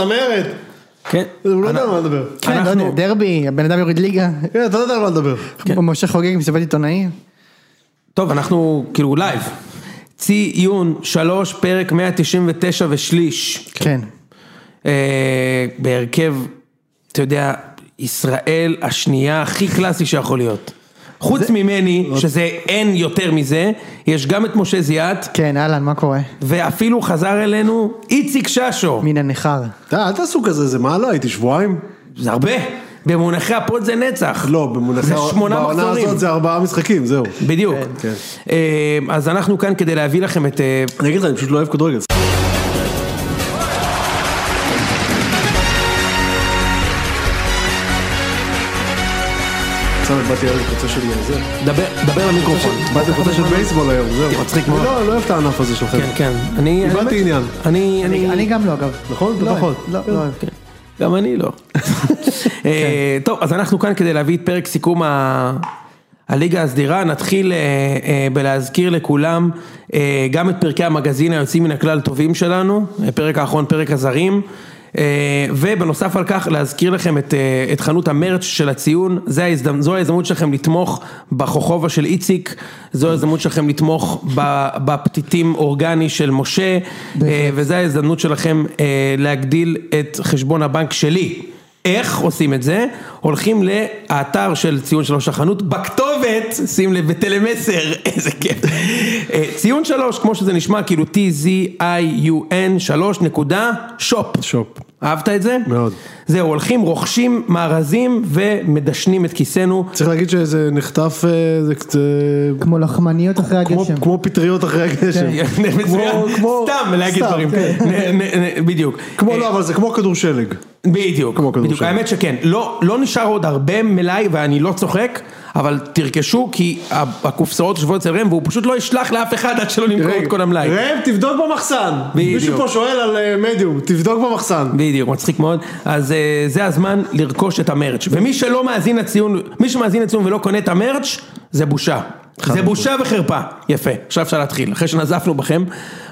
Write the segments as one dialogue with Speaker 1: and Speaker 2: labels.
Speaker 1: צמרת!
Speaker 2: כן.
Speaker 1: הוא לא יודע על מה לדבר.
Speaker 2: אנחנו-
Speaker 3: כן, לא יודע, דרבי, הבן אדם יורד ליגה,
Speaker 1: כן, אתה לא יודע על מה לדבר.
Speaker 3: משה חוגג מסיבת עיתונאים.
Speaker 2: טוב, אנחנו כאילו לייב. ציון שלוש, פרק 199 ושליש.
Speaker 3: כן.
Speaker 2: אה, בהרכב, אתה יודע, ישראל השנייה הכי קלאסי שיכול להיות. חוץ ממני, שזה אין יותר מזה, יש גם את משה זיאת,
Speaker 3: כן, אהלן, מה קורה?
Speaker 2: ואפילו חזר אלינו איציק ששו.
Speaker 3: מן הנכר.
Speaker 1: אתה, אל תעשו כזה, זה מה לא הייתי שבועיים?
Speaker 2: זה הרבה. במונחי הפועל זה נצח.
Speaker 1: לא, במונחי...
Speaker 2: זה שמונה
Speaker 1: בעונה
Speaker 2: מחזורים.
Speaker 1: הזאת זה ארבעה משחקים, זהו.
Speaker 2: בדיוק.
Speaker 1: כן.
Speaker 2: אה, אז אנחנו כאן כדי להביא לכם את אה,
Speaker 1: אני אגיד לך, אני פשוט לא אוהב כדורגל. סתם, באתי היום לקבוצה של זה.
Speaker 2: דבר, דבר למיקרופון.
Speaker 1: באתי לקבוצה של בייסבול היום, זהו.
Speaker 2: מצחיק מאוד.
Speaker 1: לא, אני לא אוהב את הענף הזה שלכם.
Speaker 2: כן, כן. אני...
Speaker 1: איבדתי
Speaker 2: אני-
Speaker 1: עניין.
Speaker 2: אני...
Speaker 3: אני אני גם לא, אגב.
Speaker 1: נכון?
Speaker 3: לא
Speaker 1: נכון.
Speaker 3: אוהב, לא, לא אוהב.
Speaker 2: גם אני לא. אה, טוב, אז אנחנו כאן כדי להביא את פרק סיכום ה... הליגה הסדירה, נתחיל אה, אה, בלהזכיר לכולם אה, גם את פרקי המגזין היוצאים מן הכלל טובים שלנו, אה, פרק האחרון, פרק הזרים, אה, ובנוסף על כך להזכיר לכם את, אה, את חנות המרץ' של הציון, זה ההזדמנ... זו ההזדמנות שלכם לתמוך בחוכובה של איציק, זו ההזדמנות שלכם לתמוך ב- בפתיתים אורגני של משה, אה, וזו ההזדמנות שלכם אה, להגדיל את חשבון הבנק שלי. איך עושים את זה? הולכים לאתר של ציון שלוש החנות, בכתובת, שים לב, בטלמסר, איזה כיף. אה, ציון שלוש, כמו שזה נשמע, כאילו T-Z-I-U-N שלוש נקודה שופ.
Speaker 1: שופ.
Speaker 2: אהבת את זה?
Speaker 1: מאוד.
Speaker 2: זהו, הולכים, רוכשים מארזים ומדשנים את כיסנו.
Speaker 1: צריך להגיד שזה נחטף, אה, זה קצת...
Speaker 3: כמו לחמניות אחרי
Speaker 1: כמו-
Speaker 3: הגשם.
Speaker 1: כמו פטריות אחרי הגשם.
Speaker 2: כן. מצוין.
Speaker 1: כמו-
Speaker 2: סתם להגיד
Speaker 1: סתם,
Speaker 2: דברים.
Speaker 1: כן.
Speaker 2: נ- נ- נ- בדיוק.
Speaker 1: כמו
Speaker 2: אה,
Speaker 1: לא, אבל זה כמו כדור שלג.
Speaker 2: בדיוק,
Speaker 1: כמו כדורסל.
Speaker 2: בדיוק, האמת שכן, לא, לא נשאר עוד הרבה מלאי ואני לא צוחק, אבל תרכשו כי ה- הקופסאות יושבות אצל ראם והוא פשוט לא ישלח לאף אחד עד שלא נמכור את כל המלאי.
Speaker 1: ראם, תבדוק במחסן.
Speaker 2: בדיוק.
Speaker 1: מישהו פה שואל על אה, מדיום, תבדוק במחסן.
Speaker 2: בדיוק, מצחיק מאוד, אז אה, זה הזמן לרכוש את המרץ', ומי שלא מאזין לציון, מי שמאזין לציון ולא קונה את המרץ', זה בושה. זה בושה וחרפה. יפה, עכשיו אפשר להתחיל, אחרי שנזפנו בכם.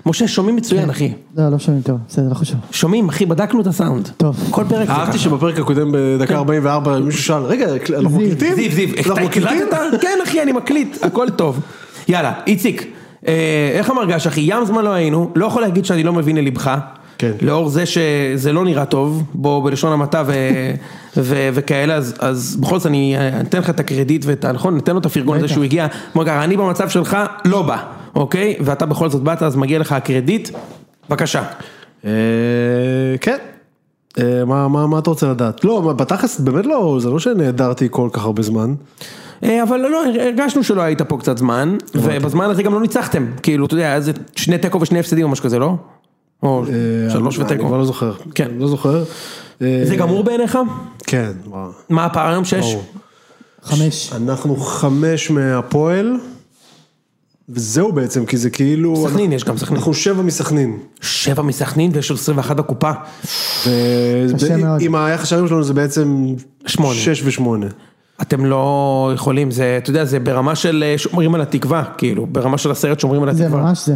Speaker 2: משה, שומעים
Speaker 1: כן.
Speaker 2: מצוין, אחי.
Speaker 3: לא, לא שומעים טוב, בסדר, לא חשוב.
Speaker 2: שומעים, אחי, בדקנו את הסאונד.
Speaker 3: טוב.
Speaker 2: כל פרק זה ככה.
Speaker 1: אהבתי שבפרק הקודם בדקה 44 מישהו שאל, רגע, אנחנו מקליטים?
Speaker 2: זיו, זיו,
Speaker 1: אנחנו מקליטים?
Speaker 2: הקלטת? כן אחי, אני מקליט, הכל טוב. יאללה, איציק, אה, איך המרגש אחי? ים זמן לא היינו, לא יכול להגיד שאני לא מבין ללבך.
Speaker 1: כן.
Speaker 2: לאור זה שזה לא נראה טוב, בו בלשון המעטה ו- ו- וכאלה, אז, אז בכל זאת אני אה, אתן לך את הקרדיט ואת ה... נכון? ניתן לו את הפרגון הזה שהוא הגיע. כמו ככה, אני במצב שלך לא בא, אוקיי? ואתה בכל זאת באת, אז מגיע לך הקרדיט. בבקשה.
Speaker 1: אה, כן. אה, מה- מה מה אתה רוצה לדעת? לא, מה, בתכלס באמת לא, זה לא שנעדרתי כל כך הרבה זמן.
Speaker 2: אה, אבל לא, הרגשנו שלא היית פה קצת זמן, ובזמן הזה גם לא ניצחתם. כאילו, אתה יודע, היה איזה שני תיקו ושני הפסדים או משהו כזה, לא? או
Speaker 1: אה,
Speaker 2: שלוש
Speaker 1: אני כבר
Speaker 2: ותיקו.
Speaker 1: לא זוכר.
Speaker 2: כן.
Speaker 1: לא זוכר. אה,
Speaker 2: זה גמור בעיניך?
Speaker 1: כן. וואו.
Speaker 2: מה הפער היום? שש?
Speaker 1: ברור.
Speaker 3: חמש.
Speaker 1: אנחנו חמש מהפועל, וזהו בעצם, כי זה כאילו...
Speaker 2: סכנין יש גם סכנין.
Speaker 1: אנחנו שבע מסכנין.
Speaker 2: שבע מסכנין ויש עוד 21 בקופה.
Speaker 3: קשה מאוד.
Speaker 1: ועם היחס שערים שלנו זה בעצם...
Speaker 2: שמונה.
Speaker 1: שש ושמונה.
Speaker 2: אתם לא יכולים, זה, אתה יודע, זה ברמה של אה, שומרים על התקווה, כאילו, ברמה של הסרט שומרים על
Speaker 3: זה
Speaker 2: התקווה.
Speaker 3: ממש זה.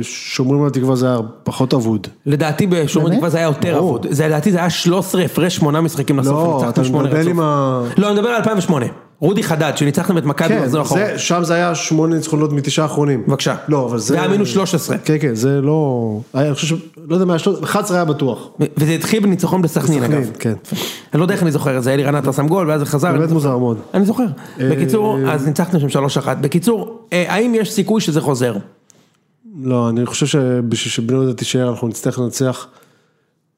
Speaker 1: בשומרים על התקווה זה היה פחות אבוד.
Speaker 2: לדעתי בשומרים
Speaker 3: באמת?
Speaker 2: על התקווה זה היה יותר
Speaker 1: ברור.
Speaker 2: אבוד. זה לדעתי זה היה 13 הפרש, שמונה משחקים לסוף,
Speaker 1: לא,
Speaker 2: וניצחתם
Speaker 1: אתה
Speaker 2: שמונה
Speaker 1: מתבלבל
Speaker 2: רצוף.
Speaker 1: עם ה...
Speaker 2: לא, אני מדבר על 2008. רודי חדד, שניצחתם את מכבי
Speaker 1: כן,
Speaker 2: במחזור האחרון.
Speaker 1: זה, שם זה היה שמונה ניצחונות מתשעה האחרונים.
Speaker 2: בבקשה.
Speaker 1: לא, אבל זה...
Speaker 2: זה היה מינוס 13.
Speaker 1: כן, כן, זה לא... היה, אני חושב ש... לא יודע מה, 13 11 היה בטוח.
Speaker 2: וזה התחיל בניצחון בסכנין אגב.
Speaker 1: סכנין, כן.
Speaker 2: אני לא יודע איך אני זוכר את זה, אלי רנת שם גול ואז זה חזר.
Speaker 1: באמת אה, מוזר מאוד.
Speaker 2: אני זוכר. בקיצור, אז ניצחתם שם 3-1. בקיצור, אה, האם יש סיכוי שזה חוזר?
Speaker 1: לא, אני חושב שבשביל שבני יהודה תישאר, אנחנו נצטרך לנצח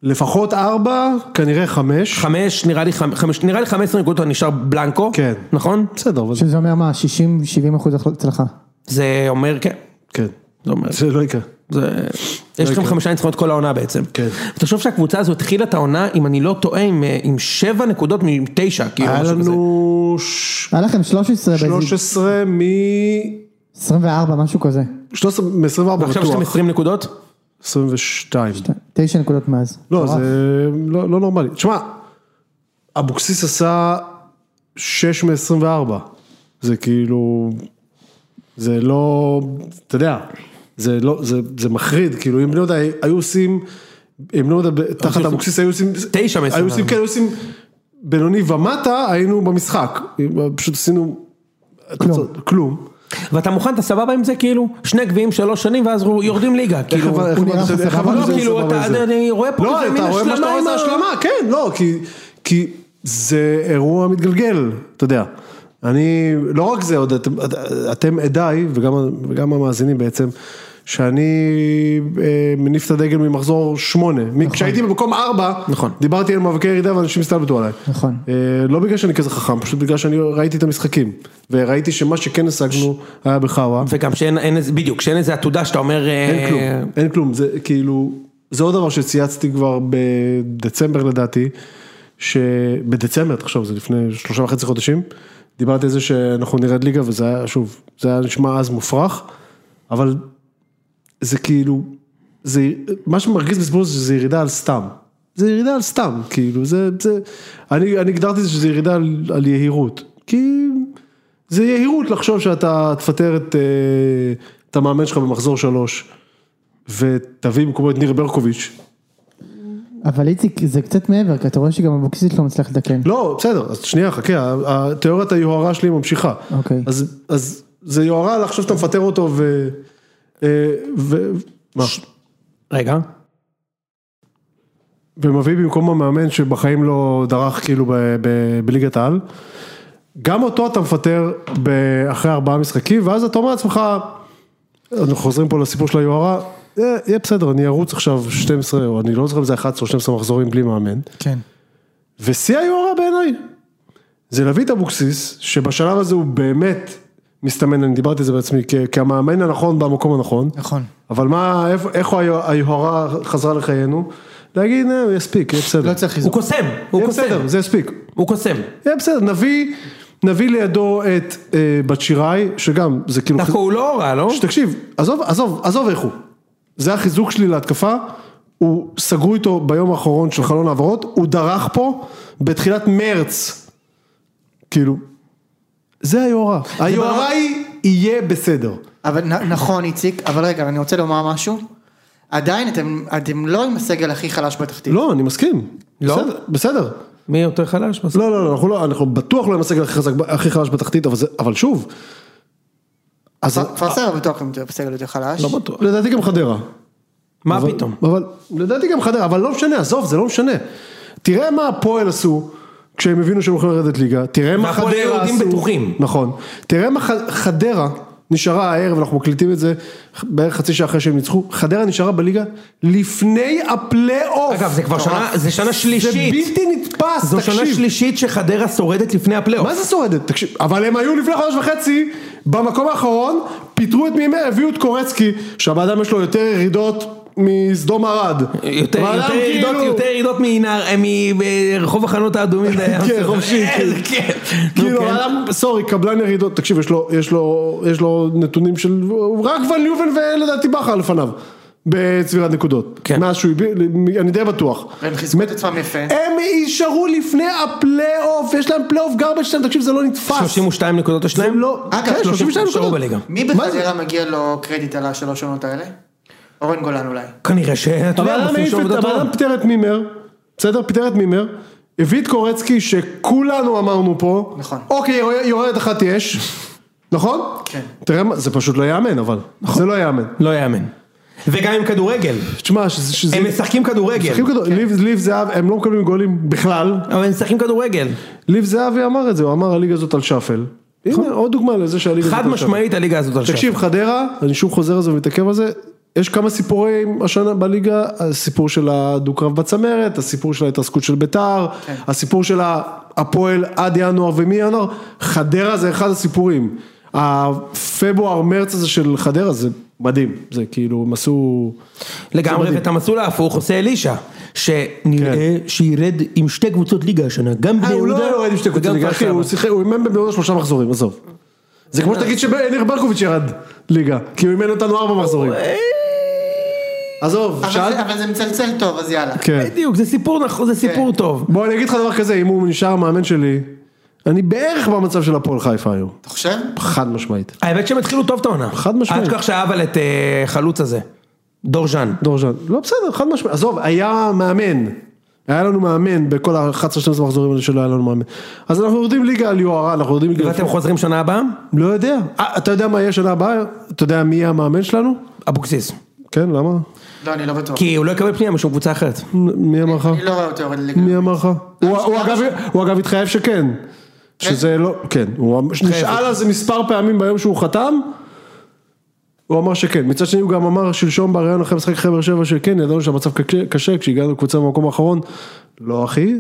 Speaker 1: לפחות ארבע, כנראה חמש.
Speaker 2: חמש, נראה לי חמ- חמש, נראה לי 15 נקודות אתה נשאר בלנקו.
Speaker 1: כן.
Speaker 2: נכון?
Speaker 1: בסדר, אבל...
Speaker 3: שזה אומר מה, 60-70 אחוז הצלחה.
Speaker 2: זה אומר, כן.
Speaker 1: כן.
Speaker 2: זה אומר,
Speaker 1: זה לא יקרה.
Speaker 2: זה... יש לכם
Speaker 1: יקרה.
Speaker 2: חמישה ניצחונות כל העונה בעצם.
Speaker 1: כן.
Speaker 2: תחשוב שהקבוצה הזו התחילה את העונה, אם אני לא טועה, עם, אה, עם שבע נקודות מתשע, כאילו,
Speaker 1: היה
Speaker 2: משהו כזה.
Speaker 1: לנו ש-
Speaker 3: היה לכם 13 באיזה...
Speaker 1: 13 מ...
Speaker 3: 24, משהו כזה.
Speaker 1: 13 מ-24
Speaker 2: עכשיו יש לכם
Speaker 1: בטוח.
Speaker 2: 20 נקודות?
Speaker 1: 22.
Speaker 3: 9 כן, נקודות מאז.
Speaker 1: לא,
Speaker 3: מטורף.
Speaker 1: זה לא לא נורמלי. תשמע, אבוקסיס עשה 6 מ-24. זה כאילו... זה לא... אתה יודע, זה לא... זה- זה מחריד. כאילו, אם בני יהודה היו עושים אם לא מדבר, תחת אבוקסיס היו עושים,
Speaker 2: תשע מעשר
Speaker 1: היו עושים
Speaker 2: מארבע.
Speaker 1: כאלה, היו עושים בינוני ומטה, היינו במשחק, פשוט עשינו, התוצאות- כלום.
Speaker 2: ואתה מוכן, אתה סבבה עם זה כאילו? שני גביעים שלוש שנים ואז יורדים ליגה,
Speaker 1: איך
Speaker 2: כאילו.
Speaker 1: אבל- איך
Speaker 3: הוא
Speaker 1: אבל-
Speaker 3: נראה
Speaker 1: איך
Speaker 3: סבבה
Speaker 1: אבל
Speaker 3: עם
Speaker 2: לא,
Speaker 1: זה
Speaker 2: כאילו,
Speaker 1: סבבה
Speaker 2: אתה-
Speaker 1: עם זה?
Speaker 2: אני רואה פה
Speaker 1: לא,
Speaker 2: איזה
Speaker 1: אתה
Speaker 2: מין
Speaker 1: רואה מה שאתה
Speaker 2: השלמה
Speaker 1: רואה
Speaker 2: עם
Speaker 1: זה
Speaker 2: ה-
Speaker 1: השלמה, כן, לא, כי- כי זה אירוע מתגלגל, אתה יודע. אני, לא רק זה, עוד אתם- אתם עדיי, וגם- וגם המאזינים בעצם, שאני אה, מניף את הדגל ממחזור שמונה. מ- כשהייתי במקום ארבע,
Speaker 2: נכון.
Speaker 1: דיברתי על מאבקי ירידה ואנשים הסתלבטו עליי.
Speaker 3: נכון.
Speaker 1: אה, לא בגלל שאני כזה חכם, פשוט בגלל שאני ראיתי את המשחקים. וראיתי שמה שכן השגנו היה בחאווה.
Speaker 2: וגם שאין אין איזה, בדיוק, שאין איזה עתודה שאתה אומר... אה,
Speaker 1: אין כלום, אין כלום, זה כאילו, זה עוד דבר שצייצתי כבר בדצמבר לדעתי, שבדצמבר, תחשוב, זה לפני שלושה וחצי חודשים, דיברתי על זה שאנחנו נרד ליגה וזה היה, שוב, זה היה נשמע אז מופרך, אבל זה כאילו, זה, מה שמרגיז בסיפור זה שזה ירידה על סתם. זה ירידה על סתם, כאילו, זה, זה, אני, אני הגדרתי את זה שזה ירידה על, על יהירות, כי זה יהירות לחשוב שאתה תפטר את, אה, את המאמן שלך במחזור שלוש, ותביא במקומו את ניר ברקוביץ'.
Speaker 3: אבל איציק, זה קצת מעבר, כי אתה רואה שגם אבוקסיס לא מצליח לתקן.
Speaker 1: לא, בסדר, אז שנייה, חכה, התיאוריית היוהרה שלי ממשיכה.
Speaker 3: אוקיי.
Speaker 1: אז, אז זה יוהרה לחשוב שאתה מפטר אותו ו... אה, ו... מה?
Speaker 2: רגע.
Speaker 1: ומביא במקום המאמן שבחיים לא דרך כאילו ב- ב- בליגת העל. גם אותו אתה מפטר ב- אחרי ארבעה משחקים, ואז אתה אומר לעצמך, אנחנו חוזרים פה לסיפור של היוהרה, "אה, יהיה בסדר, אני ארוץ עכשיו 12, או אני לא זוכר אם זה 11 או 12 מחזורים בלי מאמן.
Speaker 3: כן.
Speaker 1: ושיא היוהרה בעיניי, זה להביא את אבוקסיס, שבשלב הזה הוא באמת מסתמן, אני דיברתי על זה בעצמי, כ- כמאמן הנכון במקום הנכון.
Speaker 3: נכון.
Speaker 1: אבל מה, איפה- איך היו- היוהרה חזרה לחיינו? להגיד, "אה, יספיק, יהיה בסדר.
Speaker 4: לא צריך
Speaker 2: הוא
Speaker 4: חיזוק.
Speaker 2: קוסם, הוא
Speaker 1: יהיה
Speaker 2: קוסם,
Speaker 1: בסדר, זה יספיק.
Speaker 2: הוא קוסם.
Speaker 1: יהיה בסדר, נביא, נביא לידו את אה, בת שיראי, שגם, זה כאילו...
Speaker 4: נכון.
Speaker 2: דווקא הוא לא רע, לא?
Speaker 1: תקשיב, עזוב, עזוב, עזוב איך הוא. זה החיזוק שלי להתקפה, הוא סגרו איתו ביום האחרון של חלון העברות, הוא דרך פה בתחילת מרץ. כאילו, זה היוהרה. היוהרה היא, יהיה בסדר.
Speaker 4: אבל נ- נכון איציק, אבל רגע, אני רוצה לומר משהו. עדיין אתם, אתם לא עם הסגל הכי חלש בתחתית.
Speaker 1: לא, אני מסכים.
Speaker 2: לא?
Speaker 1: בסדר, בסדר.
Speaker 2: מי יותר חלש? בסוף?
Speaker 1: לא, לא, לא, אנחנו לא, אנחנו בטוח לא עם הסגל הכי חזק, הכי חלש בתחתית, אבל זה, אבל שוב. אז
Speaker 4: כפר- כפר סבא בטוח הם יותר- בסגל יותר חלש.
Speaker 1: לא בטוח. לדעתי גם חדרה.
Speaker 2: מה
Speaker 1: אבל-
Speaker 2: פתאום?
Speaker 1: אבל, לדעתי גם חדרה, אבל לא משנה, עזוב, זה לא משנה. תראה מה הפועל עשו. כשהם הבינו שהם הולכים לרדת ליגה, תראה מה
Speaker 2: והפועל
Speaker 1: חדרה
Speaker 2: היהודים
Speaker 1: עשו,
Speaker 2: בטוחים.
Speaker 1: נכון, תראה מה ח- חדרה נשארה הערב, אנחנו מקליטים את זה בערך חצי שעה אחרי שהם ניצחו, חדרה נשארה בליגה לפני הפלייאוף,
Speaker 2: אגב, זה כבר שנה, זה שנה
Speaker 1: זה
Speaker 2: שלישית.
Speaker 1: בלתי נתפס,
Speaker 2: זו שנה
Speaker 1: תקשיב.
Speaker 2: שלישית שחדרה שורדת לפני הפלייאוף.
Speaker 1: מה זה שורדת? תקשיב, אבל הם היו לפני חודש וחצי במקום האחרון, פיטרו את מי הם הביאו את קורצקי, שהבן אדם יש לו יותר ירידות מסדום ערד.
Speaker 2: יותר
Speaker 1: הבן אדם
Speaker 2: יותר ירידות,
Speaker 1: כאילו-
Speaker 2: יותר ירידות מנער- אה, מרחוב החנות האדומים.
Speaker 1: כן, חוב שיעי, כן.
Speaker 2: איזה כיף. נו,
Speaker 1: כאילו,
Speaker 2: כן.
Speaker 1: הבן אדם, סורי, קבלן ירידות, תקשיב, יש לו, יש לו, יש לו נתונים של, רק ון ליובן ולדעתי בכר לפניו, בצבירת נקודות.
Speaker 2: כן. אה.
Speaker 1: מאז שהוא הביא, אני די בטוח.
Speaker 4: והם חיזקו את עצמם יפה.
Speaker 1: הם יישארו לפני הפלייאוף, יש להם פלייאוף גרבג' שלהם, תקשיב, זה לא נתפס.
Speaker 2: 32 נקודות יש
Speaker 1: הם
Speaker 2: להם?
Speaker 1: לא,
Speaker 4: אגב,
Speaker 1: כן,
Speaker 4: 32
Speaker 1: 32
Speaker 2: נשארו
Speaker 1: נקודות.
Speaker 2: בליגה.
Speaker 4: מי
Speaker 1: מה זה?
Speaker 4: בחדרה מגיע לו קרדיט על השלוש עונות האלה? אורן גולן אולי.
Speaker 2: כנראה שאתה
Speaker 1: הבן
Speaker 2: יודע, הם
Speaker 1: אדם
Speaker 2: עושים
Speaker 1: העיף
Speaker 2: שם
Speaker 1: את-
Speaker 2: עבודה
Speaker 1: הבן
Speaker 2: טובה.
Speaker 1: אדם פיטר את מימר, בסדר? פיטר את מימר, הביא את קורצקי שכולנו אמרנו פה,
Speaker 4: נכון.
Speaker 1: אוקיי, יור- יורדת אחת יש, נכון?
Speaker 4: כן.
Speaker 1: תראה מה, זה פשוט לא יאמן אבל, זה לא יאמן.
Speaker 2: לא יאמן. וגם עם כדורגל.
Speaker 1: תשמע, שזה... שזה-
Speaker 2: הם כן. משחקים כדורגל.
Speaker 1: משחקים כדור- ליב- ליב זהב, הם לא מקבלים גולים בכלל,
Speaker 2: אבל הם משחקים כדורגל.
Speaker 1: ליב זהבי אמר את זה, הוא אמר הליגה הזאת על שפל. הנה עוד דוגמה לזה שהליגה הזאת
Speaker 2: נכון. חד
Speaker 1: על שפל.
Speaker 2: משמעית הליגה הזאת על
Speaker 1: תקשיב חדרה, אני שוב חוזר על זה ומתעכב על זה, יש כמה סיפורים השנה בליגה, הסיפור של הדו-קרב בצמרת, הסיפור של ההתרסקות של ביתר, הסיפור של הפועל עד ינואר ומינואר, חדרה זה אחד הסיפורים. הפברואר מרץ הזה של חדרה זה מדהים, זה כאילו הם עשו... אה,
Speaker 2: לגמרי, ואת המסלול ההפוך עושה אלישע, שנראה שירד עם שתי קבוצות ליגה השנה, גם בני
Speaker 1: כן. אה, הוא
Speaker 2: יהודה
Speaker 1: לא יורד עם שתי קבוצות
Speaker 2: וגם
Speaker 1: ליגה,
Speaker 2: כפר
Speaker 1: אחי,
Speaker 2: סבא.
Speaker 1: הוא שיחק, הוא אימן בבני יהודה שלושה מחזורים, עזוב. זה כמו שתגיד שניר ברקוביץ' ירד ליגה, כי הוא אימן אותנו ארבע מחזורים.
Speaker 2: אה,
Speaker 1: עזוב,
Speaker 4: אבל
Speaker 1: שאלת...
Speaker 4: זה- אבל זה מצלצל טוב, אז יאללה.
Speaker 1: כן.
Speaker 2: בדיוק, זה סיפור נכון, זה סיפור טוב.
Speaker 1: בוא אני אגיד לך דבר כזה, אם הוא נשאר המאמן שלי, אני בערך במצב של הפועל חיפה היום.
Speaker 4: אתה חושב?
Speaker 1: חד משמעית.
Speaker 2: האמת שהם התחילו טוב את העונה.
Speaker 1: חד משמעית.
Speaker 2: אל תשכח שאהבל את אה, חלוץ הזה. דור ז'אן.
Speaker 1: דורז'אן. לא בסדר, חד משמעית. עזוב, היה מאמן. היה לנו מאמן בכל ה-11-12 מחזורים האלה שלא היה לנו מאמן. אז אנחנו יורדים ליגה על יוהרה, אנחנו יורדים ליגה...
Speaker 2: ואתם
Speaker 1: לפני.
Speaker 2: חוזרים שנה הבאה?
Speaker 1: לא יודע. אה, אתה יודע מה יהיה שנה הבאה? אתה יודע מי יהיה המאמן שלנו?
Speaker 2: אבוקסיס.
Speaker 1: כן, למה?
Speaker 4: לא, אני לא בטוח.
Speaker 2: כי הוא לא יקבל פנייה משום קבוצה אחרת.
Speaker 1: מי אמר לך?
Speaker 4: אני לא רואה אותו יורד לליגה.
Speaker 1: מי אמר לך? הוא- הוא
Speaker 4: למה
Speaker 1: אגב-
Speaker 4: ש-
Speaker 1: הוא אגב התחייב שכן. שזה לא, כן, הוא נשאל על זה מספר פעמים ביום שהוא חתם, הוא אמר שכן. מצד שני הוא גם אמר שלשום בריאיון אחרי משחק חבר שבע שכן, ידענו שהמצב קשה- קשה, כשהגענו לקבוצה במקום האחרון, לא אחי,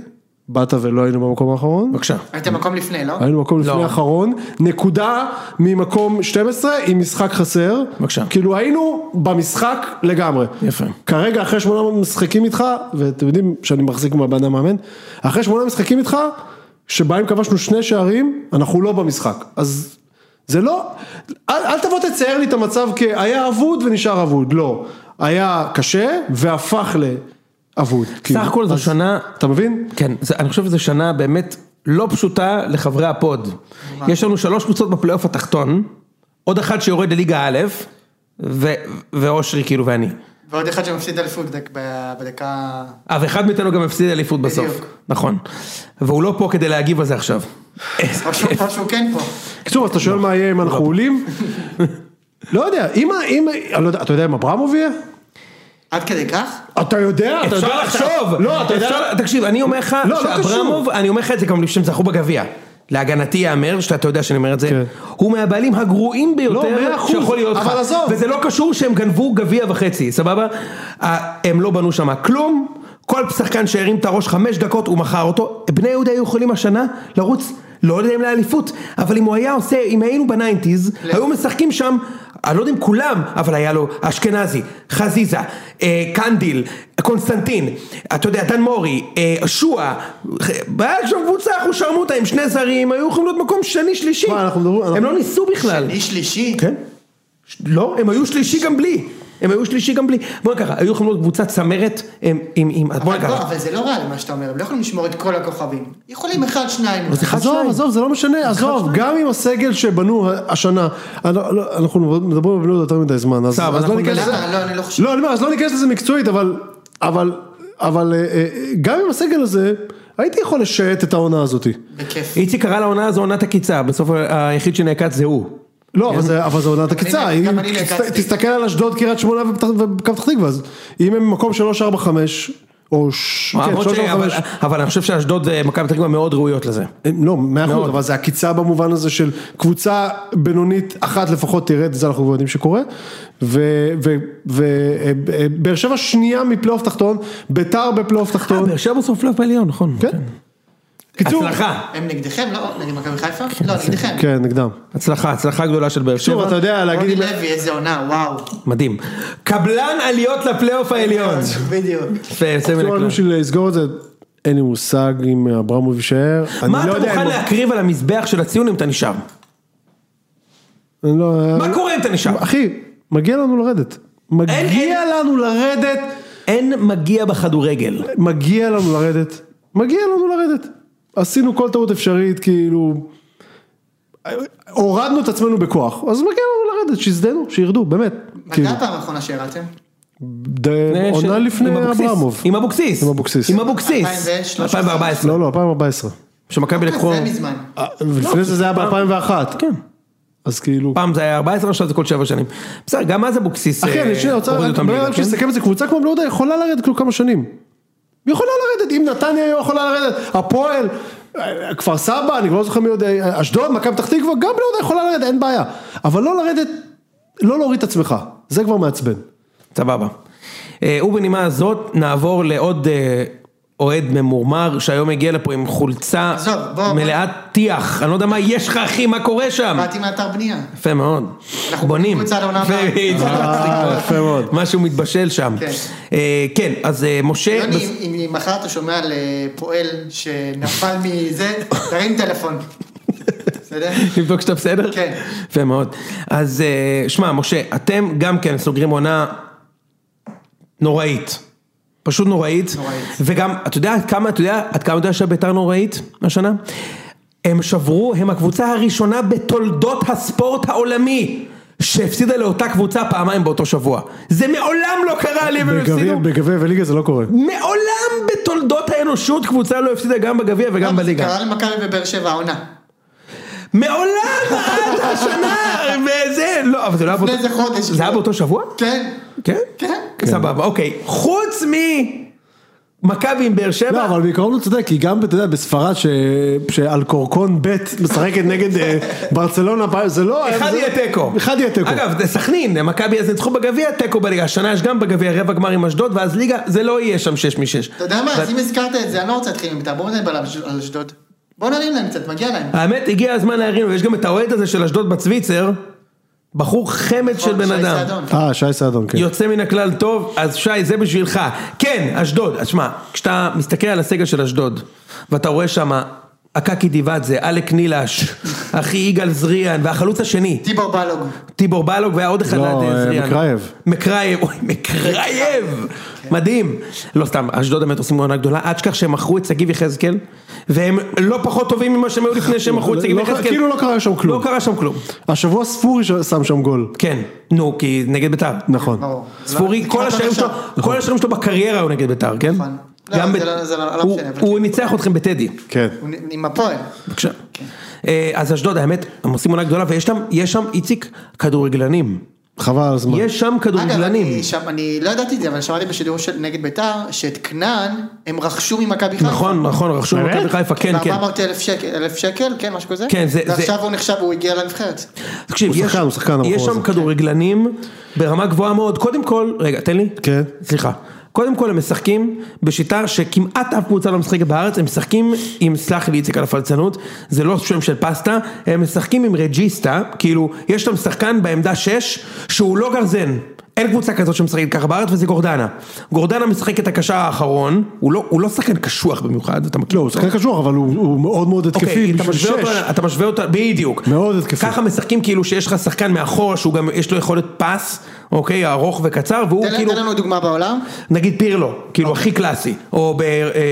Speaker 1: באת ולא היינו במקום האחרון.
Speaker 2: בבקשה.
Speaker 4: הייתם מקום לפני, לא?
Speaker 1: היינו מקום לפני
Speaker 2: לא.
Speaker 1: האחרון, נקודה ממקום 12 עם משחק חסר.
Speaker 2: בבקשה.
Speaker 1: כאילו היינו במשחק לגמרי.
Speaker 2: יפה.
Speaker 1: כרגע אחרי שמונה משחקים איתך, ואתם יודעים שאני מחזיק מהבן המאמן, אחרי שמונה משחקים איתך, שבהם כבשנו שני שערים, אנחנו לא במשחק. אז זה לא, אל, אל תבוא תצייר לי את המצב כהיה אבוד ונשאר אבוד, לא. היה קשה והפך לאבוד. כאילו,
Speaker 2: סך הכל זו שנה...
Speaker 1: אתה מבין?
Speaker 2: כן, זה, אני חושב שזו שנה באמת לא פשוטה לחברי הפוד. יש לנו שלוש קבוצות בפלייאוף התחתון, עוד אחת שיורד לליגה א', ו- ואושרי כאילו ואני.
Speaker 4: ועוד אחד שמפסיד אליפות דק- ב- בדקה...
Speaker 2: אה, ואחד מאיתנו גם הפסיד אליפות בסוף.
Speaker 4: בדיוק.
Speaker 2: נכון. והוא לא פה כדי להגיב על זה עכשיו.
Speaker 4: או שהוא- או שהוא כן פה.
Speaker 1: בקיצור, אז אתה שואל מה יהיה אם אנחנו עולים? לא יודע, אם, ה- אם, אני לא יודע, אתה יודע אם אברמוב יהיה?
Speaker 4: עד כדי כך?
Speaker 1: אתה יודע, אתה יודע
Speaker 2: אפשר לחשוב!
Speaker 1: לא, אתה יודע,
Speaker 2: אפשר- תקשיב, אני אומר לך,
Speaker 1: לא, לא
Speaker 2: שאברמוב, אני אומר לך את זה גם כשהם זכו בגביע. להגנתי ייאמר, שאתה יודע שאני אומר את זה,
Speaker 1: כן. לא,
Speaker 2: הוא מהבעלים הגרועים
Speaker 1: מאה
Speaker 2: ביותר
Speaker 1: אחוז,
Speaker 2: שיכול להיות לך.
Speaker 1: אבל עזוב.
Speaker 2: וזה לא קשור שהם גנבו גביע וחצי, סבבה? אה, הם לא בנו שם כלום, כל שחקן שהרים את הראש חמש דקות הוא מכר אותו. בני יהודה היו יכולים השנה לרוץ, לא יודע אם לאליפות, אבל אם הוא היה עושה, אם היינו בניינטיז, היו משחקים שם, אני לא יודע אם כולם, אבל היה לו אשכנזי, חזיזה, אה, קנדיל, קונסטנטין, אתה יודע, דן מורי, אה, שועה, היה שם קבוצה אחושרמוטה עם שני זרים, היו יכולים להיות מקום שני שלישי,
Speaker 1: מה, אנחנו מדברים-
Speaker 2: הם
Speaker 1: אנחנו-
Speaker 2: לא ניסו בכלל.
Speaker 4: אני שלישי?
Speaker 2: כן. ש- לא, הם היו שלישי גם בלי. הם היו שלישי גם בלי. בוא נגיד ככה, היו יכולים להיות קבוצת צמרת הם- עם... עם- בוא
Speaker 4: אבל
Speaker 2: נגיד
Speaker 4: בוא,
Speaker 2: ככה.
Speaker 4: אבל זה לא רע למה שאתה אומר, הם לא יכולים לשמור את כל הכוכבים. יכולים אחד, שניים.
Speaker 2: אבל זה אחד
Speaker 1: עזוב,
Speaker 2: שניים.
Speaker 1: עזוב, זה לא משנה, עזוב, גם עם הסגל שבנו השנה, אני לא- לא, אנחנו מדברים בבני יהודה יותר מדי זמן, אז
Speaker 2: סבבה,
Speaker 1: אז
Speaker 2: אנחנו
Speaker 1: לא ניכנס לזה,
Speaker 4: למה? לא, אני לא חושב.
Speaker 1: לא, אני אומר, אז לא ניכנס לזה מקצועית, אבל, אבל, אבל אה, אה, גם עם הסגל הזה, הייתי יכול לשייט את העונה הזאתי.
Speaker 4: בכיף.
Speaker 2: איציק קרא לעונה הזו עונת הקיצה, בסוף ה- היחיד שנעקץ זה הוא.
Speaker 1: לא,
Speaker 2: כן.
Speaker 1: אבל זה- אבל זו עונת הקיצה,
Speaker 4: אני- גם
Speaker 1: אם-
Speaker 4: אני נעקצתי.
Speaker 1: תסת- תסתכל על אשדוד, קריית שמונה ופתח- ומכבי פתח תקווה, אז אם הם במקום 3-4-5, או ש... כן,
Speaker 2: למרות ש-
Speaker 1: 3-4-5.
Speaker 2: אה, אבל- אבל אני חושב שאשדוד ומכבי פתח תקווה מאוד ראויות לזה.
Speaker 1: לא, מאה אחוז,
Speaker 2: מאוד.
Speaker 1: אבל זה עקיצה במובן הזה של קבוצה בינונית אחת לפחות תרד, זה אנחנו כבר יודעים שקורה. ובאר אה, שבע שנייה מפלייאוף תחתון, ביתר בפלייאוף
Speaker 2: אה,
Speaker 1: תחתון.
Speaker 2: באר שבע בסוף פלייאוף העליון, נכון.
Speaker 1: כן. קיצור,
Speaker 2: הצלחה,
Speaker 4: הם נגדכם? לא, נגד מכבי חיפה? לא, נגדכם.
Speaker 1: כן, נגדם.
Speaker 2: הצלחה, הצלחה גדולה של באר
Speaker 1: שוב,
Speaker 2: שבע.
Speaker 1: אתה יודע
Speaker 4: רוני
Speaker 1: להגיד,
Speaker 4: לוי, איזה עונה, וואו.
Speaker 2: מדהים. קבלן עליות לפלייאוף העליון.
Speaker 1: כן.
Speaker 4: בדיוק.
Speaker 2: יפה, יוצא מן
Speaker 1: כאילו,
Speaker 2: הכלל.
Speaker 1: אני בשביל לסגור את זה, אין לי מושג אם אברמוב יישאר. אני
Speaker 2: מה
Speaker 1: לא
Speaker 2: אתה
Speaker 1: יודע
Speaker 2: מוכן
Speaker 1: אם- אה,
Speaker 2: להקריב על המזבח של הציון אם אתה נשאר?
Speaker 1: אני לא...
Speaker 2: מה קורה אם אתה נשאר?
Speaker 1: אחי, מגיע לנו לרדת. מגיע
Speaker 2: אין.
Speaker 1: לנו לרדת,
Speaker 2: אין מגיע בכדורגל.
Speaker 1: מגיע לנו לרדת, מגיע לנו לרדת. עשינו כל טעות אפשרית, כאילו... הורדנו את עצמנו בכוח, אז מגיע לנו לרדת, שיזדנו, שירדו, באמת.
Speaker 4: מתי
Speaker 2: כן.
Speaker 1: כאילו,
Speaker 4: הפעם האחרונה שירדתם? אה,
Speaker 1: ד-
Speaker 2: ש-
Speaker 1: עונה
Speaker 2: עם
Speaker 1: לפני
Speaker 2: אבוקסיס.
Speaker 1: אברמוב.
Speaker 2: עם אבוקסיס.
Speaker 1: עם אבוקסיס.
Speaker 2: עם אבוקסיס.
Speaker 4: 2013.
Speaker 2: 2014.
Speaker 1: לא, לא, 2014.
Speaker 2: שמכבי לקחו...
Speaker 4: זה מזמן.
Speaker 1: אה, ולפני זה זה היה ב-2001.
Speaker 2: לא, כן.
Speaker 1: אז כאילו...
Speaker 2: פעם זה היה 14, עכשיו זה כל 7 שנים. בסדר, גם אז אבוקסיס...
Speaker 1: אחי,
Speaker 2: אה,
Speaker 1: אני שנייה רוצה
Speaker 2: הוריד
Speaker 1: רק
Speaker 2: אותם ליגה,
Speaker 1: רק
Speaker 2: כן?
Speaker 1: לסכם את זה, קבוצה כמו בני יהודה יכולה לרדת כל כמה שנים. היא יכולה לרדת, אם נתניה היא יכולה לרדת, הפועל, אה, כפר סבא, אני כבר לא זוכר מי יודע, אה, אשדוד, מכבי פתח תקווה, גם בני יהודה יכולה לרדת, אין בעיה. אבל לא לרדת, לא להוריד את עצמך, זה כבר מעצבן.
Speaker 2: כן? סבבה. אה, ובנימה הזאת נעבור לעוד אה, אוהד ממורמר שהיום הגיע לפה עם חולצה
Speaker 4: עזוב, בוא-
Speaker 2: מלאת טיח. אני לא יודע מה יש לך אחי, מה קורה שם?
Speaker 4: באתי מאתר בנייה.
Speaker 2: יפה מאוד.
Speaker 4: אנחנו
Speaker 2: בונים.
Speaker 4: בקבוצה לעונה הבאה.
Speaker 2: בדיוק.
Speaker 1: אה, יפה מאוד.
Speaker 2: משהו מתבשל שם.
Speaker 4: כן.
Speaker 2: אה, כן, אז אה, משה...
Speaker 4: יוני, אם אם מחר אתה שומע על אה, פועל שנפל מזה, תרים טלפון. בסדר?
Speaker 2: לבדוק שאתה בסדר?
Speaker 4: כן.
Speaker 2: יפה מאוד. אז אה, שמע, משה, אתם גם כן סוגרים עונה נוראית. פשוט נוראית.
Speaker 4: נוראית.
Speaker 2: וגם, אתה יודע עד כמה, אתה יודע, עד כמה אתה יודע שהביתר נוראית השנה? הם שברו, הם הקבוצה הראשונה בתולדות הספורט העולמי. שהפסידה לאותה קבוצה פעמיים באותו שבוע. זה מעולם לא קרה לי, והם
Speaker 1: בגביע,
Speaker 2: הפסידו.
Speaker 1: בגביע וליגה זה לא קורה.
Speaker 2: מעולם בתולדות האנושות קבוצה לא הפסידה גם בגביע וגם
Speaker 4: אבל זה
Speaker 2: בליגה.
Speaker 4: קרה למכבי בבאר שבע העונה.
Speaker 2: מעולם עד השנה, וזה, לא, אבל זה לא היה באותו...
Speaker 4: לפני איזה חודש.
Speaker 2: זה היה באותו שבוע?
Speaker 4: כן.
Speaker 2: כן?
Speaker 4: כן.
Speaker 2: סבבה, אוקיי. חוץ ממכבי עם באר
Speaker 1: לא,
Speaker 2: שבע,
Speaker 1: אבל בעיקרון הוא צודק, כי גם, אתה יודע, בספרד, ש- שאלקורקון ב' משחקת נגד אה, ברצלונה, פעם- זה לא...
Speaker 2: אחד
Speaker 1: זה-
Speaker 2: יהיה תיקו.
Speaker 1: אחד יהיה תיקו.
Speaker 2: אגב, זה סכנין, מכבי אז ניצחו בגביע, תיקו בליגה. השנה יש גם בגביע רבע גמר עם אשדוד, ואז ליגה, זה לא יהיה שם שש משש.
Speaker 4: אתה יודע מה,
Speaker 2: אבל-
Speaker 4: אז אם הזכרת את זה, אני לא רוצה להתחיל עם בית"ר, בואו נדבר על אש- על אשדוד. בואו נרים להם קצת, מגיע להם.
Speaker 2: האמת, הגיע הזמן להרים, ויש גם את האוהד הזה של אשדוד בצוויצר, בחור חמד של בן
Speaker 4: שי
Speaker 2: אדם.
Speaker 4: סעדון.
Speaker 1: אה, שי סעדון, כן.
Speaker 2: יוצא מן הכלל טוב, אז שי, זה בשבילך. כן, אשדוד, אז שמע, כשאתה מסתכל על הסגל של אשדוד, ואתה רואה שם, הקקי דיבדזה, אלק נילש, אחי יגאל זריאן, והחלוץ השני,
Speaker 4: טיבור בלוג.
Speaker 2: טיבור בלוג, והיה עוד אחד,
Speaker 1: לא,
Speaker 2: ליד, אה,
Speaker 1: אה,
Speaker 2: זריאן.
Speaker 1: מקרייב. כן.
Speaker 2: מקרייב, אוי, מקרייב, מדהים. לא סתם, אשדוד באמת עושים עונה גדולה, עד שכך שהם מכרו את שגיב יחזקאל, והם לא פחות טובים ממה שהם היו לפני שהם מכרו את שגיב
Speaker 1: לא-
Speaker 2: יחזקאל.
Speaker 1: כאילו לא קרה שם כלום.
Speaker 2: לא קרה שם כלום.
Speaker 1: השבוע ספורי ש- שם שם גול.
Speaker 2: כן, נו, כי נגד בית"ר.
Speaker 1: נכון.
Speaker 4: ברור.
Speaker 2: ספורי,
Speaker 4: זה
Speaker 2: כל
Speaker 4: כמעט
Speaker 2: השערים שלו,
Speaker 4: עכשיו.
Speaker 2: כל השערים שלו בקריירה הוא נגד בית"ר, כן?
Speaker 4: נכון. לא,
Speaker 2: גם
Speaker 4: זה
Speaker 2: ב-
Speaker 4: לא- זה לא- לא
Speaker 2: הוא-
Speaker 4: משנה, אבל-
Speaker 2: הוא ניצח אתכם בטדי,
Speaker 1: כן.
Speaker 4: הוא נ- עם הפועל.
Speaker 2: בבקשה.
Speaker 4: כן.
Speaker 2: אה, אז אשדוד, האמת, הם עושים עונה גדולה, ויש שם, יש שם, איציק, כדורגלנים.
Speaker 1: חבל על הזמן.
Speaker 2: יש שם
Speaker 4: נכון. אגב,
Speaker 2: כדורגלנים.
Speaker 4: אני שם- אני לא ידעתי את זה, אבל שמעתי בשידור של נגד בית"ר, שאת כנען הם רכשו ממכבי חיפה.
Speaker 2: נכון, נכון, רכשו
Speaker 1: באמת?
Speaker 2: במכבי חיפה, כן, כן.
Speaker 4: ב-400 אלף שקל, אלף שקל, כן, משהו כזה.
Speaker 2: כן, זה- זה-
Speaker 4: ועכשיו הוא נחשב, הוא הגיע לנבחרת.
Speaker 2: תקשיב,
Speaker 1: הוא
Speaker 2: יש-
Speaker 1: שחקן, הוא שחקן, הבחור
Speaker 2: יש
Speaker 1: הזה.
Speaker 2: שם כדורגלנים ברמה גבוהה מאוד, קודם כל, רגע, תן לי.
Speaker 1: כן.
Speaker 2: סליחה. קודם כל הם משחקים בשיטה שכמעט אף קבוצה לא משחקת בארץ, הם משחקים עם, סלח לי איציק על הפלצנות, זה לא שם של פסטה, הם משחקים עם רג'יסטה, כאילו, יש שם שחקן בעמדה 6, שהוא לא גרזן. אין קבוצה כזאת שמשחקת ככה בארץ וזה גורדנה. גורדנה משחק את הקשר האחרון, הוא לא, הוא לא שחקן קשוח במיוחד, אתה מכיר?
Speaker 1: לא, הוא שחקן קשוח, אבל הוא הוא מאוד מאוד התקפי,
Speaker 2: אוקיי, אתה
Speaker 1: בשביל
Speaker 2: משווה
Speaker 1: שש.
Speaker 2: אותו, אתה משווה אותו, בדיוק.
Speaker 1: מאוד התקפי.
Speaker 2: ככה משחקים כאילו שיש לך שחקן מאחורה שהוא גם יש לו יכולת פס, אוקיי, ארוך וקצר, והוא
Speaker 4: תן
Speaker 2: כאילו,
Speaker 4: תן לנו דוגמה בעולם.
Speaker 2: נגיד פירלו, כאילו
Speaker 1: אוקיי.
Speaker 2: הכי קלאסי, או אה,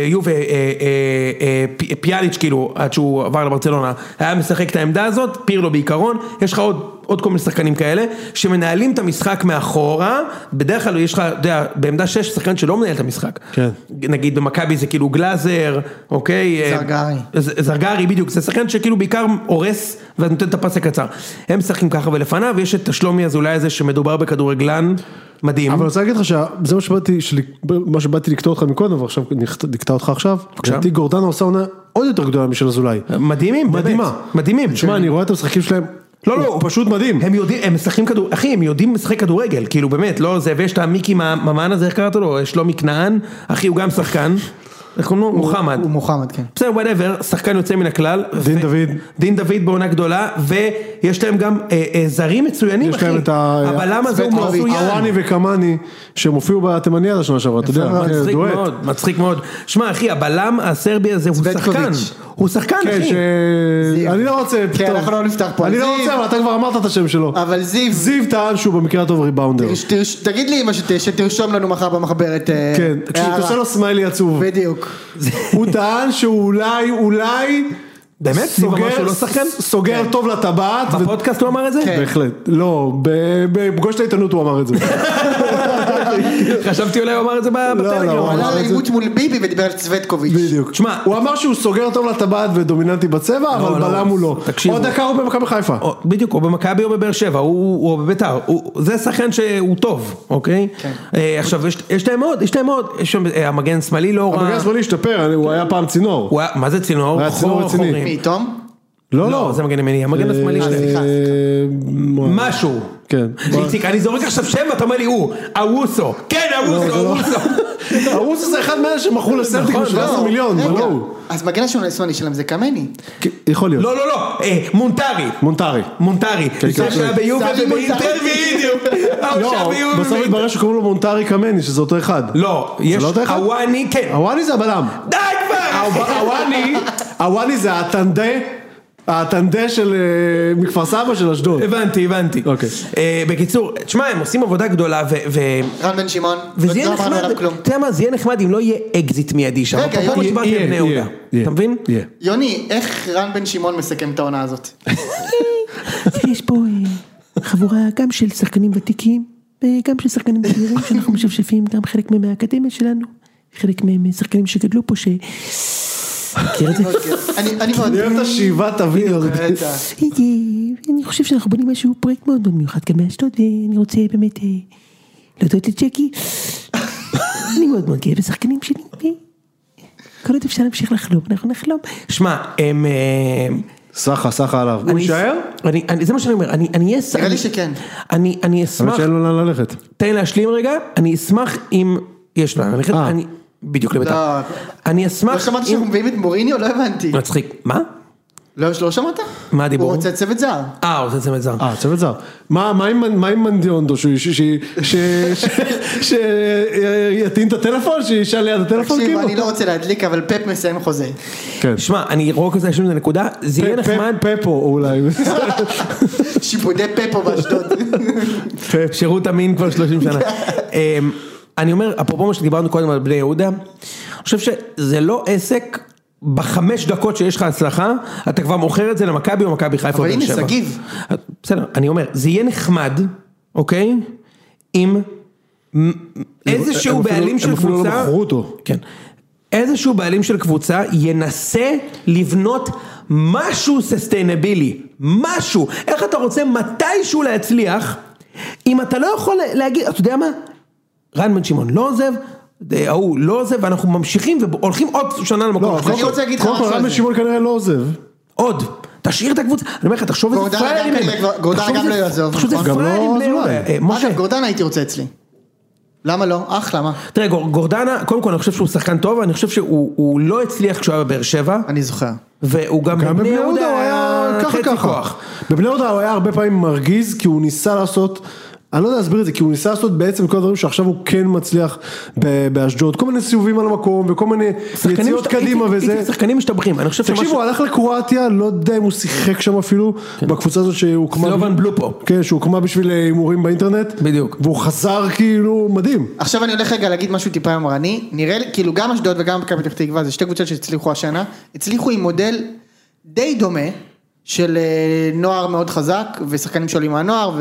Speaker 2: ביובה אה, פיאליץ' כאילו, עד שהוא עבר לברצלונה, היה משחק את העמדה הזאת, פירלו בעיקרון, יש לך עוד... עוד כל מיני שחקנים כאלה, שמנהלים את המשחק מאחורה, בדרך כלל יש לך, אתה יודע, בעמדה 6 שחקן שלא מנהל את המשחק.
Speaker 1: כן.
Speaker 2: נגיד במכבי זה כאילו גלאזר, אוקיי? אה,
Speaker 4: זרגרי.
Speaker 2: ז- זרגרי בדיוק, זה שחקן שכאילו בעיקר הורס ואז נותן את הפס הקצר. הם משחקים ככה ולפניו, יש את השלומי אזולאי הזה שמדובר בכדורגלן מדהים.
Speaker 1: אבל אני רוצה להגיד לך שזה מה שבאתי, של- מה שבאתי לקטוע אותך מקודם, ועכשיו נכת- נקטע אותך עכשיו.
Speaker 2: בבקשה. כן.
Speaker 1: לדעתי גורדנה עושה עונה עוד יותר גדולה משל אזולאי.
Speaker 2: מדהימים, באמת.
Speaker 1: מדהימה.
Speaker 2: מדהימים.
Speaker 1: תשמע, אני רואה את המשחקים שלהם.
Speaker 2: לא, לא,
Speaker 1: הוא פשוט מדהים.
Speaker 2: הם יודעים, הם משחקים כדור, אחי, הם יודעים לשחק כדורגל, כאילו באמת, לא זה, ויש את המיקי מה- ממן הזה, איך קראת לו? שלומי כנען, אחי, הוא גם שחקן, איך קוראים לו? מוחמד.
Speaker 4: הוא מוחמד, כן.
Speaker 2: בסדר, וואטאבר, שחקן יוצא מן הכלל.
Speaker 1: דין
Speaker 2: ו-
Speaker 1: דוד.
Speaker 2: דין דוד בעונה גדולה, ויש להם גם אה, אה, זרים מצוינים,
Speaker 1: יש
Speaker 2: אחי.
Speaker 1: להם את ה...
Speaker 2: אבל למה זה הוא
Speaker 1: סבטרוביץ',
Speaker 2: מצוין?
Speaker 1: הוואני וקמאני, שהם הופיעו בתימניה לשנה שעברה, אתה יודע,
Speaker 2: מצחיק
Speaker 1: דואט.
Speaker 2: מאוד, מצחיק מאוד. שמע אחי, הבלם הסרבי הזה הוא שחקן,
Speaker 4: צבטקוביץ'.
Speaker 2: הוא שחקן
Speaker 1: כן,
Speaker 2: אחי.
Speaker 1: ש... אני לא רוצה,
Speaker 4: כן,
Speaker 1: טוב.
Speaker 4: אנחנו לא נפתח פה.
Speaker 1: אני לא
Speaker 4: זיו.
Speaker 1: רוצה, אבל אתה כבר אמרת את השם שלו.
Speaker 4: אבל זיו,
Speaker 1: זיו טען שהוא במקרה הטוב ריבאונדר.
Speaker 4: תרש- תגיד לי אמא שת- שתרשום לנו מחר במחברת. אה,
Speaker 1: כן, כשאתה
Speaker 4: הערה.
Speaker 1: עושה לו סמיילי עצוב.
Speaker 4: בדיוק.
Speaker 1: הוא טען שהוא אולי, אולי...
Speaker 2: באמת? זיו אמר
Speaker 1: סוגר-
Speaker 2: שהוא לא שחקן?
Speaker 1: סוגר טוב לטבעת. ו-
Speaker 2: בפודקאסט הוא אמר את זה?
Speaker 4: כן.
Speaker 1: בהחלט. לא, ב- בפגוש את העיתונות הוא אמר את זה.
Speaker 2: חשבתי אולי הוא אמר את זה ב-
Speaker 4: הוא
Speaker 1: לא,
Speaker 2: בטלגרם.
Speaker 4: עלה
Speaker 1: אמר את
Speaker 4: לעימות מול ביבי ודיבר על צוודקוביץ'.
Speaker 1: בדיוק.
Speaker 2: תשמע,
Speaker 1: הוא אמר שהוא סוגר טוב לטבעת ודומיננטי בצבע, אבל
Speaker 2: לא,
Speaker 1: בלם הוא לא.
Speaker 2: תקשיבו.
Speaker 1: עוד דקה הוא במכבי חיפה.
Speaker 2: או- בדיוק, או במכבי או בבאר שבע, הוא הוא- הוא בביתר, הוא- זה שחקן שהוא טוב, אוקיי?
Speaker 4: כן.
Speaker 2: אה, עכשיו, יש- יש להם עוד, יש להם עוד, יש שם אה, המגן השמאלי לא רע.
Speaker 1: המגן השמאלי השתפר, אני- הוא היה פעם צינור.
Speaker 2: הוא היה- מה זה צינור?
Speaker 1: הוא היה צינור
Speaker 2: חור-
Speaker 1: רציני.
Speaker 2: חורים.
Speaker 4: מי, תום?
Speaker 1: לא,
Speaker 2: לא,
Speaker 1: לא.
Speaker 2: זה מגן ימיני, המגן השמאלי
Speaker 1: אה,
Speaker 2: שלהם.
Speaker 4: סליחה,
Speaker 1: מה-
Speaker 2: משהו.
Speaker 1: כן.
Speaker 2: איציק, אני זורק עכשיו שם ואתה אומר לי הוא, אווסו.
Speaker 1: לא,
Speaker 2: כן, אווסו, אווסו.
Speaker 1: הרוסו זה אחד מאלה שמכרו לסלטיק
Speaker 2: נכון,
Speaker 1: ב-17
Speaker 4: לא,
Speaker 1: מיליון,
Speaker 4: רגע.
Speaker 1: מה לא הוא?
Speaker 4: אז מגן השמאלי שלהם זה קמני.
Speaker 1: יכול להיות.
Speaker 2: לא, לא, לא, אה, מונטרי.
Speaker 1: מונטרי.
Speaker 2: מונטרי. זה
Speaker 1: כן.
Speaker 2: שהיה ביובה
Speaker 4: סמי
Speaker 2: ובאינטר
Speaker 4: מונטרי.
Speaker 2: בדיוק. ההוא שהיה
Speaker 1: לא,
Speaker 2: ביובה
Speaker 1: בסוף
Speaker 2: ובאינטר.
Speaker 1: התברר שקוראים לו מונטרי קמני, שזה אותו אחד.
Speaker 2: לא, יש
Speaker 1: לא אותו אחד?
Speaker 2: הוואני, כן.
Speaker 1: הוואני זה הבלם.
Speaker 2: די כבר! אחי.
Speaker 1: הוואני, הוואני זה הטנדה, הטנדה של אה, מכפר סבא של אשדוד.
Speaker 2: הבנתי, הבנתי.
Speaker 1: אוקיי.
Speaker 2: אה, בקיצור, תשמע, הם עושים עבודה גדולה ו- ו...
Speaker 4: רן בן שמעון.
Speaker 2: וזה יהיה
Speaker 4: לא אמרנו
Speaker 2: נחמד,
Speaker 4: עליו כלום.
Speaker 2: אתה יודע מה, זה יהיה נחמד אם לא יהיה אקזיט מיידי שם,
Speaker 4: רגע,
Speaker 2: אבל פחות
Speaker 4: יוני,
Speaker 2: נשבעתי על בני יהודה,
Speaker 1: יהיה,
Speaker 2: אתה מבין?
Speaker 1: יהיה.
Speaker 4: יוני, איך רן בן שמעון מסכם את העונה הזאת?
Speaker 2: יש פה...
Speaker 5: אה, חבורה גם של שחקנים ותיקים, וגם של שחקנים בגירים שאנחנו משפשפים, גם חלק מהם מהאקדמיה שלנו, חלק מהם אה, שחקנים שגדלו פה, ש... מכיר את זה?
Speaker 4: אני אני מאוד...
Speaker 1: אני אוהב את השאיבת אוויר.
Speaker 4: בטח.
Speaker 5: אני חושב שאנחנו בונים משהו, פרויקט מאוד מאוד מיוחד כאן באשדוד, ואני רוצה באמת אה, להודות לג'קי. אני מאוד מאוד גאה בשחקנים שלי, וכל עוד אפשר להמשיך לחלום, אנחנו נחלום.
Speaker 2: שמע, הם... אה,
Speaker 1: סחה, סחה עליו. הוא
Speaker 2: אני-
Speaker 1: יישאר?
Speaker 2: אני- אני- זה מה שאני אומר, אני אני אהיה... ס-
Speaker 4: נראה לי
Speaker 2: אני-
Speaker 4: שכן.
Speaker 2: אני אני
Speaker 1: האמת
Speaker 2: אשמח,
Speaker 1: שאין לו לאן ללכת.
Speaker 2: תן לי להשלים רגע, אני אשמח אם... יש לה, אני חושב,
Speaker 1: אה.
Speaker 2: אני... בדיוק לביתר.
Speaker 4: לא.
Speaker 2: אני
Speaker 4: לא
Speaker 2: אשמח
Speaker 4: שמעת
Speaker 2: אם...
Speaker 4: שאנחנו מביאים את מוריניו? לא הבנתי.
Speaker 2: מצחיק. מה?
Speaker 4: לא לא שמעת?
Speaker 2: מה הדיבור?
Speaker 4: הוא רוצה צוות זר.
Speaker 2: אה, הוא עושה צמד זר.
Speaker 1: אה, צוות זר. מה מה עם מה עם מנדיונדו? שיטעין את הטלפון? שישאל ליד הטלפון
Speaker 4: תקשיב,
Speaker 1: כאילו?
Speaker 4: אני לא רוצה להדליק, אבל פפ מסיים חוזה.
Speaker 1: כן.
Speaker 2: שמע, אני רק רוצה להשלים את הנקודה, זה יהיה
Speaker 1: פפ- פפ-
Speaker 2: נחמד,
Speaker 1: פפו אולי.
Speaker 4: שיפודי פפו באשדוד.
Speaker 2: שירות אמין כבר 30 שנה. אמ, אני אומר, אפרופו מה שדיברנו קודם על בני יהודה, אני חושב שזה לא עסק, בחמש דקות שיש לך הצלחה, אתה כבר מוכר את זה למכבי או מכבי חיפה. או
Speaker 4: אבל
Speaker 2: באר
Speaker 4: הנה,
Speaker 2: שבע.
Speaker 4: שגיב.
Speaker 2: בסדר, אני אומר, זה יהיה נחמד, אוקיי? אם מ-
Speaker 1: הם
Speaker 2: איזשהו
Speaker 1: אפילו-
Speaker 2: בעלים של
Speaker 1: הם
Speaker 2: קבוצה...
Speaker 1: אפילו לא מכרו אותו.
Speaker 2: כן. איזשהו בעלים של קבוצה ינסה לבנות משהו ססטיינבילי, משהו. איך אתה רוצה מתישהו להצליח, אם אתה לא יכול להגיד, אתה יודע מה? רן בן שמעון לא עוזב, אה, ההוא לא עוזב, ואנחנו ממשיכים והולכים עוד שנה למקום.
Speaker 1: לא,
Speaker 2: השלישי.
Speaker 4: אני רוצה להגיד לך
Speaker 1: קודם כל
Speaker 4: משהו על
Speaker 1: רמי
Speaker 4: זה.
Speaker 1: שמעון כנראה לא עוזב.
Speaker 2: עוד. תשאיר את הקבוצה, אני אומר לך, תחשוב איזה
Speaker 4: גורדנה גם
Speaker 2: פראיירים
Speaker 4: כנראה כבר- גורדנה
Speaker 2: תחשוב
Speaker 4: גם
Speaker 2: איזה-
Speaker 4: לא יעזוב,
Speaker 2: תחשוב איזה
Speaker 4: נכון?
Speaker 1: גם לא
Speaker 2: פראיירים בני יהודה.
Speaker 1: אזולאי.
Speaker 2: אה, משה,
Speaker 4: אגב, גורדנה הייתי רוצה אצלי. למה לא? אחלה, מה?
Speaker 2: תראה, גור- גורדנה, קודם כל אני חושב שהוא שחקן טוב, אני חושב שהוא הוא לא הצליח כשהוא היה בבאר שבע,
Speaker 4: אני זוכר.
Speaker 2: והוא גם
Speaker 1: גם בבני יהודה הוא היה ככה
Speaker 2: חצי
Speaker 1: ככה.
Speaker 2: כוח.
Speaker 1: בבני יהודה הוא היה הרבה פעמים מרגיז כי הוא ניסה לעשות, אני לא יודע להסביר את זה, כי הוא ניסה לעשות בעצם כל הדברים שעכשיו הוא כן מצליח ב- באשדוד, כל מיני סיבובים על המקום וכל מיני
Speaker 2: שחקנים
Speaker 1: יציאות
Speaker 2: משת-
Speaker 1: קדימה
Speaker 2: איציק-
Speaker 1: וזה.
Speaker 2: איציק, שחקנים משתבחים, אני חושב
Speaker 1: תקשיבו, הוא
Speaker 2: שמשהו...
Speaker 1: הלך לקרואטיה, לא יודע אם הוא שיחק שם אפילו, בקבוצה הזאת שהוקמה...
Speaker 2: סלובן בלופו.
Speaker 1: כן, שהוקמה בשביל הימורים באינטרנט.
Speaker 2: בדיוק.
Speaker 1: והוא חזר כאילו מדהים.
Speaker 4: עכשיו אני הולך רגע להגיד משהו טיפה יומרני, נראה לי, כאילו גם אשדוד וגם מכבי פתח תקווה, זה שתי קבוצות שהצליחו השנה, הצליחו עם מודל די דומה, של אה, נוער מאוד חזק, ושחקנים שעולים מהנוער,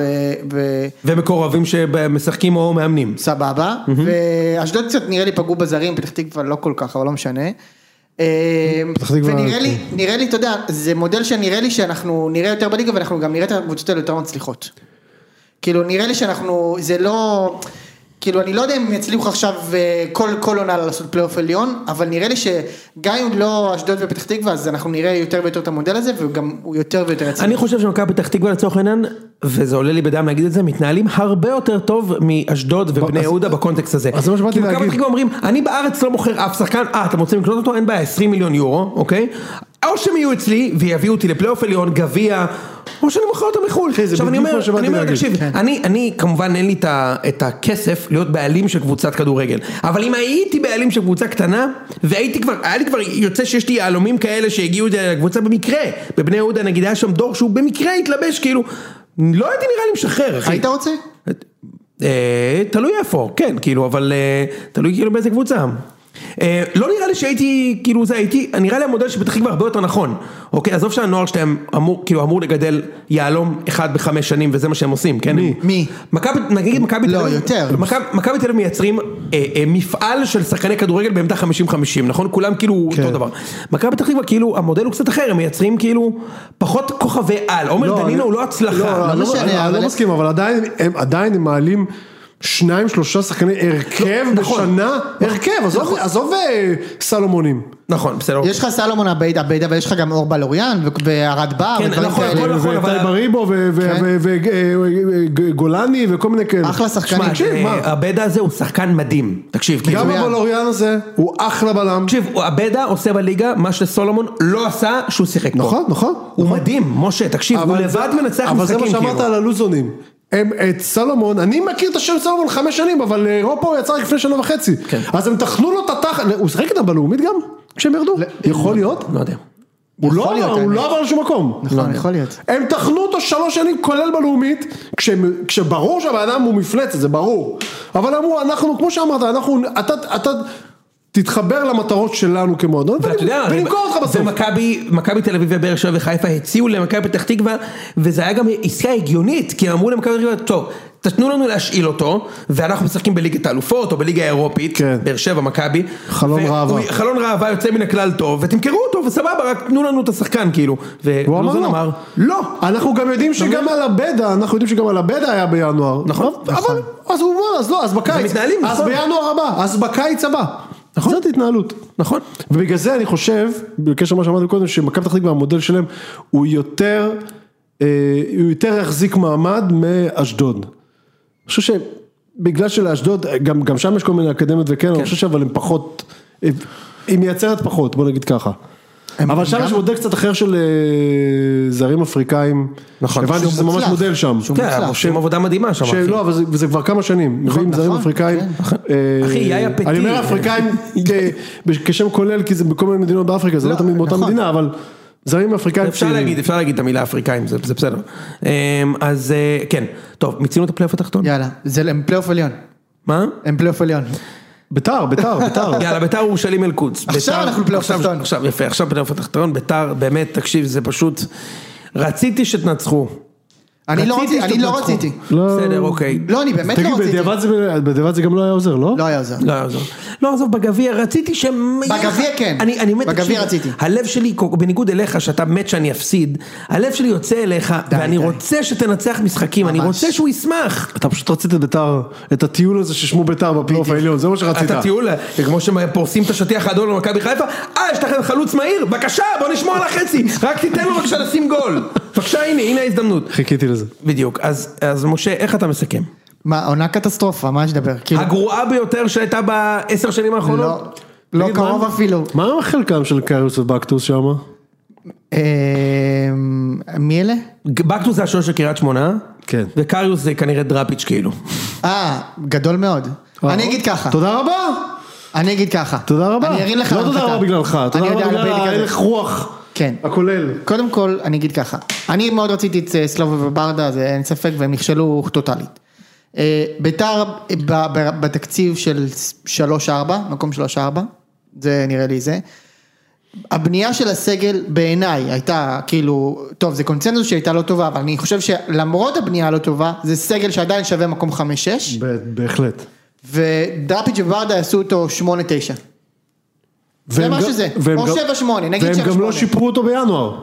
Speaker 2: ומקורבים שמשחקים או מאמנים.
Speaker 4: וסבבה, ואשדוד קצת נראה לי פגעו בזרים, פתח תקווה לא כל כך, אבל לא משנה. אה,
Speaker 1: פתח תקווה-
Speaker 4: ונראה לי, נראה לי, אתה יודע, זה מודל שנראה לי שאנחנו נראה יותר בליגה, ואנחנו גם נראה את הקבוצות האלה יותר מצליחות. כאילו נראה לי שאנחנו, זה לא, כאילו אני לא יודע אם יצליחו עכשיו אה, כל, כל עונה לעשות פלייאוף עליון, אבל נראה לי שגם אם לא אשדוד ופתח תקווה, אז אנחנו נראה יותר ויותר את המודל הזה, וגם הוא יותר ויותר יצליח.
Speaker 2: אני חושב שמכבי פתח תקווה לצורך העניין, וזה עולה לי בדם להגיד את זה, מתנהלים הרבה יותר טוב מאשדוד ובני
Speaker 1: אז-
Speaker 2: יהודה בקונטקסט הזה.
Speaker 1: אז זה מה שבאתי
Speaker 2: כי מכבי
Speaker 1: להגיד.
Speaker 2: פתח תקווה אומרים, אני בארץ לא מוכר אף שחקן, אה, אתם רוצים לקנות אותו? אין בעיה, 20 מיליון יורו, אוקיי? או שהם יהיו אצלי ויביאו אותי לפלייאוף עליון, גביע, או שאני מוכר אותם לחו"ל.
Speaker 1: אחי, זה
Speaker 2: עכשיו אני
Speaker 1: בדיוק
Speaker 2: אומר,
Speaker 1: מה שבאתי
Speaker 2: אני אומר,
Speaker 1: להגיד.
Speaker 2: תקשיב, אני, אני כמובן אין לי את ה- את הכסף להיות בעלים של קבוצת כדורגל, אבל אם הייתי בעלים של קבוצה קטנה, והייתי כבר, היה לי כבר, יוצא שיש לי יהלומים כאלה שהגיעו אליי לקבוצה במקרה, בבני יהודה נגיד היה שם דור שהוא במקרה התלבש, כאילו, לא הייתי נראה לי משחרר, אחי.
Speaker 4: היית רוצה?
Speaker 2: אה, תלוי איפה, כן, כאילו, אבל אה, תלוי כאילו באיזה קבוצה. אה, לא נראה לי שהייתי, כאילו זה הייתי, נראה לי המודל שבטח תקווה הרבה יותר נכון. אוקיי, עזוב שהנוער שלהם אמור, כאילו אמור לגדל יהלום אחד בחמש שנים, וזה מה שהם עושים, כן? מי?
Speaker 4: מי?
Speaker 2: מכבי, נגיד מכבי
Speaker 4: לא, יותר.
Speaker 2: מכבי- מכבי תל אביב מייצרים אה, אה, מפעל של שחקני כדורגל בעמדה 50-50, נכון? כולם כאילו
Speaker 1: כן.
Speaker 2: אותו דבר. מכבי פתח תקווה, כאילו, המודל הוא קצת אחר, הם מייצרים כאילו פחות כוכבי על. עומר
Speaker 1: לא,
Speaker 2: דנינו
Speaker 1: אני-
Speaker 2: הוא לא הצלחה.
Speaker 1: לא, אני
Speaker 4: משנה,
Speaker 1: אני- אני
Speaker 4: אבל-
Speaker 1: לא מסכים, אבל עדיין הם עדיין הם מעלים שניים, שלושה שחקני הרכב
Speaker 2: לא, נכון.
Speaker 1: בשנה. הרכב, עזוב- עזוב אה, סלומונים.
Speaker 2: נכון, בסדר.
Speaker 4: יש לך סלומון עביד עביד, אבל יש לך גם אור בלוריאן, ו- וערד בר,
Speaker 2: כן,
Speaker 1: לא
Speaker 4: ודברים
Speaker 2: נכון,
Speaker 4: כאלה.
Speaker 2: הכל נכון, אבל-
Speaker 1: וטייב בריבו
Speaker 4: כן.
Speaker 1: אה, וגולני וכל מיני כאלה.
Speaker 4: אחלה
Speaker 2: תשמע,
Speaker 4: שחקנים.
Speaker 1: תקשיב, מה?
Speaker 2: הבדה הזה הוא שחקן מדהים, תקשיב, כאילו,
Speaker 1: גם
Speaker 4: מצוין.
Speaker 1: הבלוריאן הזה הוא אחלה בלם.
Speaker 2: תקשיב, הבדה עושה בליגה מה שסולומון לא עשה שהוא שיחק פה.
Speaker 1: נכון, נכון.
Speaker 2: הוא מדהים, משה, תקשיב, הוא
Speaker 1: אבל
Speaker 2: לבד
Speaker 1: זה-
Speaker 2: מנצח
Speaker 1: אבל זה
Speaker 2: משחקים,
Speaker 1: מה שאמרת
Speaker 2: כאילו.
Speaker 1: על הלוזונים. הם את סלומון, אני מכיר את השם סלומון חמש שנים, אבל אירופה הוא יצא רק לפני שנה וחצי. אז הם טחנו לו את התחת, הוא שיחק איתם בלאומית גם? כשהם ירדו? יכול להיות?
Speaker 2: לא יודע.
Speaker 1: הוא
Speaker 4: יכול
Speaker 1: לא
Speaker 4: להיות, אה,
Speaker 1: הוא
Speaker 4: האמת.
Speaker 1: לא עבר לשום מקום.
Speaker 4: נכון, יכול להיות.
Speaker 1: הם טחנו אותו שלוש שנים כולל בלאומית, כשהם- כשברור שהבן אדם הוא מפלצת, זה ברור. אבל אמרו, אנחנו, כמו שאמרת, אנחנו, אתה, אתה, תתחבר למטרות שלנו כמועדון,
Speaker 2: ואתה יודע,
Speaker 1: ונמכור- ונמכור אותך בסוף.
Speaker 2: ומכבי, מכבי תל אביב ובאר שבע וחיפה הציעו למכבי פתח תקווה, וזה היה גם עסקה הגיונית, כי אמרו למכבי פתח תקווה, טוב, תתנו לנו להשאיל אותו, ואנחנו משחקים בליגת האלופות או בליגה האירופית,
Speaker 1: כן.
Speaker 2: באר שבע, מכבי.
Speaker 1: חלון
Speaker 2: והוא-
Speaker 1: ראווה.
Speaker 2: חלון ראווה יוצא מן הכלל טוב, ותמכרו אותו, וסבבה, רק תנו לנו את השחקן, כאילו.
Speaker 1: הוא אמר
Speaker 2: ולוזון
Speaker 1: לא.
Speaker 2: אמר,
Speaker 1: לא. אנחנו גם יודעים שגם על הבדה, אנחנו יודעים שגם על הבדה היה בינואר.
Speaker 2: נכון,
Speaker 1: אבל-
Speaker 2: נכון.
Speaker 1: אבל, אז הוא אמר, אז לא, אז בקיץ.
Speaker 2: מתנהלים,
Speaker 1: אז
Speaker 2: נכון.
Speaker 1: בינואר הבא, אז בקיץ הבא. נכון. זאת התנהלות.
Speaker 2: נכון.
Speaker 1: ובגלל זה אני חושב, בקשר למה שאמרנו קודם, שמכבי פתח תקווה, המודל שלהם, הוא יותר, אה, הוא יותר יחזיק מעמד מאשדוד. אני חושב שבגלל שלאשדוד, גם, גם שם יש כל מיני אקדמיות וכן, אני חושב שאבל הם פחות, אה, היא מייצרת פחות, בוא נגיד ככה.
Speaker 3: הם-
Speaker 1: אבל
Speaker 3: הם
Speaker 1: שם
Speaker 3: גם-
Speaker 1: יש מודל קצת אחר של אה, זרים אפריקאים.
Speaker 2: נכון.
Speaker 1: הבנתי
Speaker 2: שהוא
Speaker 1: שזה ממש
Speaker 4: מוצלח.
Speaker 1: מודל שם.
Speaker 4: שהוא
Speaker 2: כן,
Speaker 4: מוצלח.
Speaker 2: עושים עבודה מדהימה שם, אחי.
Speaker 1: שלא, אבל זה- וזה כבר כמה שנים, מביאים זרים
Speaker 4: נכון,
Speaker 1: אפריקאים. אה,
Speaker 2: אחי, יאיה פטי.
Speaker 1: אני אומר אפריקאים כ- כשם כולל, כי זה בכל מיני מדינות באפריקה, זה לא
Speaker 4: לא,
Speaker 1: תמיד באותה
Speaker 4: נכון.
Speaker 1: מדינה, אבל זרים אפריקאים.
Speaker 2: אפשר
Speaker 1: צעירים.
Speaker 2: להגיד, אפשר להגיד את המילה אפריקאים, זה זה בסדר. אמ, אז אה, כן, טוב, מיצינו את הפלייאוף התחתון?
Speaker 4: יאללה, זה- לא, הם פלייאוף עליון.
Speaker 2: מה?
Speaker 4: הם פלייאוף עליון.
Speaker 1: ביתר, ביתר, ביתר.
Speaker 2: יאללה, ביתר ירושלים אל-קודס.
Speaker 4: עכשיו
Speaker 2: ביתר-
Speaker 4: אנחנו בפלייאוף
Speaker 2: עכשיו-
Speaker 4: התחתון.
Speaker 2: עכשיו, יפה, עכשיו פלייאוף התחתון, ביתר, באמת, תקשיב, זה פשוט... רציתי שתנצחו.
Speaker 4: אני לא
Speaker 2: רציתי
Speaker 4: רציתי, אני לא
Speaker 2: שתנצחו.
Speaker 4: רציתי.
Speaker 1: לא.
Speaker 2: בסדר, אוקיי.
Speaker 4: לא, אני באמת לא
Speaker 1: תגיד,
Speaker 4: רציתי.
Speaker 1: בדיעבד זה- בדיעבד זה גם לא היה עוזר, לא?
Speaker 4: לא היה עוזר.
Speaker 2: לא יעזור. לא, עזוב, בגביע רציתי שהם...
Speaker 4: בגביע כן.
Speaker 2: אני, אני מת...
Speaker 4: בגביע
Speaker 2: תקשיב,
Speaker 4: רציתי.
Speaker 2: הלב שלי, בניגוד אליך, שאתה מת שאני אפסיד, הלב שלי יוצא אליך,
Speaker 4: די,
Speaker 2: ואני
Speaker 4: די.
Speaker 2: רוצה שתנצח משחקים, אני
Speaker 4: ממש.
Speaker 2: רוצה שהוא ישמח.
Speaker 1: אתה פשוט רצית את ביתר, את הטיול הזה ששמו ביתר בפלייאוף העליון, זה מה שרצית.
Speaker 2: את הטיול, כמו שפורסים את השטיח האדום למכבי חיפה, אה, יש לכם חלוץ מהיר, בבקשה, בוא נשמור על החצי, רק תיתן לו בבקשה לשים גול. בבקשה, הנה, הנה ההזדמנות.
Speaker 1: חיכיתי לזה.
Speaker 2: בדיוק, אז, אז משה, איך אתה מסכם?
Speaker 4: מה, עונה קטסטרופה, מה יש לדבר?
Speaker 1: אה,
Speaker 4: כאילו,
Speaker 2: הגרועה ביותר שהייתה בעשר שנים האחרונות?
Speaker 4: לא- לא
Speaker 1: תגיד,
Speaker 4: קרוב
Speaker 1: מה-
Speaker 4: אפילו.
Speaker 1: מה עם חלקם של קריוס ובקטוס שם?
Speaker 4: אמ, מי אלה?
Speaker 2: בקטוס זה השוער של קריית שמונה,
Speaker 1: כן.
Speaker 2: וקריוס זה כנראה דראפיץ' כאילו.
Speaker 4: אה, גדול מאוד. אני אגיד ככה,
Speaker 1: תודה רבה.
Speaker 4: אני אגיד ככה.
Speaker 1: תודה רבה.
Speaker 4: אני ארים לך
Speaker 1: לא תודה
Speaker 4: להנחתה.
Speaker 1: רבה בגללך, תודה
Speaker 4: אני
Speaker 1: רבה
Speaker 4: יודע,
Speaker 1: בגלל
Speaker 4: בדיוק זה.
Speaker 1: ההלך רוח.
Speaker 4: כן.
Speaker 1: הכולל.
Speaker 4: קודם כל, אני אגיד ככה, אני מאוד רציתי את אה, סלובה וברדה, זה אין ספק, והם נכשלו טוטאלית. אה, ביתר ב- ב- בתקציב של 3-4, מקום 3-4, זה נראה לי זה. הבנייה של הסגל בעיניי הייתה כאילו, טוב זה קונצנזוס שהייתה לא טובה, אבל אני חושב שלמרות הבנייה הלא טובה, זה סגל שעדיין שווה מקום 5-6,
Speaker 1: ב- בהחלט.
Speaker 4: ודראפיץ' וברדה יעשו אותו 8-9. זה
Speaker 1: והם
Speaker 4: מה
Speaker 1: גם-
Speaker 4: שזה,
Speaker 1: והם
Speaker 4: או
Speaker 1: גם-
Speaker 4: 7-8, נגיד
Speaker 1: והם גם לא
Speaker 4: 7-8.
Speaker 1: שיפרו אותו בינואר.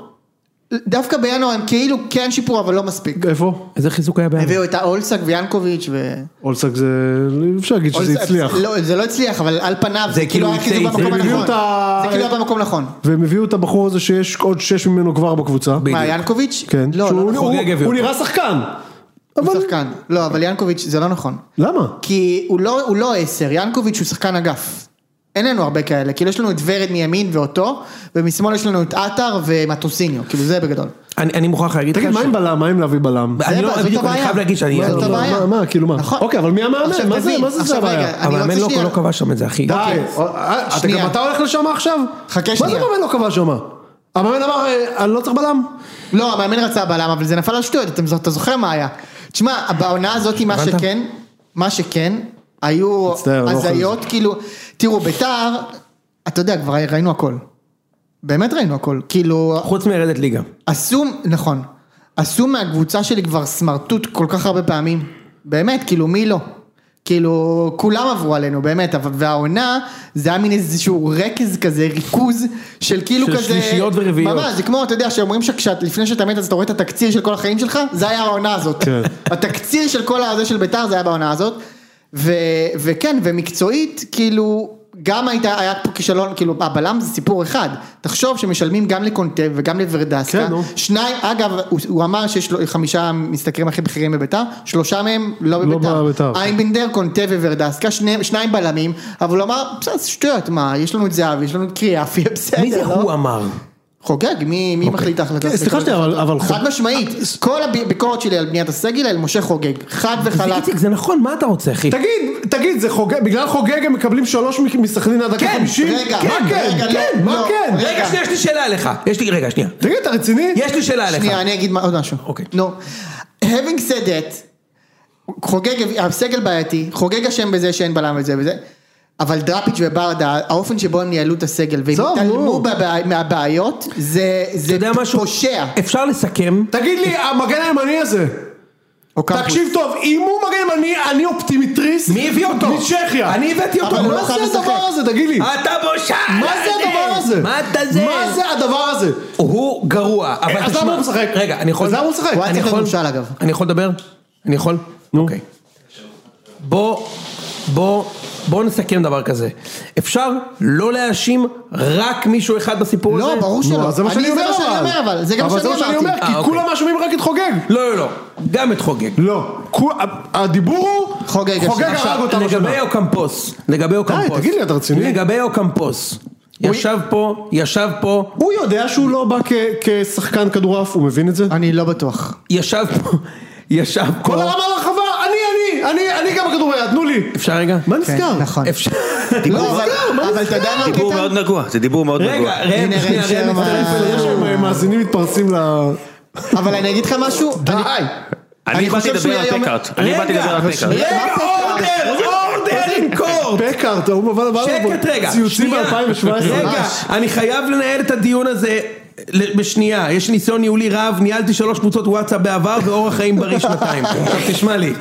Speaker 4: דווקא בינואר הם כאילו כן שיפרו, אבל לא מספיק.
Speaker 1: איפה?
Speaker 2: איזה חיזוק היה בהם?
Speaker 4: הביאו את האולסק ויאנקוביץ' ו...
Speaker 1: אולסק זה... אי אפשר להגיד שזה
Speaker 4: אולסק-
Speaker 1: הצליח.
Speaker 4: לא, זה לא הצליח, אבל על פניו
Speaker 2: זה כאילו
Speaker 4: היה חיזוק
Speaker 2: יצא-
Speaker 4: במקום
Speaker 1: זה
Speaker 4: הנכון.
Speaker 1: בדיוק ה-
Speaker 4: זה כאילו היה במקום הנכון.
Speaker 1: והם הביאו את הבחור הזה שיש עוד שש ממנו כבר בקבוצה.
Speaker 2: בדיוק.
Speaker 4: מה, ינקוביץ'?
Speaker 1: כן.
Speaker 4: לא,
Speaker 1: שהוא-
Speaker 4: לא
Speaker 1: הוא-
Speaker 4: נכון.
Speaker 2: חוגג הביאו
Speaker 1: הוא
Speaker 2: אותו.
Speaker 1: נראה שחקן.
Speaker 4: הוא שחקן. לא, אבל ינקוביץ' זה לא נכון.
Speaker 1: למה?
Speaker 4: כי הוא לא- הוא לא עשר, ינקוביץ' הוא שחקן אגף. אין לנו הרבה כאלה, כאילו יש לנו את ורד מימין ואותו, ומשמאל יש לנו את עטר ומטוסיניו, כאילו זה בגדול.
Speaker 2: אני, אני מוכרח להגיד לך
Speaker 1: תגיד, מה עם בלם? מה עם להביא בלם?
Speaker 2: אני לא,
Speaker 4: זה- זאת
Speaker 2: בדיוק, אני
Speaker 4: הבעיה.
Speaker 2: חייב להגיד שאני... אני
Speaker 4: זאת
Speaker 2: לא-
Speaker 1: מה-
Speaker 4: הבעיה.
Speaker 1: מה- מה, כאילו מה?
Speaker 4: נכון.
Speaker 1: אוקיי, אבל מי המאמן?
Speaker 4: עכשיו,
Speaker 1: מה זה-
Speaker 4: תבין,
Speaker 1: מה זה זה
Speaker 4: עכשיו,
Speaker 1: הבעיה?
Speaker 4: רגע, אני רוצה
Speaker 2: המאמן לא,
Speaker 4: שנייה-
Speaker 2: לא קבע שם את זה, אחי.
Speaker 1: די.
Speaker 4: אוקיי.
Speaker 1: אה, אה, אתה
Speaker 4: שנייה.
Speaker 1: גם אתה הולך לשם עכשיו?
Speaker 4: חכה
Speaker 1: מה זה
Speaker 4: שנייה.
Speaker 1: המאמן לא קבע שמה? המאמן אמר, אה, אני לא צריך בלם?
Speaker 4: לא, המאמן רצה בלם, אבל זה נפל על שטויות, אתם- אתה זוכר מה היה. תשמע, בעונה הזאת, מה
Speaker 2: הבנת?
Speaker 4: שכן, מה שכן, היו
Speaker 1: מצטער, לא אוכל
Speaker 4: הזיות, כאילו, תראו, ביתר, אתה יודע, כבר ראינו הכל. באמת ראינו הכל, כאילו,
Speaker 2: חוץ מלרדת ליגה.
Speaker 4: עשו, נכון, עשו מהקבוצה שלי כבר סמרטוט כל כך הרבה פעמים. באמת, כאילו, מי לא? כאילו, כולם עברו עלינו, באמת, אבל- והעונה, זה היה מין איזשהו רקז כזה, ריכוז, של כאילו
Speaker 2: של
Speaker 4: כזה...
Speaker 2: שלישיות ורביעיות.
Speaker 4: ממש, זה כמו, אתה יודע, שאומרים שלפני שאתה מת אז אתה רואה את התקציר של כל החיים שלך, זה היה העונה הזאת.
Speaker 1: כן.
Speaker 4: התקציר של כל הזה של ביתר זה היה בעונה הזאת. ו, וכן, ומקצועית, כאילו, גם הייתה, היה פה כישלון, כאילו, הבלם זה סיפור אחד. תחשוב שמשלמים גם לקונטה וגם לוורדסקה.
Speaker 1: כן, נו.
Speaker 4: שניים, אגב, הוא, הוא אמר שיש לו חמישה משתכרים הכי בכירים בביתר, שלושה מהם לא בביתר.
Speaker 1: בביתר.
Speaker 4: איינבנדר, קונטה וורדסקה, שני, שניים בלמים, אבל הוא אמר, בסדר, זה שטויות, מה, יש לנו את זהב, יש לנו את קריאף, יהיה בסדר,
Speaker 2: מי זה
Speaker 4: לא?
Speaker 2: הוא אמר?
Speaker 4: חוגג, מי, מי מחליט את ההחלטה?
Speaker 1: כן, סליחה
Speaker 4: הזאת?
Speaker 1: שנייה, אבל- אבל
Speaker 4: חד
Speaker 1: חוג-
Speaker 4: משמעית, כל הביקורת שלי על בניית הסגל, על משה חוגג, חד
Speaker 2: זה
Speaker 4: וחלק.
Speaker 2: איציק, זה נכון, מה אתה רוצה, אחי?
Speaker 1: תגיד, תגיד, זה חוגג, בגלל חוגג הם מקבלים שלוש מ- מסכנין עד דקה
Speaker 2: כן,
Speaker 1: חמישים?
Speaker 4: רגע,
Speaker 1: מה כן,
Speaker 4: רגע,
Speaker 1: כן,
Speaker 4: לא,
Speaker 1: מה
Speaker 4: לא,
Speaker 1: כן?
Speaker 4: רגע.
Speaker 2: רגע, שנייה, יש לי שאלה עליך. יש לי, רגע, שנייה.
Speaker 1: תגיד, אתה רציני?
Speaker 2: יש לי שאלה עליך.
Speaker 4: שנייה, אני אגיד מה- עוד משהו.
Speaker 2: אוקיי.
Speaker 4: נו, having said that, חוגג, הסגל בעייתי, חוגג אשם בזה שאין בלם וזה וזה, אבל דראפיץ' וברדה, האופן שבו הם ניהלו את הסגל, והם
Speaker 1: עזוב,
Speaker 4: התעלמו
Speaker 1: נו.
Speaker 4: בבעי- מהבעיות, זה
Speaker 2: אתה
Speaker 4: זה
Speaker 2: יודע משהו? אה,
Speaker 4: פושע.
Speaker 2: אפשר לסכם,
Speaker 1: תגיד לי, המגן הימני הזה,
Speaker 4: אוקמפוס.
Speaker 1: תקשיב טוב, אם הוא מגן ימני, אני אופטימיטריסט.
Speaker 2: מי הביא אותו?
Speaker 1: מצ'כיה.
Speaker 2: אני הבאתי אותו.
Speaker 1: אבל
Speaker 4: הוא
Speaker 1: מה
Speaker 4: לא
Speaker 1: זה
Speaker 4: חייב
Speaker 1: הדבר
Speaker 4: לשחק. אה,
Speaker 1: הזה, תגיד לי?
Speaker 2: אתה בושה!
Speaker 1: מה זה הדבר הזה?
Speaker 2: מה אתה זה?
Speaker 1: מה זה הדבר הזה?
Speaker 2: הוא גרוע, אבל
Speaker 1: אז
Speaker 2: תשמע...
Speaker 1: למה הוא משחק?
Speaker 2: רגע, אני יכול...
Speaker 1: אז למה הוא משחק?
Speaker 4: הוא היה
Speaker 2: אני
Speaker 4: צריך
Speaker 2: יכול-
Speaker 4: לממשל, אגב.
Speaker 2: אני יכול לדבר? אני יכול?
Speaker 1: נו.
Speaker 2: אוקיי. בוא, בוא, בוא נסכם דבר כזה. אפשר לא להאשים רק מישהו אחד בסיפור הזה?
Speaker 4: לא, ברור שלא.
Speaker 1: נו, אז זה מה
Speaker 4: אני-
Speaker 1: שאני אומר
Speaker 4: זה מה שאני אומר, אבל. זה גם
Speaker 1: אבל זה
Speaker 4: שאני
Speaker 1: מה שאני אומר,
Speaker 4: אמרתי.
Speaker 1: כי
Speaker 2: אה, אוקיי.
Speaker 1: כולם מאשימים רק את חוגג.
Speaker 2: לא, לא, לא. גם את חוגג.
Speaker 1: לא. כו- הדיבור הוא...
Speaker 4: חוגג
Speaker 1: חוגג
Speaker 4: השנה.
Speaker 1: הרג אותנו
Speaker 2: לגבי אוקמפוס, לגבי אוקמפוס.
Speaker 1: תגיד לי, אתה רציני?
Speaker 2: לגבי אוקמפוס. ישב פה, ישב פה,
Speaker 1: הוא יודע שהוא לא בא כ- כשחקן כדורעף, הוא מבין את זה?
Speaker 4: אני לא בטוח.
Speaker 2: ישב פה, ישב פה.
Speaker 1: כל הרמה לרחבה, אני, אני, אני, אני גם הכדוריד, תנו לי.
Speaker 2: אפשר רגע?
Speaker 1: מה נסגר?
Speaker 4: נכון.
Speaker 2: אפשר...
Speaker 4: לא, אבל- אבל אתה יודע מה
Speaker 6: דיבור
Speaker 4: הקטע?
Speaker 6: מאוד נגוע, זה דיבור מאוד נגוע.
Speaker 2: רגע, ראם,
Speaker 4: הנה,
Speaker 2: שנייה,
Speaker 4: ראם
Speaker 2: ראם
Speaker 4: שרמן.
Speaker 2: מצטרף אלינו.
Speaker 1: יש להם מאזינים מתפרצים ל...
Speaker 4: אבל אני אגיד לך משהו, אני-
Speaker 6: אני באתי
Speaker 4: חושב שהוא
Speaker 6: לדבר על
Speaker 4: היה אומר-
Speaker 6: פקארט, אני באתי לדבר על פקארט.
Speaker 2: רגע, אורדר, אורדר עם קורט.
Speaker 1: פקארט, הוא אבל אמר
Speaker 2: שקט רגע.
Speaker 1: ציוצים
Speaker 2: שנייה.
Speaker 1: ב-2017.
Speaker 2: רגע, אני חייב לנהל את הדיון הזה. ל- בשנייה, יש ניסיון ניהולי רב, ניהלתי שלוש קבוצות וואטסאפ בעבר ואורח חיים בריא שנתיים. עכשיו תשמע לי,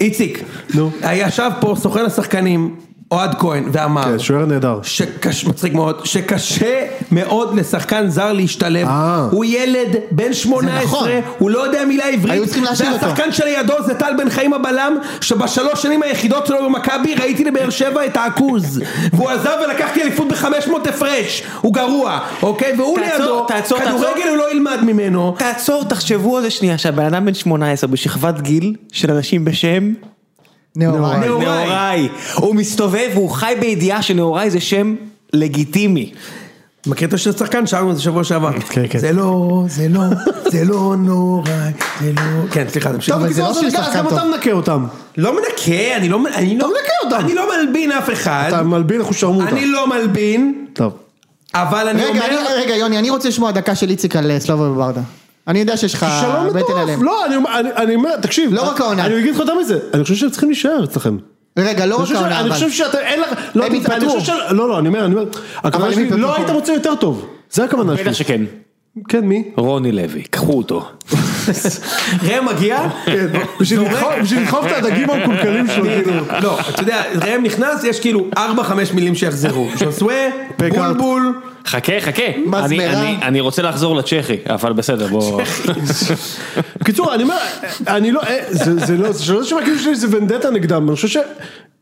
Speaker 2: איציק,
Speaker 1: נו.
Speaker 2: ישב פה סוכן השחקנים, אוהד כהן, ואמר,
Speaker 1: כן, שוער נהדר.
Speaker 2: שקש... מצחיק מאוד, שקשה מאוד לשחקן זר להשתלב.
Speaker 1: אה.
Speaker 2: הוא ילד בן 18,
Speaker 4: נכון.
Speaker 2: הוא לא יודע מילה עברית.
Speaker 4: היו צריכים להשאיר אותו.
Speaker 2: והשחקן שלידו זה טל בן חיים הבלם, שבשלוש שנים היחידות שלו במכבי ראיתי לבאר שבע את העכוז. והוא עזב ולקחתי אליפות ב-500 הפרש. הוא גרוע, אוקיי? והוא
Speaker 7: תעצור,
Speaker 2: לידו,
Speaker 7: תעצור,
Speaker 2: כדורגל
Speaker 7: תעצור.
Speaker 2: הוא לא ילמד ממנו.
Speaker 7: תעצור, תחשבו על זה שנייה, שהבן אדם בן 18 בשכבת גיל של אנשים בשם
Speaker 4: נאורי.
Speaker 2: נאורי.
Speaker 7: נאוראי. הוא מסתובב והוא חי בידיעה שנאוראי זה שם לגיטימי.
Speaker 2: מכיר את השיר שחקן? שרנו את זה שבוע שעבר.
Speaker 1: כן, כן.
Speaker 2: זה לא, זה לא, זה לא נורא, זה לא... כן, סליחה, תמשיך.
Speaker 1: טוב,
Speaker 4: אבל זה
Speaker 1: בקיצור,
Speaker 4: לא
Speaker 1: אז
Speaker 4: שהוא
Speaker 1: נקה, אז
Speaker 4: שחקן
Speaker 1: גם
Speaker 4: טוב.
Speaker 1: אתה מנקה אותם.
Speaker 2: לא מנקה, אני לא... אני לא מנקה אותם. אני לא מלבין אף אחד.
Speaker 1: אתה מלבין, אנחנו שרמו אותם.
Speaker 2: אני לא מלבין,
Speaker 1: טוב.
Speaker 2: אבל אני
Speaker 4: רגע,
Speaker 2: אומר...
Speaker 4: אני- רגע, יוני, אני רוצה לשמוע דקה של איציק על אה, סלובו וברדה. אני יודע שיש לך
Speaker 1: שלום
Speaker 4: בטן
Speaker 1: מטורף,
Speaker 4: עליהם.
Speaker 1: לא, אני אומר- אני- אני אומר, תקשיב,
Speaker 4: לא רק העונה.
Speaker 1: אני אגיד לך יותר מזה, אני חושב שהם צריכים להישאר אצלכם.
Speaker 4: רגע,
Speaker 1: אני
Speaker 4: לא רק
Speaker 1: חושב ש-
Speaker 4: העונה,
Speaker 1: אני
Speaker 4: אבל.
Speaker 1: חושב שאתה, אין לך, לא,
Speaker 4: הם
Speaker 1: אני
Speaker 4: התפטרו.
Speaker 1: חושב ש- לא, לא, אני אומר, אני אומר, הכוונה
Speaker 4: הם
Speaker 1: שלי,
Speaker 4: התפטרו.
Speaker 1: לא היית מוצא יותר טוב, זה הכוונה
Speaker 6: בטח
Speaker 1: שלי.
Speaker 6: שכן,
Speaker 1: כן, מי?
Speaker 6: רוני לוי, קחו אותו.
Speaker 2: ראם מגיע?
Speaker 1: כן, בשביל לדחוף- בשביל לדחוף את הדגים המקולקלים שלו, כאילו.
Speaker 2: לא, אתה יודע, ראם נכנס, יש כאילו 4-5 מילים שיחזרו. ז'וסווה,
Speaker 1: פקארט.
Speaker 2: בולבול.
Speaker 6: חכה, חכה.
Speaker 4: מזמרה.
Speaker 6: אני- אני- אני רוצה לחזור לצ'כי, אבל בסדר, בוא.
Speaker 1: בקיצור, אני אומר, אני לא, אה, זה זה לא, זה שלא שמהכאילו שלי זה ונדטה נגדם, אני חושב ש...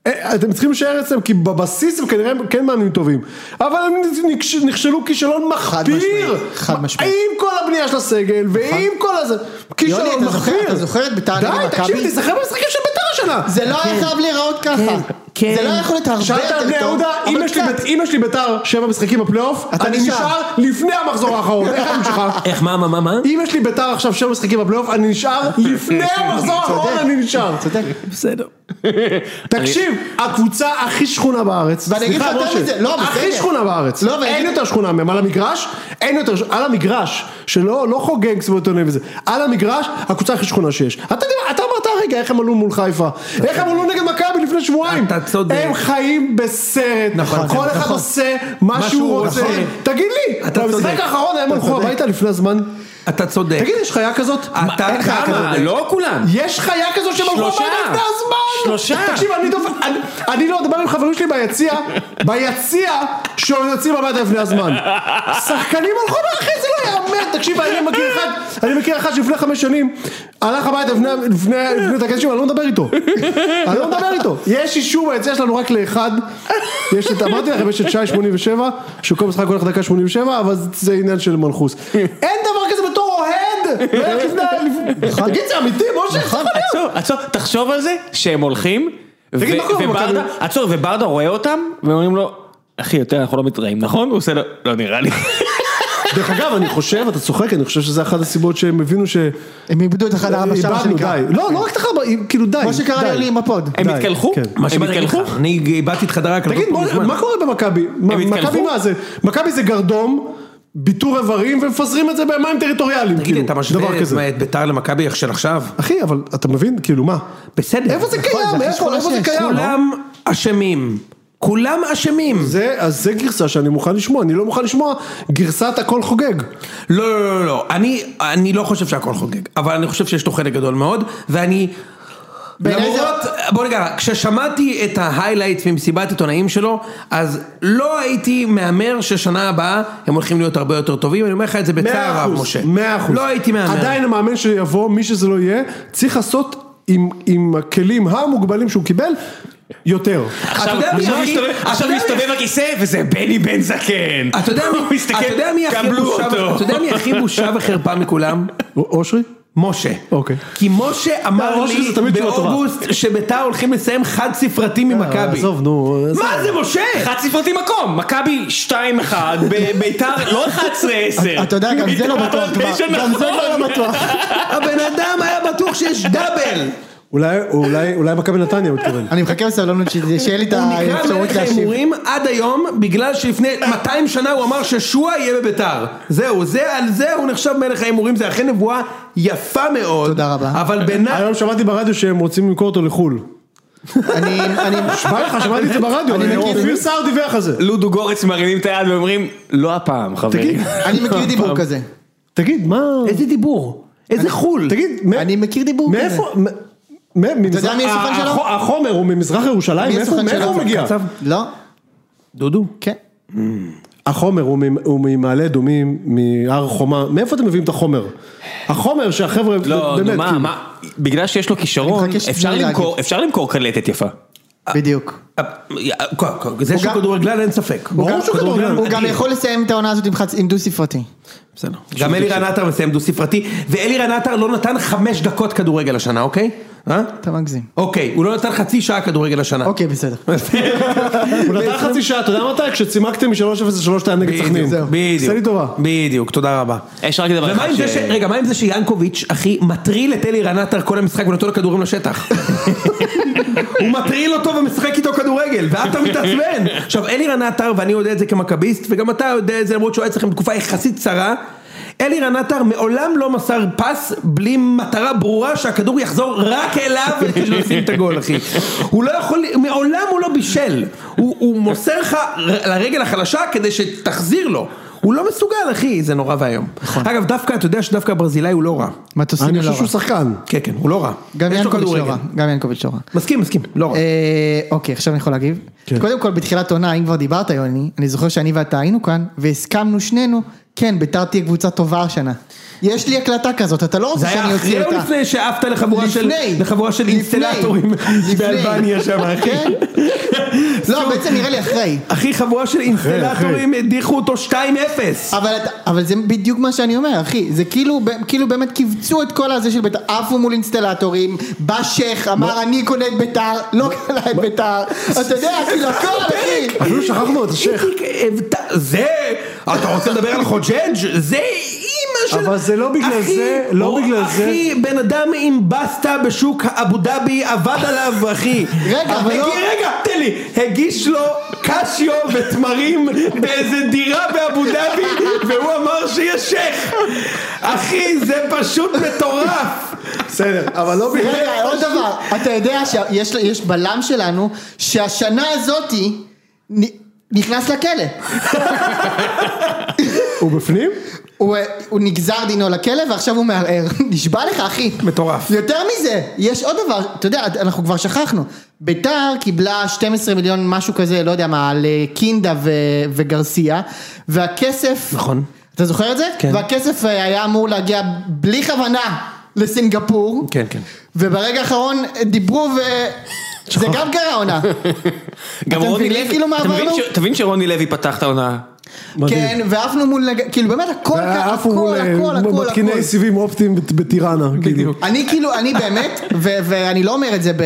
Speaker 1: אה, אתם צריכים להישאר אצלם, כי בבסיס הם כנראה כן מאמנים טובים. אבל הם נכש- נכשלו כישלון
Speaker 4: משמעית,
Speaker 1: מחפיר.
Speaker 4: חד משמעית. נכון.
Speaker 1: עם כל הבנייה של הסגל, ועם כל הזה,
Speaker 4: יוני,
Speaker 1: כישלון
Speaker 4: אתה זוכר-
Speaker 1: מחפיר.
Speaker 4: אתה זוכר את בית"ר נגד
Speaker 1: די, תקשיב,
Speaker 4: מכבי?
Speaker 1: תיזכר במשחקים של בית"ר השנה.
Speaker 4: זה לא היה חייב להיראות ככה.
Speaker 5: כן.
Speaker 4: זה לא היה יכול להיות הרבה
Speaker 1: כן. שאלת על בני
Speaker 4: יותר טוב.
Speaker 1: יהודה, אם
Speaker 4: אבל
Speaker 1: יש לי
Speaker 4: קצת.
Speaker 1: בית- אם יש לי בית"ר שבע משחקים בפלייאוף,
Speaker 4: אתה
Speaker 1: אני
Speaker 4: נשאר.
Speaker 1: נשאר לפני המחזור האחרון, איך אני שלך?
Speaker 2: איך, מה, מה, מה, מה?
Speaker 1: אם יש לי ביתר עכשיו שבע משחקים בפלייאוף, אני נשאר לפני המחזור האחרון, אני נשאר.
Speaker 4: אה, צודק.
Speaker 2: בסדר.
Speaker 1: תקשיב, הקבוצה הכי שכונה בארץ.
Speaker 4: ואני אגיד לך
Speaker 1: סליחה,
Speaker 4: יותר
Speaker 1: משה,
Speaker 4: מזה, לא,
Speaker 1: הכי
Speaker 4: בסדר.
Speaker 1: שכונה בארץ.
Speaker 4: לא, ואני
Speaker 1: אין
Speaker 4: אגיד-
Speaker 1: יותר שכונה מהם על המגרש, אין יותר, ש- על המגרש, שלא לא חוגג סמוטונים וזה, על המגרש, הקבוצה הכי שכונה שיש. אתה יודע, אתה אמרת הרגע איך הם עלו מול חיפה, איך הם עלו נגד מכבי לפני שבועיים.
Speaker 2: אתה צודק.
Speaker 1: הם חיים בסרט,
Speaker 2: נכון,
Speaker 1: כל אחד
Speaker 2: נכון.
Speaker 1: עושה מה שהוא רוצה.
Speaker 2: נכון.
Speaker 1: תגיד לי,
Speaker 2: אתה
Speaker 1: במשחק
Speaker 2: צודק.
Speaker 1: האחרון הם הלכו
Speaker 2: צודק.
Speaker 1: הביתה לפני הזמן.
Speaker 2: אתה צודק.
Speaker 1: תגיד, יש חיה כזאת?
Speaker 2: אתה
Speaker 1: אין חיה כזאת.
Speaker 6: כמה? לא כולם.
Speaker 1: יש חיה כזו שהם הלכו
Speaker 6: שלושה.
Speaker 1: הביתה לפני הזמן!
Speaker 6: שלושה.
Speaker 1: תקשיב, אני, דופ... אני, אני לא מדבר עם חברים שלי ביציע, ביציע, שיוצאים הביתה לפני הזמן. שחקנים הלכו הביתה, אחי, זה לא יאמן! תקשיב, אני מכיר אחד, אני מכיר אחד שלפני חמש שנים, הלך הביתה לפני, לפני, לפני את הקשר, אני לא מדבר איתו. אני לא מדבר איתו. יש אישור ביציע שלנו רק לאחד. יש את, אמרתי לכם, יש את שי 87, שכל משחק הולך דקה 87, אבל זה עניין של מנחוס. אין דבר כזה בתור אוהד! לא היה לפני- נכון. לפני- תגיד, זה אמיתי, משה? זה יכול להיות?
Speaker 6: עצור, עצור, תחשוב על זה שהם הולכים,
Speaker 1: תגיד,
Speaker 6: ו-
Speaker 1: מה קורה במכבי?
Speaker 6: וברדה, עצור, וברדה רואה אותם, ואומרים לו, אחי, יותר אנחנו לא מתראים, נכון? הוא עושה לו, לא נראה לי.
Speaker 1: דרך אגב, אני חושב, אתה צוחק, אני חושב שזה אחת הסיבות שהם הבינו ש...
Speaker 4: הם איבדו את אחד הארבע שעה
Speaker 1: איבדנו,
Speaker 4: שנקרא.
Speaker 1: די. לא, לא רק את החרבה, כאילו די.
Speaker 4: כמו שקרה
Speaker 1: די.
Speaker 4: לי עם הפוד.
Speaker 6: הם
Speaker 1: די,
Speaker 6: התקלחו?
Speaker 1: כן.
Speaker 2: מה
Speaker 6: הם
Speaker 2: שבאתי להגיד
Speaker 6: התקלחו?
Speaker 2: לך, אני באתי את חדר ההקלטות
Speaker 1: תגיד,
Speaker 2: לא
Speaker 1: בוא-
Speaker 2: מזמן.
Speaker 1: מה קורה במכבי? מה-
Speaker 6: התקלחו?
Speaker 1: מכבי מה זה? מכבי זה גרדום, ביטור איברים, ומפזרים את זה במים טריטוריאליים,
Speaker 2: תגיד,
Speaker 1: כאילו,
Speaker 2: אתה
Speaker 1: דבר כזה.
Speaker 2: משווה את ביתר למכבי של עכשיו?
Speaker 1: אחי, אבל אתה מבין, כאילו, מה?
Speaker 2: בסדר.
Speaker 1: איפה זה
Speaker 4: זה
Speaker 1: קיים?
Speaker 4: הכי
Speaker 1: איפה
Speaker 4: שכונה
Speaker 1: איפה זה
Speaker 4: שיש,
Speaker 1: קיים?
Speaker 2: כולם אשמים. כולם אשמים.
Speaker 1: זה, אז זה גרסה שאני מוכן לשמוע, אני לא מוכן לשמוע גרסת הכל חוגג.
Speaker 2: לא, לא, לא, לא, אני, אני לא חושב שהכל חוגג, אבל אני חושב שיש לו חלק גדול מאוד, ואני...
Speaker 4: בעיניי זה-
Speaker 2: למרות, בוא נגיד, כששמעתי את ההיילייט ממסיבת עיתונאים שלו, אז לא הייתי מהמר ששנה הבאה הם הולכים להיות הרבה יותר טובים, אני אומר לך את זה בצער רב, משה.
Speaker 1: מאה אחוז.
Speaker 2: לא הייתי מהמר.
Speaker 1: עדיין המאמן שיבוא, מי שזה לא יהיה, צריך לעשות עם, עם הכלים המוגבלים שהוא קיבל, יותר.
Speaker 2: אתה יודע מי
Speaker 6: עכשיו
Speaker 2: הכי-
Speaker 6: מסתובב-
Speaker 2: אתה
Speaker 6: עכשיו
Speaker 2: יודע מי-
Speaker 6: מסתובב הכיסא וזה בני בן זקן.
Speaker 2: אתה יודע
Speaker 6: הוא
Speaker 2: מי-
Speaker 6: מסתכל,
Speaker 2: אתה יודע מי הכי
Speaker 6: קבלו
Speaker 2: בושה-
Speaker 6: אותו.
Speaker 2: אתה יודע מי הכי בושה וחרפה מכולם?
Speaker 1: אושרי?
Speaker 2: משה.
Speaker 1: אוקיי.
Speaker 2: כי משה אמר
Speaker 1: לא, משה
Speaker 2: לי
Speaker 1: זה תמיד תשובה טובה.
Speaker 2: באוגוסט שביתר הולכים לסיים חד ספרתי ממכבי.
Speaker 1: עזוב, נו. עזוב.
Speaker 2: מה זה משה?
Speaker 6: חד ספרתי מקום, מכבי 2-1, ב- ביתר לא 11-10.
Speaker 4: אתה יודע, גם זה לא
Speaker 6: ביתר
Speaker 4: בטוח כבר.
Speaker 6: תשע
Speaker 4: גם זה כבר לא בטוח.
Speaker 1: נכון.
Speaker 2: הבן אדם היה בטוח שיש דאבל.
Speaker 1: אולי, אולי, אולי מכבי נתניה הוא התכוון.
Speaker 4: אני מחכה בסבלנות שזה- שיהיה לי את
Speaker 2: הוא נקרא
Speaker 4: האפשרות
Speaker 2: מלך
Speaker 4: להשיב.
Speaker 2: ההימורים עד היום בגלל שלפני 200 שנה הוא אמר ששועה יהיה בביתר. זהו, זה על זה הוא נחשב מלך ההימורים, זה אכן נבואה יפה מאוד.
Speaker 4: תודה רבה.
Speaker 2: אבל בעיניי...
Speaker 1: היום שמעתי ברדיו שהם רוצים למכור אותו לחו"ל.
Speaker 4: אני, אני,
Speaker 1: בא לך, שמעתי את זה ברדיו,
Speaker 4: אני מכיר.
Speaker 1: אופיר סער דיווח על זה.
Speaker 6: לודו גורץ מרימים את היד ואומרים, לא הפעם, חברים.
Speaker 4: אני מכיר דיבור כזה.
Speaker 1: תגיד, מה...
Speaker 2: איזה דיבור. איזה חול.
Speaker 1: תגיד, מא-
Speaker 4: אני מכיר דיבור כזה.
Speaker 1: מאיפה... מ- מ- ממזרח-
Speaker 4: יודע מי הסוכן שלו?
Speaker 1: הח- החומר הוא ממזרח ירושלים,
Speaker 4: מי
Speaker 1: מאיפה
Speaker 4: הסוכן
Speaker 1: מאיפה
Speaker 4: שלו?
Speaker 1: הוא מגיע?
Speaker 2: קצב.
Speaker 4: לא?
Speaker 2: דודו.
Speaker 4: כן.
Speaker 1: החומר הוא ממ- הוא ממעלה אדומים, מהר חומה, מאיפה אתם מביאים את החומר? החומר שהחבר'ה,
Speaker 6: לא, נו
Speaker 1: באמת,
Speaker 6: מה,
Speaker 1: כאילו.
Speaker 6: מה, בגלל שיש לו כישרון,
Speaker 4: אני מחכה שתתני
Speaker 6: אפשר
Speaker 4: לי
Speaker 6: למכור-
Speaker 4: להגיד.
Speaker 6: אפשר למכור קלטת יפה.
Speaker 4: בדיוק.
Speaker 2: זה שהוא
Speaker 4: גם-
Speaker 2: כדורגלן אין ספק.
Speaker 4: הוא גם-
Speaker 2: כדורגלן
Speaker 4: הוא גם
Speaker 2: אדיר.
Speaker 4: יכול לסיים את העונה הזאת עם חצ- עם דו ספרתי.
Speaker 2: בסדר. גם אלירן עטר מסיים דו ספרתי, ואלירן עטר לא נתן חמש דקות כדורגל השנה, אוקיי? אה?
Speaker 4: אתה מגזים.
Speaker 2: אוקיי, הוא לא נתן חצי שעה כדורגל השנה.
Speaker 4: אוקיי, בסדר.
Speaker 1: הוא נתן חצי שעה, אתה יודע מתי? כשצימקתם מ-3-0 ל-3-2 נגד
Speaker 2: בדיוק,
Speaker 1: סכנין.
Speaker 2: זהו.
Speaker 1: עשה לי
Speaker 2: בדיוק,
Speaker 1: טובה.
Speaker 2: בדיוק, תודה רבה.
Speaker 6: יש רק דבר
Speaker 2: ומה
Speaker 6: אחד
Speaker 2: עם זה
Speaker 6: ש-
Speaker 2: ש... רגע, מה עם זה שיאנקוביץ', אחי, מטריל את אלירן עטר כל המשחק ונותן לו כדורים לשטח? הוא מטריל אותו ומשחק איתו כדורגל, ועטר מתעצבן. עכשיו, אלירן עטר, ואני יודע את זה כמכביסט, וגם אתה יודע את זה למרות שהוא היה אצלכם תקופה יחסית קצרה, אלירן עטר מעולם לא מסר פס בלי מטרה ברורה שהכדור יחזור רק אליו כדי לשים את הגול, אחי. הוא לא יכול, מעולם הוא לא בישל. הוא, הוא מוסר לך לרגל החלשה כדי שתחזיר לו. הוא לא מסוגל, אחי, זה נורא ואיום. אגב, דווקא, אתה יודע שדווקא הברזילאי הוא לא רע.
Speaker 4: מטוסים
Speaker 1: אני
Speaker 4: לא
Speaker 1: חושב שהוא
Speaker 4: רע.
Speaker 1: שחקן.
Speaker 2: כן, כן, הוא לא רע.
Speaker 4: גם
Speaker 2: יש לו
Speaker 4: ינקוביץ' לא
Speaker 2: כדורגל.
Speaker 4: רע. גם ינקוביץ' לא רע.
Speaker 2: מסכים, מסכים, לא רע.
Speaker 4: אה, אוקיי, עכשיו אני יכול להגיב.
Speaker 2: כן.
Speaker 4: קודם כל, בתחילת עונה, אם כבר דיברת, יוני, אני זוכר שאני ואתה היינו כאן, והסכמנו שנינו, כן, ביתר תהיה קבוצה טובה השנה. יש לי הקלטה כזאת, אתה לא
Speaker 2: זה
Speaker 4: רוצה שאני
Speaker 2: היה
Speaker 4: אוציא
Speaker 2: אחרי
Speaker 4: אותה.
Speaker 2: או לפני שעפת לחבורה של
Speaker 4: לפני,
Speaker 2: לחבורה של
Speaker 4: לפני,
Speaker 2: אינסטלטורים
Speaker 4: לפני.
Speaker 2: באלבניה שם אחי.
Speaker 4: כן? לא, בעצם נראה לי אחרי.
Speaker 2: אחי חבורה של אינסטלטורים הדיחו אותו 2-0.
Speaker 4: אבל, אתה- אבל זה בדיוק מה שאני אומר, אחי. זה כאילו, ב- כאילו באמת קיבצו את כל הזה של ביתר. עפו מול אינסטלטורים, בא שייח, אמר אני קונה את ביתר, לא קנה את ביתר. אתה יודע, כאילו הכל, אחי.
Speaker 1: אפילו שכחנו את השייח.
Speaker 2: איציק, הבט- זה, אתה רוצה לדבר על חוג'ג'? זה אימא של...
Speaker 1: אבל זה לא בגלל
Speaker 2: אחי,
Speaker 1: זה, לא
Speaker 2: הוא-
Speaker 1: בגלל זה.
Speaker 2: אחי, בן אדם עם בסטה בשוק אבו דאבי עבד עליו, אחי.
Speaker 4: רגע, אבל לא-
Speaker 2: הגיע- רגע, תן לי. הגיש לו קשיו ותמרים באיזה דירה באבו דאבי, והוא אמר שיש שייח. אחי, זה פשוט מטורף.
Speaker 1: בסדר, אבל לא בגלל...
Speaker 4: רגע, עוד דבר, אתה יודע שיש יש בלם שלנו שהשנה הזאתי נ- נכנס לכלא.
Speaker 1: הוא בפנים?
Speaker 4: הוא, אה, הוא נגזר דינו לכלא ועכשיו הוא מערער. נשבע לך אחי.
Speaker 2: מטורף.
Speaker 4: יותר מזה, יש עוד דבר, אתה יודע, אנחנו כבר שכחנו. ביתר קיבלה 12 מיליון משהו כזה, לא יודע מה, על אה, קינדה ו- וגרסיה, והכסף...
Speaker 2: נכון.
Speaker 4: אתה זוכר את זה?
Speaker 2: כן.
Speaker 4: והכסף אה, היה אמור להגיע בלי כוונה לסינגפור.
Speaker 2: כן, כן.
Speaker 4: וברגע האחרון אה, דיברו ו... זה גם קרה עונה.
Speaker 6: גם
Speaker 4: אתם
Speaker 6: רוני
Speaker 4: מבינים
Speaker 6: לוי,
Speaker 4: כאילו מה
Speaker 6: אתה מבין
Speaker 4: עברנו?
Speaker 6: ש- אתה מבין שרוני לוי פתח את העונה?
Speaker 1: מדהים.
Speaker 4: כן, ועפנו מול... נג- כאילו באמת הכל קרה,
Speaker 1: עפו
Speaker 4: הכל,
Speaker 1: מול
Speaker 4: הכל,
Speaker 1: אה,
Speaker 4: הכל, הכל.
Speaker 1: מתקיני סיבים אופטיים בת- בטיראנה. בדיוק.
Speaker 4: אני כאילו, אני באמת, ו- ואני לא אומר את זה ב-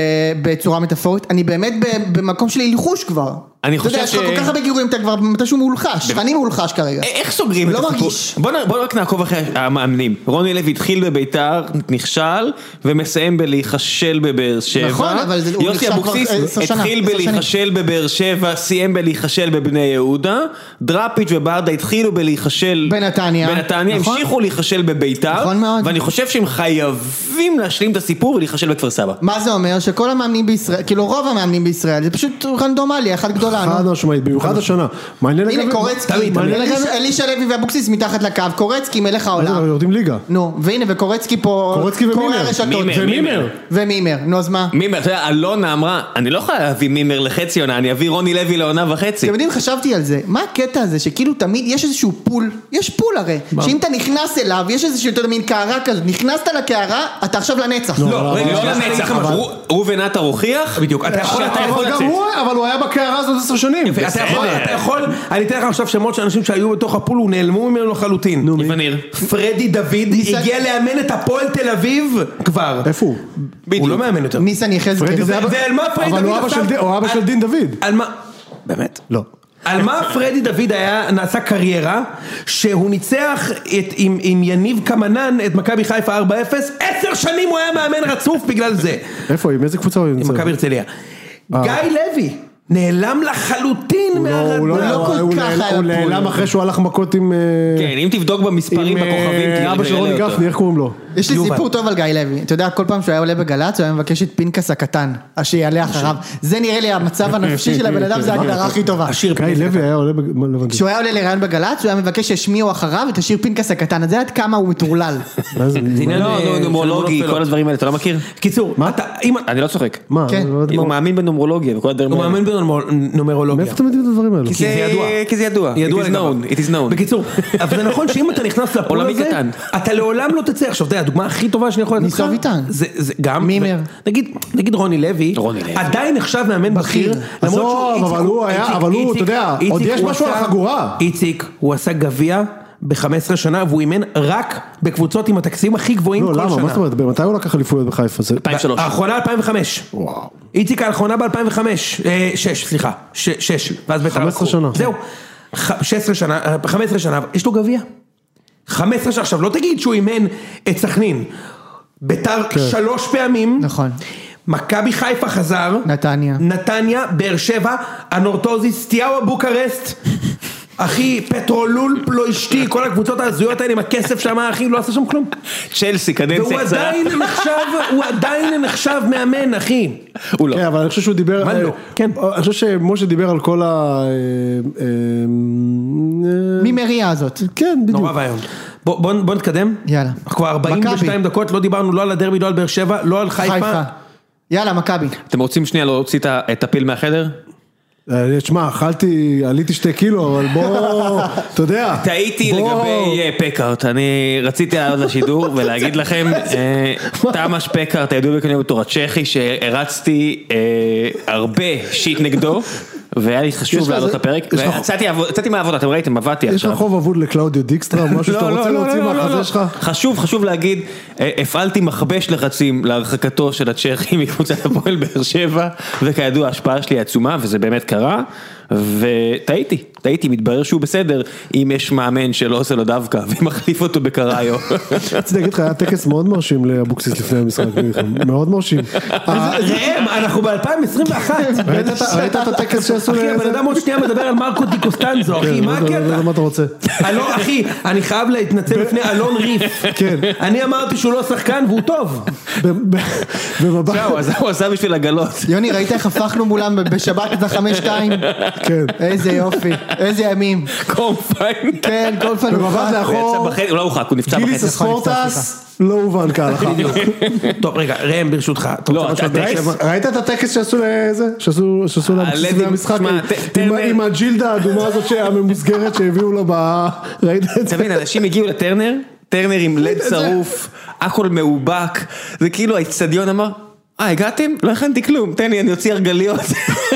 Speaker 4: בצורה מטאפורית, אני באמת ב- במקום של הלחוש כבר.
Speaker 6: אני חושב
Speaker 4: אתה יודע, יש לך
Speaker 6: ש- אה-
Speaker 4: כל כך הרבה גירויים, אתה כבר מתישהו מולחש, אני מולחש כרגע.
Speaker 6: א- איך סוגרים את
Speaker 4: לא
Speaker 6: הסיפור?
Speaker 4: מרגיש.
Speaker 6: בוא נ- בוא רק נעקוב אחרי המאמנים. רוני לוי התחיל בביתר, נכשל, ומסיים בלהיכשל בבאר שבע.
Speaker 4: נכון, אבל זה- הוא
Speaker 6: יוסי
Speaker 4: נכשל כבר
Speaker 6: אבוקסיס
Speaker 4: עשר שנה,
Speaker 6: התחיל
Speaker 4: עשר שנים.
Speaker 6: בלהיכשל בבאר שבע, סיים בלהיכשל בבני יהודה. דראפיץ' וברדה התחילו בלהיכשל...
Speaker 4: בנתניה.
Speaker 6: בנתניה,
Speaker 4: נכון.
Speaker 6: המשיכו להיכשל בביתר.
Speaker 4: נכון מאוד.
Speaker 6: ואני חושב שהם חייבים להשלים את הסיפור ולהיכשל בכפר סבא.
Speaker 4: מה זה אומר? שכל המאמנים בישראל, כאילו רוב המאמנים בישראל, זה פשוט רנדומלי, אחת גדולה. שלנו.
Speaker 1: חד משמעית, במיוחד השנה. מעניין
Speaker 4: הנה קורצקי,
Speaker 1: מעניין אגב,
Speaker 4: אלישע- אלישע לוי ואבוקסיס מתחת לקו, קורצקי מלך
Speaker 1: אבל
Speaker 4: העולם.
Speaker 1: לא, יורדים ליגה.
Speaker 4: נו, והנה וקורצקי פה,
Speaker 1: קורצקי
Speaker 4: קורע
Speaker 1: ומימר.
Speaker 4: רשתות.
Speaker 6: מימר, מימר.
Speaker 4: ומימר, נו אז מה?
Speaker 6: מימר, אתה יודע, אלונה אמרה, אני לא יכולה להביא מימר לחצי עונה, אני אביא רוני לוי לעונה וחצי.
Speaker 4: אתם יודעים, חשבתי על זה, מה הקטע הזה שכאילו תמיד יש איזשהו פול, יש פול הרי, שאם אתה נכנס אליו, יש איזשהו, אתה יודע, מין קערה כזאת, נכנסת לקערה, אתה עכשיו לנצח.
Speaker 6: לא, רגע, לא לנצח, אבל ראובן עטר הוכיח,
Speaker 2: בדיוק, אתה יכול, אתה יכול
Speaker 1: אבל גם
Speaker 2: לצאת.
Speaker 1: הוא, אבל הוא היה בקערה הזאת עשר שנים.
Speaker 2: אתה יכול, אתה יכול, אני אתן לך עכשיו שמות של אנשים שהיו בתוך הפול ונעלמו ממנו לחלוטין. נו,
Speaker 6: איוון ניר.
Speaker 2: פרדי דוד הגיע לאמן את הפועל תל אביב כבר.
Speaker 1: איפה הוא?
Speaker 2: הוא לא אוקיי, מאמן יותר.
Speaker 4: ניסן יחזקאל.
Speaker 1: פרדי זה אבא-
Speaker 2: ועל מה פרדי
Speaker 1: אבל
Speaker 2: דוד
Speaker 1: הוא אבא
Speaker 2: עכשיו-
Speaker 1: של ד- הוא אבא של
Speaker 2: על-
Speaker 1: דין דוד.
Speaker 2: על מה? באמת?
Speaker 1: לא.
Speaker 2: על מה פרדי דוד היה, נעשה קריירה, שהוא ניצח את, עם, עם יניב קמנן את מכבי חיפה 4-0, עשר שנים הוא היה מאמן רצוף בגלל זה,
Speaker 1: איפה, עם איזה קבוצה הוא
Speaker 2: עם
Speaker 1: נמצא?
Speaker 2: מכבי הרצליה. גיא לוי, נעלם לחלוטין
Speaker 1: אה. הוא לא-
Speaker 2: מהרדמה.
Speaker 1: הוא לא-
Speaker 4: לא כל
Speaker 1: הוא
Speaker 4: כך
Speaker 1: נעלם-
Speaker 4: היה
Speaker 1: הוא
Speaker 4: פול.
Speaker 1: נעלם אחרי שהוא הלך מכות עם... אה,
Speaker 6: כן, אם תבדוק במספרים,
Speaker 1: עם, אה,
Speaker 6: בכוכבים,
Speaker 2: כאילו,
Speaker 6: תראה,
Speaker 1: אבא של
Speaker 6: נראה
Speaker 1: רוני
Speaker 6: אותו.
Speaker 1: גפני, איך קוראים לו?
Speaker 4: יש לי
Speaker 2: יובל.
Speaker 4: סיפור טוב על גיא לוי, אתה יודע, כל פעם שהוא היה עולה בגל"צ, הוא היה מבקש את פנקס הקטן, אז שיעלה
Speaker 2: אוקיי.
Speaker 4: אחריו. זה נראה לי המצב הנפשי של הבן אדם, זה ההגדרה
Speaker 2: לא,
Speaker 4: הכי טובה.
Speaker 1: גיא
Speaker 2: כן.
Speaker 1: לוי היה עולה... בג- מה, לא הבנתי.
Speaker 4: כשהוא היה עולה לראיון בגל"צ, הוא היה מבקש שישמיעו אחריו את השיר פנקס הקטן, אז זה עד כמה הוא מטורלל.
Speaker 1: מה זה?
Speaker 2: עניין,
Speaker 6: לא,
Speaker 2: אה,
Speaker 6: נו,
Speaker 2: של
Speaker 6: נומרולוגי,
Speaker 2: נומרולוגיה.
Speaker 6: כל הדברים האלה, אתה לא מכיר?
Speaker 2: קיצור, מה? אתה, אם,
Speaker 6: אני לא צוחק.
Speaker 1: מה?
Speaker 4: כן.
Speaker 1: לא יודע
Speaker 6: הוא
Speaker 1: מה-
Speaker 6: מאמין בנומרולוגיה וכל הדברים
Speaker 2: הוא
Speaker 6: האלה.
Speaker 2: מאמן בנומרולוגיה.
Speaker 1: כן. מאיפה אתם יודעים את הדברים האלו?
Speaker 2: כי זה ידוע.
Speaker 6: אה, כי זה ידוע.
Speaker 2: ידוע
Speaker 6: It is
Speaker 2: לגביו.
Speaker 6: known, it is known.
Speaker 2: בקיצור, אבל זה נכון שאם אתה נכנס לפול
Speaker 6: עולמי
Speaker 2: הזה,
Speaker 6: קטן.
Speaker 2: אתה לעולם לא תצא. עכשיו, אתה יודע, הדוגמה הכי טובה שאני יכול לתת לך,
Speaker 4: ניסו ביטן.
Speaker 2: זה זה גם,
Speaker 4: מימר.
Speaker 2: ו- נגיד, נגיד רוני לוי,
Speaker 6: רוני לוי.
Speaker 2: עדיין נחשב מאמן בכיר, למרות שהוא-
Speaker 1: עזוב, אבל
Speaker 2: איציק,
Speaker 1: הוא היה-
Speaker 2: איציק,
Speaker 1: אבל הוא, אתה
Speaker 2: איציק,
Speaker 1: יודע, עוד
Speaker 2: איציק,
Speaker 1: יש
Speaker 2: הוא
Speaker 1: משהו על
Speaker 2: עשה-
Speaker 1: החגורה.
Speaker 2: איציק, הוא עשה גביע. ב-15 שנה והוא אימן רק בקבוצות עם התקציבים הכי גבוהים כל
Speaker 1: לא,
Speaker 2: שנה.
Speaker 1: למה? מה זאת אומרת? מתי הוא לקח אליפויות בחיפה? זה-
Speaker 6: 2003.
Speaker 2: האחרונה 2005. וואו. איציק האחרונה ב-2005, 6, סליחה, 6, ואז ביתר
Speaker 1: 15
Speaker 2: לקחו.
Speaker 1: שנה.
Speaker 2: זהו, ח- 16 שנה, אה, 15 שנה, יש לו גביע. 15 שנה, עכשיו לא תגיד שהוא אימן את סכנין. ביתר שלוש פעמים.
Speaker 4: נכון.
Speaker 2: מכבי חיפה חזר.
Speaker 4: נתניה.
Speaker 2: נתניה, באר שבע, הנורטוזיס, טיאווה בוקרסט. אחי, פטרולול פלוישתי, כל הקבוצות ההזויות האלה עם הכסף שם, אחי, לא עשה שם כלום.
Speaker 6: צ'לסי,
Speaker 2: והוא
Speaker 6: קדנציה קצרה.
Speaker 2: עדיין נחשב, הוא עדיין נחשב מאמן, אחי.
Speaker 6: הוא לא.
Speaker 1: כן, אבל אני חושב שהוא דיבר...
Speaker 2: מה לא?
Speaker 1: אה,
Speaker 2: כן.
Speaker 1: אני חושב שמשה דיבר על כל ה... אה, אה, אה,
Speaker 4: ממריה הזאת.
Speaker 1: כן, בדיוק.
Speaker 2: נורא ואיום. בוא, בוא, בוא נתקדם.
Speaker 4: יאללה.
Speaker 2: אנחנו כבר 42
Speaker 4: מכבי.
Speaker 2: דקות, לא דיברנו לא על הדרבי, לא על באר שבע, לא על חיפה.
Speaker 4: חיפה. יאללה, מכבי.
Speaker 6: אתם רוצים שנייה להוציא את ה- את הפיל מהחדר?
Speaker 1: אה, תשמע, אכלתי, עליתי שתי קילו, אבל בוא, אתה יודע.
Speaker 6: טעיתי
Speaker 1: בוא.
Speaker 6: לגבי אה, פקארט, אני רציתי לעלות לשידור ולהגיד לכם, אה, תמאש פקארט, הידוע בכלל בתור הצ'כי, שהרצתי אה, הרבה שיט נגדו, והיה לי
Speaker 1: יש
Speaker 6: חשוב
Speaker 1: לך
Speaker 6: לעלות את
Speaker 1: זה-
Speaker 6: הפרק,
Speaker 1: יש לך-
Speaker 6: ויצאתי עבוד- יצאתי מהעבודה, אתם ראיתם, עבדתי
Speaker 1: יש לך
Speaker 6: עכשיו.
Speaker 1: חוב אבוד לקלאודיו דיקסטרה, משהו שאתה
Speaker 2: לא,
Speaker 1: רוצה להוציא מהחזה שלך?
Speaker 6: חשוב, חשוב להגיד, אה, הפעלתי מכבש לחצים להרחקתו של הצ'כי מקבוצת הפועל באר שבע, וכידוע ההשפעה שלי היא עצומה, וזה באמת קרה, וטעיתי, טעיתי, מתברר שהוא בסדר, אם יש מאמן שלא עושה לו דווקא, ומחליף אותו בקראיו.
Speaker 1: רציתי להגיד לך, היה טקס מאוד מרשים לאבוקסיס לפני המשחק, מאוד מרשים. אה,
Speaker 2: ראם, אנחנו ב-2021.
Speaker 1: ראית את ה- ראית את הטקס שעשו
Speaker 2: אחי, הבן
Speaker 1: לזה?
Speaker 2: אדם עוד שנייה מדבר על מרקו דיקוסטנזו, אחי,
Speaker 1: כן,
Speaker 2: מה
Speaker 1: לא יודע- לא יודע מה
Speaker 2: הקטע?
Speaker 1: אתה רוצה.
Speaker 2: אלון, אחי, אני חייב להתנצל בפני אלון ריף.
Speaker 1: כן.
Speaker 2: אני אמרתי שהוא לא שחקן והוא טוב.
Speaker 1: ב- ב- במבט,
Speaker 6: זהו, אז הוא עשה בשביל הגלות.
Speaker 4: יוני, ראית איך הפכנו מולם בשבת בחמש-שתיים?
Speaker 1: כן.
Speaker 4: איזה יופי, איזה ימים.
Speaker 6: קורפיין.
Speaker 4: כן, כל פעם.
Speaker 1: במבט לאחור,
Speaker 6: הוא לא הורחק, הוא נפצע
Speaker 1: כן. גיליס
Speaker 6: בחצי.
Speaker 1: הספורטס לא הובן כהלכה.
Speaker 2: טוב, רגע, ראם, ברשותך. אתה
Speaker 6: לא,
Speaker 2: רוצה משהו על
Speaker 6: אתה-
Speaker 2: באר
Speaker 1: ראית-
Speaker 2: שבע?
Speaker 1: ראית את הטקס שעשו לזה? שעשו שעשו לאבוקסיס
Speaker 6: הלדים,
Speaker 1: לפני המשחק?
Speaker 6: שמע,
Speaker 1: עם-
Speaker 6: ט-
Speaker 1: עם-
Speaker 6: טרנר-
Speaker 1: עם הג'ילדה האדומה הזאת הממוסגרת שהביאו לו ב... ראית את
Speaker 6: אתה
Speaker 1: זה?
Speaker 6: מבין, אנשים הגיעו לטרנר, טרנר עם לד שרוף, הכל מאובק, זה כאילו האיצטדיון אמר, אה, הגעתם? לא הכנתי כלום, תן לי, אני אוציא הרגליות.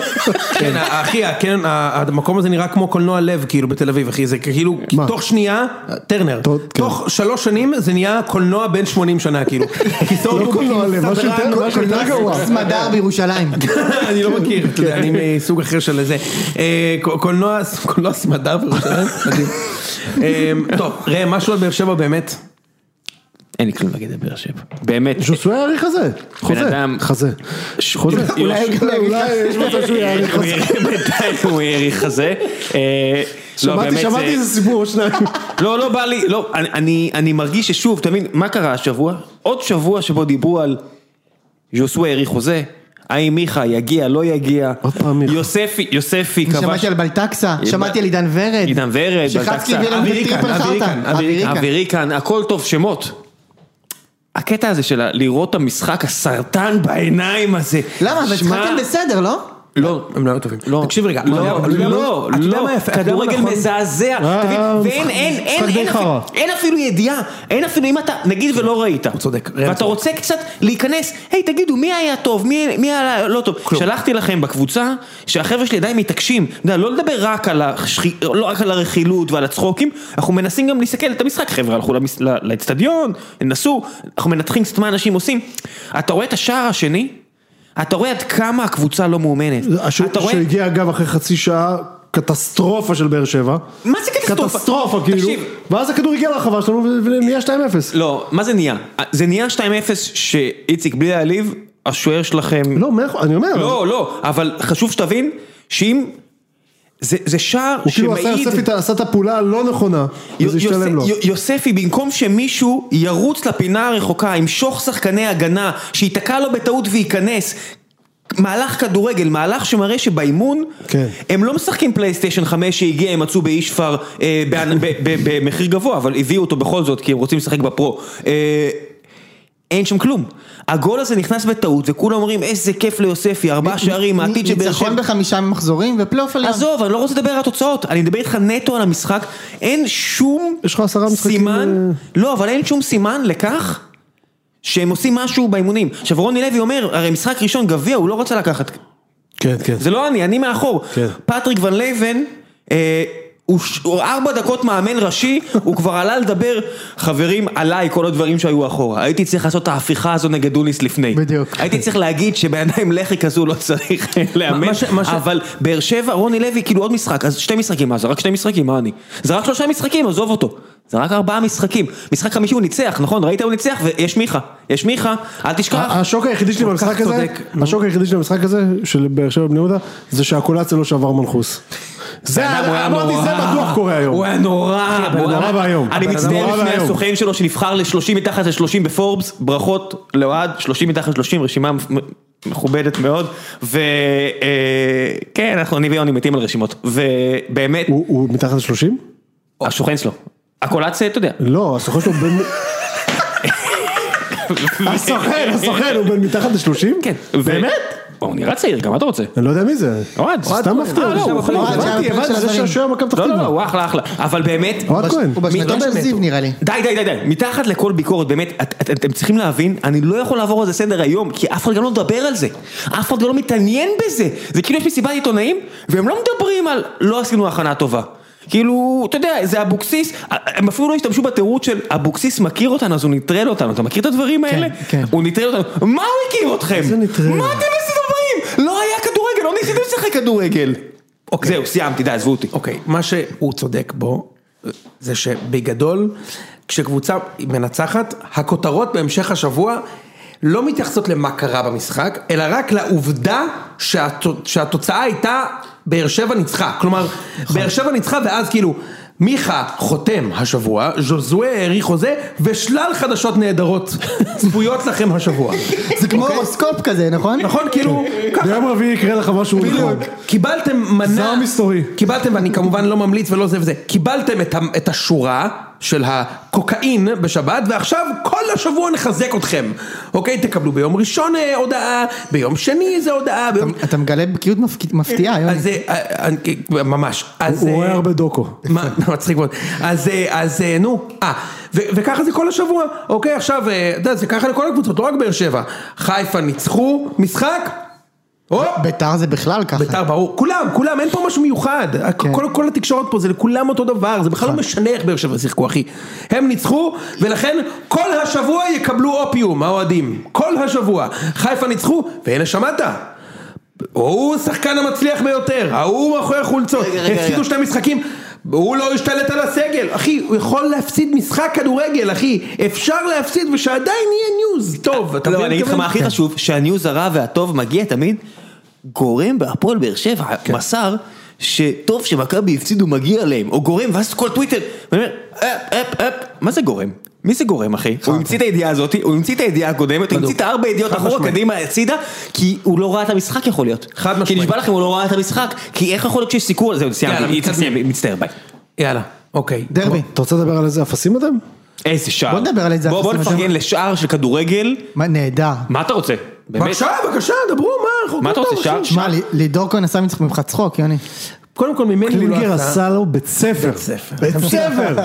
Speaker 2: כן, אחי, הקן- ה- המקום הזה נראה כמו קולנוע לב, כאילו, בתל אביב, אחי, זה כאילו,
Speaker 1: מה?
Speaker 2: תוך שנייה, טרנר,
Speaker 1: טוב, כן.
Speaker 2: תוך שלוש שנים זה נהיה קולנוע בן 80 שנה, כאילו. כיסאות
Speaker 1: לא
Speaker 2: בוקים,
Speaker 1: קולנוע לב, משהו
Speaker 2: סדרן,
Speaker 1: יותר- משהו יותר
Speaker 2: קולנוע-
Speaker 1: גרוע.
Speaker 4: סמדר בירושלים.
Speaker 2: אני לא מכיר, אתה
Speaker 1: כן.
Speaker 2: יודע, אני מסוג אחר של זה. אה, ק- קולנוע, קולנוע סמדר בירושלים, מדהים. אה, טוב, ראם, משהו על באר שבע באמת?
Speaker 6: אין לי כלום להגיד על באר שבע. באמת.
Speaker 1: ז'וסוי יעריך חזה. חוזה.
Speaker 6: אדם-
Speaker 1: חזה. חוזה.
Speaker 6: אולי לא, הוא גם
Speaker 1: אולי- אולי יש מצב שהוא יעריך
Speaker 6: הוא
Speaker 1: חזה.
Speaker 6: העריך- בינתיים הוא העריך חזה. אה, לא,
Speaker 1: שמעתי,
Speaker 6: באמת,
Speaker 1: שמעתי
Speaker 6: זה-
Speaker 1: איזה סיפור או שניים.
Speaker 6: לא, לא בא לי, לא, אני, אני, אני מרגיש ששוב, אתה מבין, מה קרה השבוע? עוד שבוע שבו דיברו על ז'וסווה האריך חוזה, האם מיכה יגיע, לא יגיע.
Speaker 1: עוד פעם מיכה.
Speaker 6: יוספי, יוספי כבש...
Speaker 4: שמעתי על בלטקסה, שמעתי על עידן ורד.
Speaker 6: עידן ורד,
Speaker 4: שחצקי הביא לנו בטריפל חרטא. אביריקן.
Speaker 6: אביריקן, הכל טוב, שמות. הקטע הזה של ה- לראות את המשחק, הסרטן בעיניים הזה.
Speaker 4: למה? אבל
Speaker 6: שמע,
Speaker 4: שיחקתם בסדר, לא?
Speaker 6: לא,
Speaker 2: הם לא היו טובים.
Speaker 6: לא.
Speaker 2: תקשיב רגע.
Speaker 6: לא,
Speaker 2: אתה יודע- אתה יודע מה-
Speaker 6: לא,
Speaker 2: אתה יודע
Speaker 6: לא.
Speaker 2: מה יפה- אתה יודע מה
Speaker 7: כדורגל
Speaker 2: נכון?
Speaker 7: מזעזע,
Speaker 1: אה,
Speaker 7: תבין,
Speaker 1: אה,
Speaker 7: ואין,
Speaker 1: משחק-
Speaker 7: אין, אין,
Speaker 1: משחק די
Speaker 7: אין אפילו-
Speaker 1: חרא.
Speaker 7: אין אפילו ידיעה, אין אפילו אם אתה, נגיד ולא ראית,
Speaker 2: צודק, ראם
Speaker 7: ואתה
Speaker 2: צודק.
Speaker 7: רוצה קצת להיכנס, היי תגידו מי היה טוב, מי מי היה לא טוב, שלחתי לכם בקבוצה שהחבר'ה שלי עדיין מתעקשים, אתה יודע, לא לדבר רק על השכי- לא רק על הרכילות ועל הצחוקים, אנחנו מנסים גם להסתכל את המשחק, חבר'ה, הלכו למס- ל- לאצטדיון, נסעו, אנחנו מנתחים קצת מה אנשים עושים, אתה רואה את השער השני, אתה רואה עד כמה הקבוצה לא מאומנת,
Speaker 1: השוק
Speaker 7: אתה רואה
Speaker 1: שהגיע אגב אחרי חצי שעה, קטסטרופה של באר שבע.
Speaker 7: מה זה קטסטרופה?
Speaker 1: קטסטרופה כאילו.
Speaker 7: תקשיב.
Speaker 1: ואז הכדור הגיע לרחבה שלנו ו- ונהיה 2-0.
Speaker 6: לא, מה זה נהיה? זה נהיה 2-0 שאיציק, בלי להעליב, השוער שלכם...
Speaker 1: לא, מאה אחוז, אני אומר.
Speaker 6: לא, לא, אבל חשוב שתבין שאם... זה, זה שער
Speaker 1: הוא כאילו עשה-
Speaker 6: שמעיד...
Speaker 1: יוספי עשה את הפעולה הלא נכונה, וזה
Speaker 6: יוס-
Speaker 1: השתלם לו.
Speaker 6: יו- יוספי, במקום שמישהו ירוץ לפינה הרחוקה, ימשוך שחקני הגנה, שייתקע לו בטעות וייכנס, מהלך כדורגל, מהלך שמראה שבאימון,
Speaker 1: כן.
Speaker 6: הם לא משחקים פלייסטיישן 5 שהגיע, הם מצאו באישפר אה, באנ- ב- ב- במחיר גבוה, אבל הביאו אותו בכל זאת, כי הם רוצים לשחק בפרו. אה, אין שם כלום. הגול הזה נכנס בטעות, וכולם אומרים, איזה כיף ליוספי, ארבעה שערים, העתיד של באר שבע.
Speaker 4: ניצחון בחמישה מחזורים ופלייאוף עליון.
Speaker 6: עזוב, אני לא רוצה לדבר על התוצאות, אני מדבר איתך נטו על המשחק, אין שום
Speaker 1: יש לך עשרה משחקים,
Speaker 6: סימן,
Speaker 1: אה,
Speaker 6: לא, אבל אין שום סימן לכך שהם עושים משהו באימונים. עכשיו רוני לוי אומר, הרי משחק ראשון גביע הוא לא רוצה לקחת,
Speaker 1: כן, כן.
Speaker 6: זה לא אני, אני מאחור.
Speaker 1: כן.
Speaker 6: פטריק ון לייבן, אה, הוא ש- הוא ארבע דקות מאמן ראשי, הוא כבר עלה לדבר, חברים, עליי כל הדברים שהיו אחורה. הייתי צריך לעשות את ההפיכה הזו נגד דוניס לפני.
Speaker 4: בדיוק.
Speaker 6: הייתי צריך להגיד שבעיניים לחי כזו לא צריך לאמן,
Speaker 2: מה ש- מה ש-
Speaker 6: אבל באר שבע, רוני לוי, כאילו עוד משחק, אז שתי משחקים, מה, זרק שני משחקים, מה אני? זרק שלושה משחקים, עזוב אותו. זרק ארבעה משחקים. משחק חמישי הוא ניצח, נכון? ראית הוא ניצח, ויש מיכה. יש מיכה, אל תשכח.
Speaker 1: השוק היחידי שלי במשחק הזה,
Speaker 2: צודק,
Speaker 1: השוק היחידי שלי במשחק הזה, של באר שבע בני יהודה, זה שהקולציה לא שעבר מנחוס. זה,
Speaker 6: אדם, הוא היה
Speaker 1: אמרתי,
Speaker 6: נורא.
Speaker 1: זה בטוח קורה היום.
Speaker 6: הוא היה נורא,
Speaker 1: הבן אדם אה, נורא ואיום.
Speaker 6: אני
Speaker 1: הבן אדם
Speaker 6: מצטער
Speaker 1: נורא
Speaker 6: בפני
Speaker 1: ואיום.
Speaker 6: הסוכן שלו שנבחר ל-30 מתחת ל-30 בפורבס, ברכות לאוהד, 30 מתחת ל-30, רשימה מ- מכובדת מאוד, וכן, אנחנו, אני ויוני מתים על רשימות, ובאמת,
Speaker 1: הוא- הוא מתחת ל-30?
Speaker 6: השוכן שלו, הקולציה, אתה יודע,
Speaker 1: לא, הסוכן שלו בין... הסוכן, הסוכן, הוא בין מתחת ל-30?
Speaker 6: כן, ו- הוא נראה צעיר, גם מה אתה רוצה?
Speaker 1: אני לא יודע מי זה.
Speaker 6: אוהד.
Speaker 1: סתם מפתיע.
Speaker 6: אה, לא, הוא
Speaker 1: אותי.
Speaker 6: אוהד,
Speaker 1: הבנתי,
Speaker 4: שהיה בפרק
Speaker 1: הבנתי,
Speaker 4: של
Speaker 1: זה
Speaker 4: הזרים.
Speaker 1: שהשוער מכבי פתח
Speaker 6: לא, לא, לא,
Speaker 1: תקווה.
Speaker 6: הוא אחלה אחלה, אבל באמת,
Speaker 1: אוהד כהן.
Speaker 4: הוא בשנתיים של
Speaker 6: מתו.
Speaker 4: זיו נראה לי.
Speaker 6: די, די, די, די, מתחת לכל ביקורת, באמת, את, את, אתם צריכים להבין, אני לא יכול לעבור על זה סדר היום, כי אף אחד גם לא מדבר על זה. אף אחד גם לא מתעניין בזה. זה כאילו יש מסיבת עיתונאים, והם לא מדברים על לא עשינו הכנה טובה. כאילו, אתה יודע, זה אבוקסיס, הם אפילו לא השתמשו בתירוץ של אבוקסיס מכיר אותנו, אז הוא נטרל אותנו. אתה מכיר את הדברים האלה?
Speaker 4: כן.
Speaker 6: הוא נטרל אותנו. מה הוא הכיר אתכם?
Speaker 1: זה נטרל?
Speaker 6: מה אתם מסתובבים? לא היה כדורגל, לא ניסיתם לשחק כדורגל. זהו, סיימתי, די, עזבו אותי.
Speaker 2: אוקיי, מה שהוא צודק בו, זה שבגדול, כשקבוצה מנצחת, הכותרות בהמשך השבוע לא מתייחסות למה קרה במשחק, אלא רק לעובדה שהתו- שהתוצאה הייתה באר שבע ניצחה. כלומר, באר שבע ניצחה ואז כאילו... מיכה חותם השבוע, ז'וזואה האריך חוזה, ושלל חדשות נהדרות צפויות לכם השבוע.
Speaker 4: זה כמו הורוסקופ כזה, נכון?
Speaker 2: נכון? כאילו, ככה.
Speaker 1: ביום רביעי יקרה לך משהו
Speaker 2: בדיוק.
Speaker 1: נחמד.
Speaker 2: קיבלתם מנה,
Speaker 1: זר נכון. מסתורי.
Speaker 2: קיבלתם, ואני כמובן לא ממליץ ולא זה וזה, קיבלתם את, ה, את השורה של הקוקאין בשבת, ועכשיו כל השבוע נחזק אתכם. אוקיי, תקבלו ביום ראשון אה, הודעה, ביום שני איזה הודעה, ביום...
Speaker 4: אתה- אתה מגלה בקיאות מפק- מפתיעה, יוני.
Speaker 2: אז זה, אה, אה, ממש. אז,
Speaker 1: הוא
Speaker 2: אה,
Speaker 1: רואה הרבה דוקו.
Speaker 2: מה, מצחיק מאוד. אז, אה, אז אה, נו, אה, ו- וככה זה כל השבוע, אוקיי, עכשיו, אה, אתה יודע, זה ככה לכל הקבוצות, לא רק באר שבע. חיפה ניצחו, משחק, הופ,
Speaker 4: ביתר זה בכלל ככה.
Speaker 2: ביתר ברור, כולם, כולם, אין פה משהו מיוחד,
Speaker 4: כן.
Speaker 2: כל, כל התקשורת פה זה לכולם אותו דבר, זה בכלל
Speaker 6: נכון.
Speaker 2: לא משנה איך באר שבע שיחקו אחי, הם ניצחו ולכן כל השבוע יקבלו אופיום האוהדים, כל השבוע, חיפה ניצחו והנה שמעת, הוא השחקן המצליח ביותר, ההוא מאחורי החולצות,
Speaker 4: רגע, רגע,
Speaker 2: הפסידו
Speaker 4: רגע.
Speaker 2: שני משחקים, הוא לא השתלט על הסגל, אחי, הוא יכול להפסיד משחק כדורגל, אחי, אפשר להפסיד ושעדיין יהיה ניוז, טוב, אתה
Speaker 6: לא,
Speaker 2: מבין? כן.
Speaker 6: אני אגיד לך מה הכי חשוב, שהניוז הרע והטוב מגיע תמיד, גורם בהפועל באר שבע,
Speaker 7: כן.
Speaker 6: מסר, שטוב שמכבי הפסידו מגיע להם, או גורם, ואז כל טוויטר, ואני אומר, אפ, אפ, אפ, מה זה גורם?
Speaker 7: מי זה גורם אחי? הוא המציא את הידיעה הזאת, הוא המציא את הידיעה הקודמת, הוא המציא את הארבע ידיעות אחורה קדימה הצידה, כי הוא לא ראה את המשחק יכול להיות.
Speaker 2: חד משמעית.
Speaker 7: כי נשבע לכם הוא לא ראה את המשחק, כי איך יכול להיות שיש סיקור על זה?
Speaker 2: יאללה,
Speaker 7: סיימתי,
Speaker 2: מתקדמים.
Speaker 7: סיימתי, מצטער ביי.
Speaker 2: יאללה, אוקיי.
Speaker 4: דרבי.
Speaker 1: אתה רוצה לדבר על איזה אפסים אדם?
Speaker 7: איזה שער.
Speaker 4: בוא נדבר על איזה
Speaker 7: בוא בוא
Speaker 4: אפסים,
Speaker 7: נפרגן
Speaker 4: אתם-
Speaker 7: לשער של כדורגל,
Speaker 4: מה, נהדר.
Speaker 7: מה אתה רוצה? באמת?
Speaker 2: בבקשה, בבקשה, דברו, מה אנחנו...
Speaker 7: מה אתה רוצה שער?
Speaker 4: שמע, ל- לידור כהן עשה ממך צחוק, יוני.
Speaker 2: קודם כל ממני הוא לא
Speaker 1: קלינגר
Speaker 2: עשה.
Speaker 1: עשה לו בית ספר. כאילו בית
Speaker 2: ספר.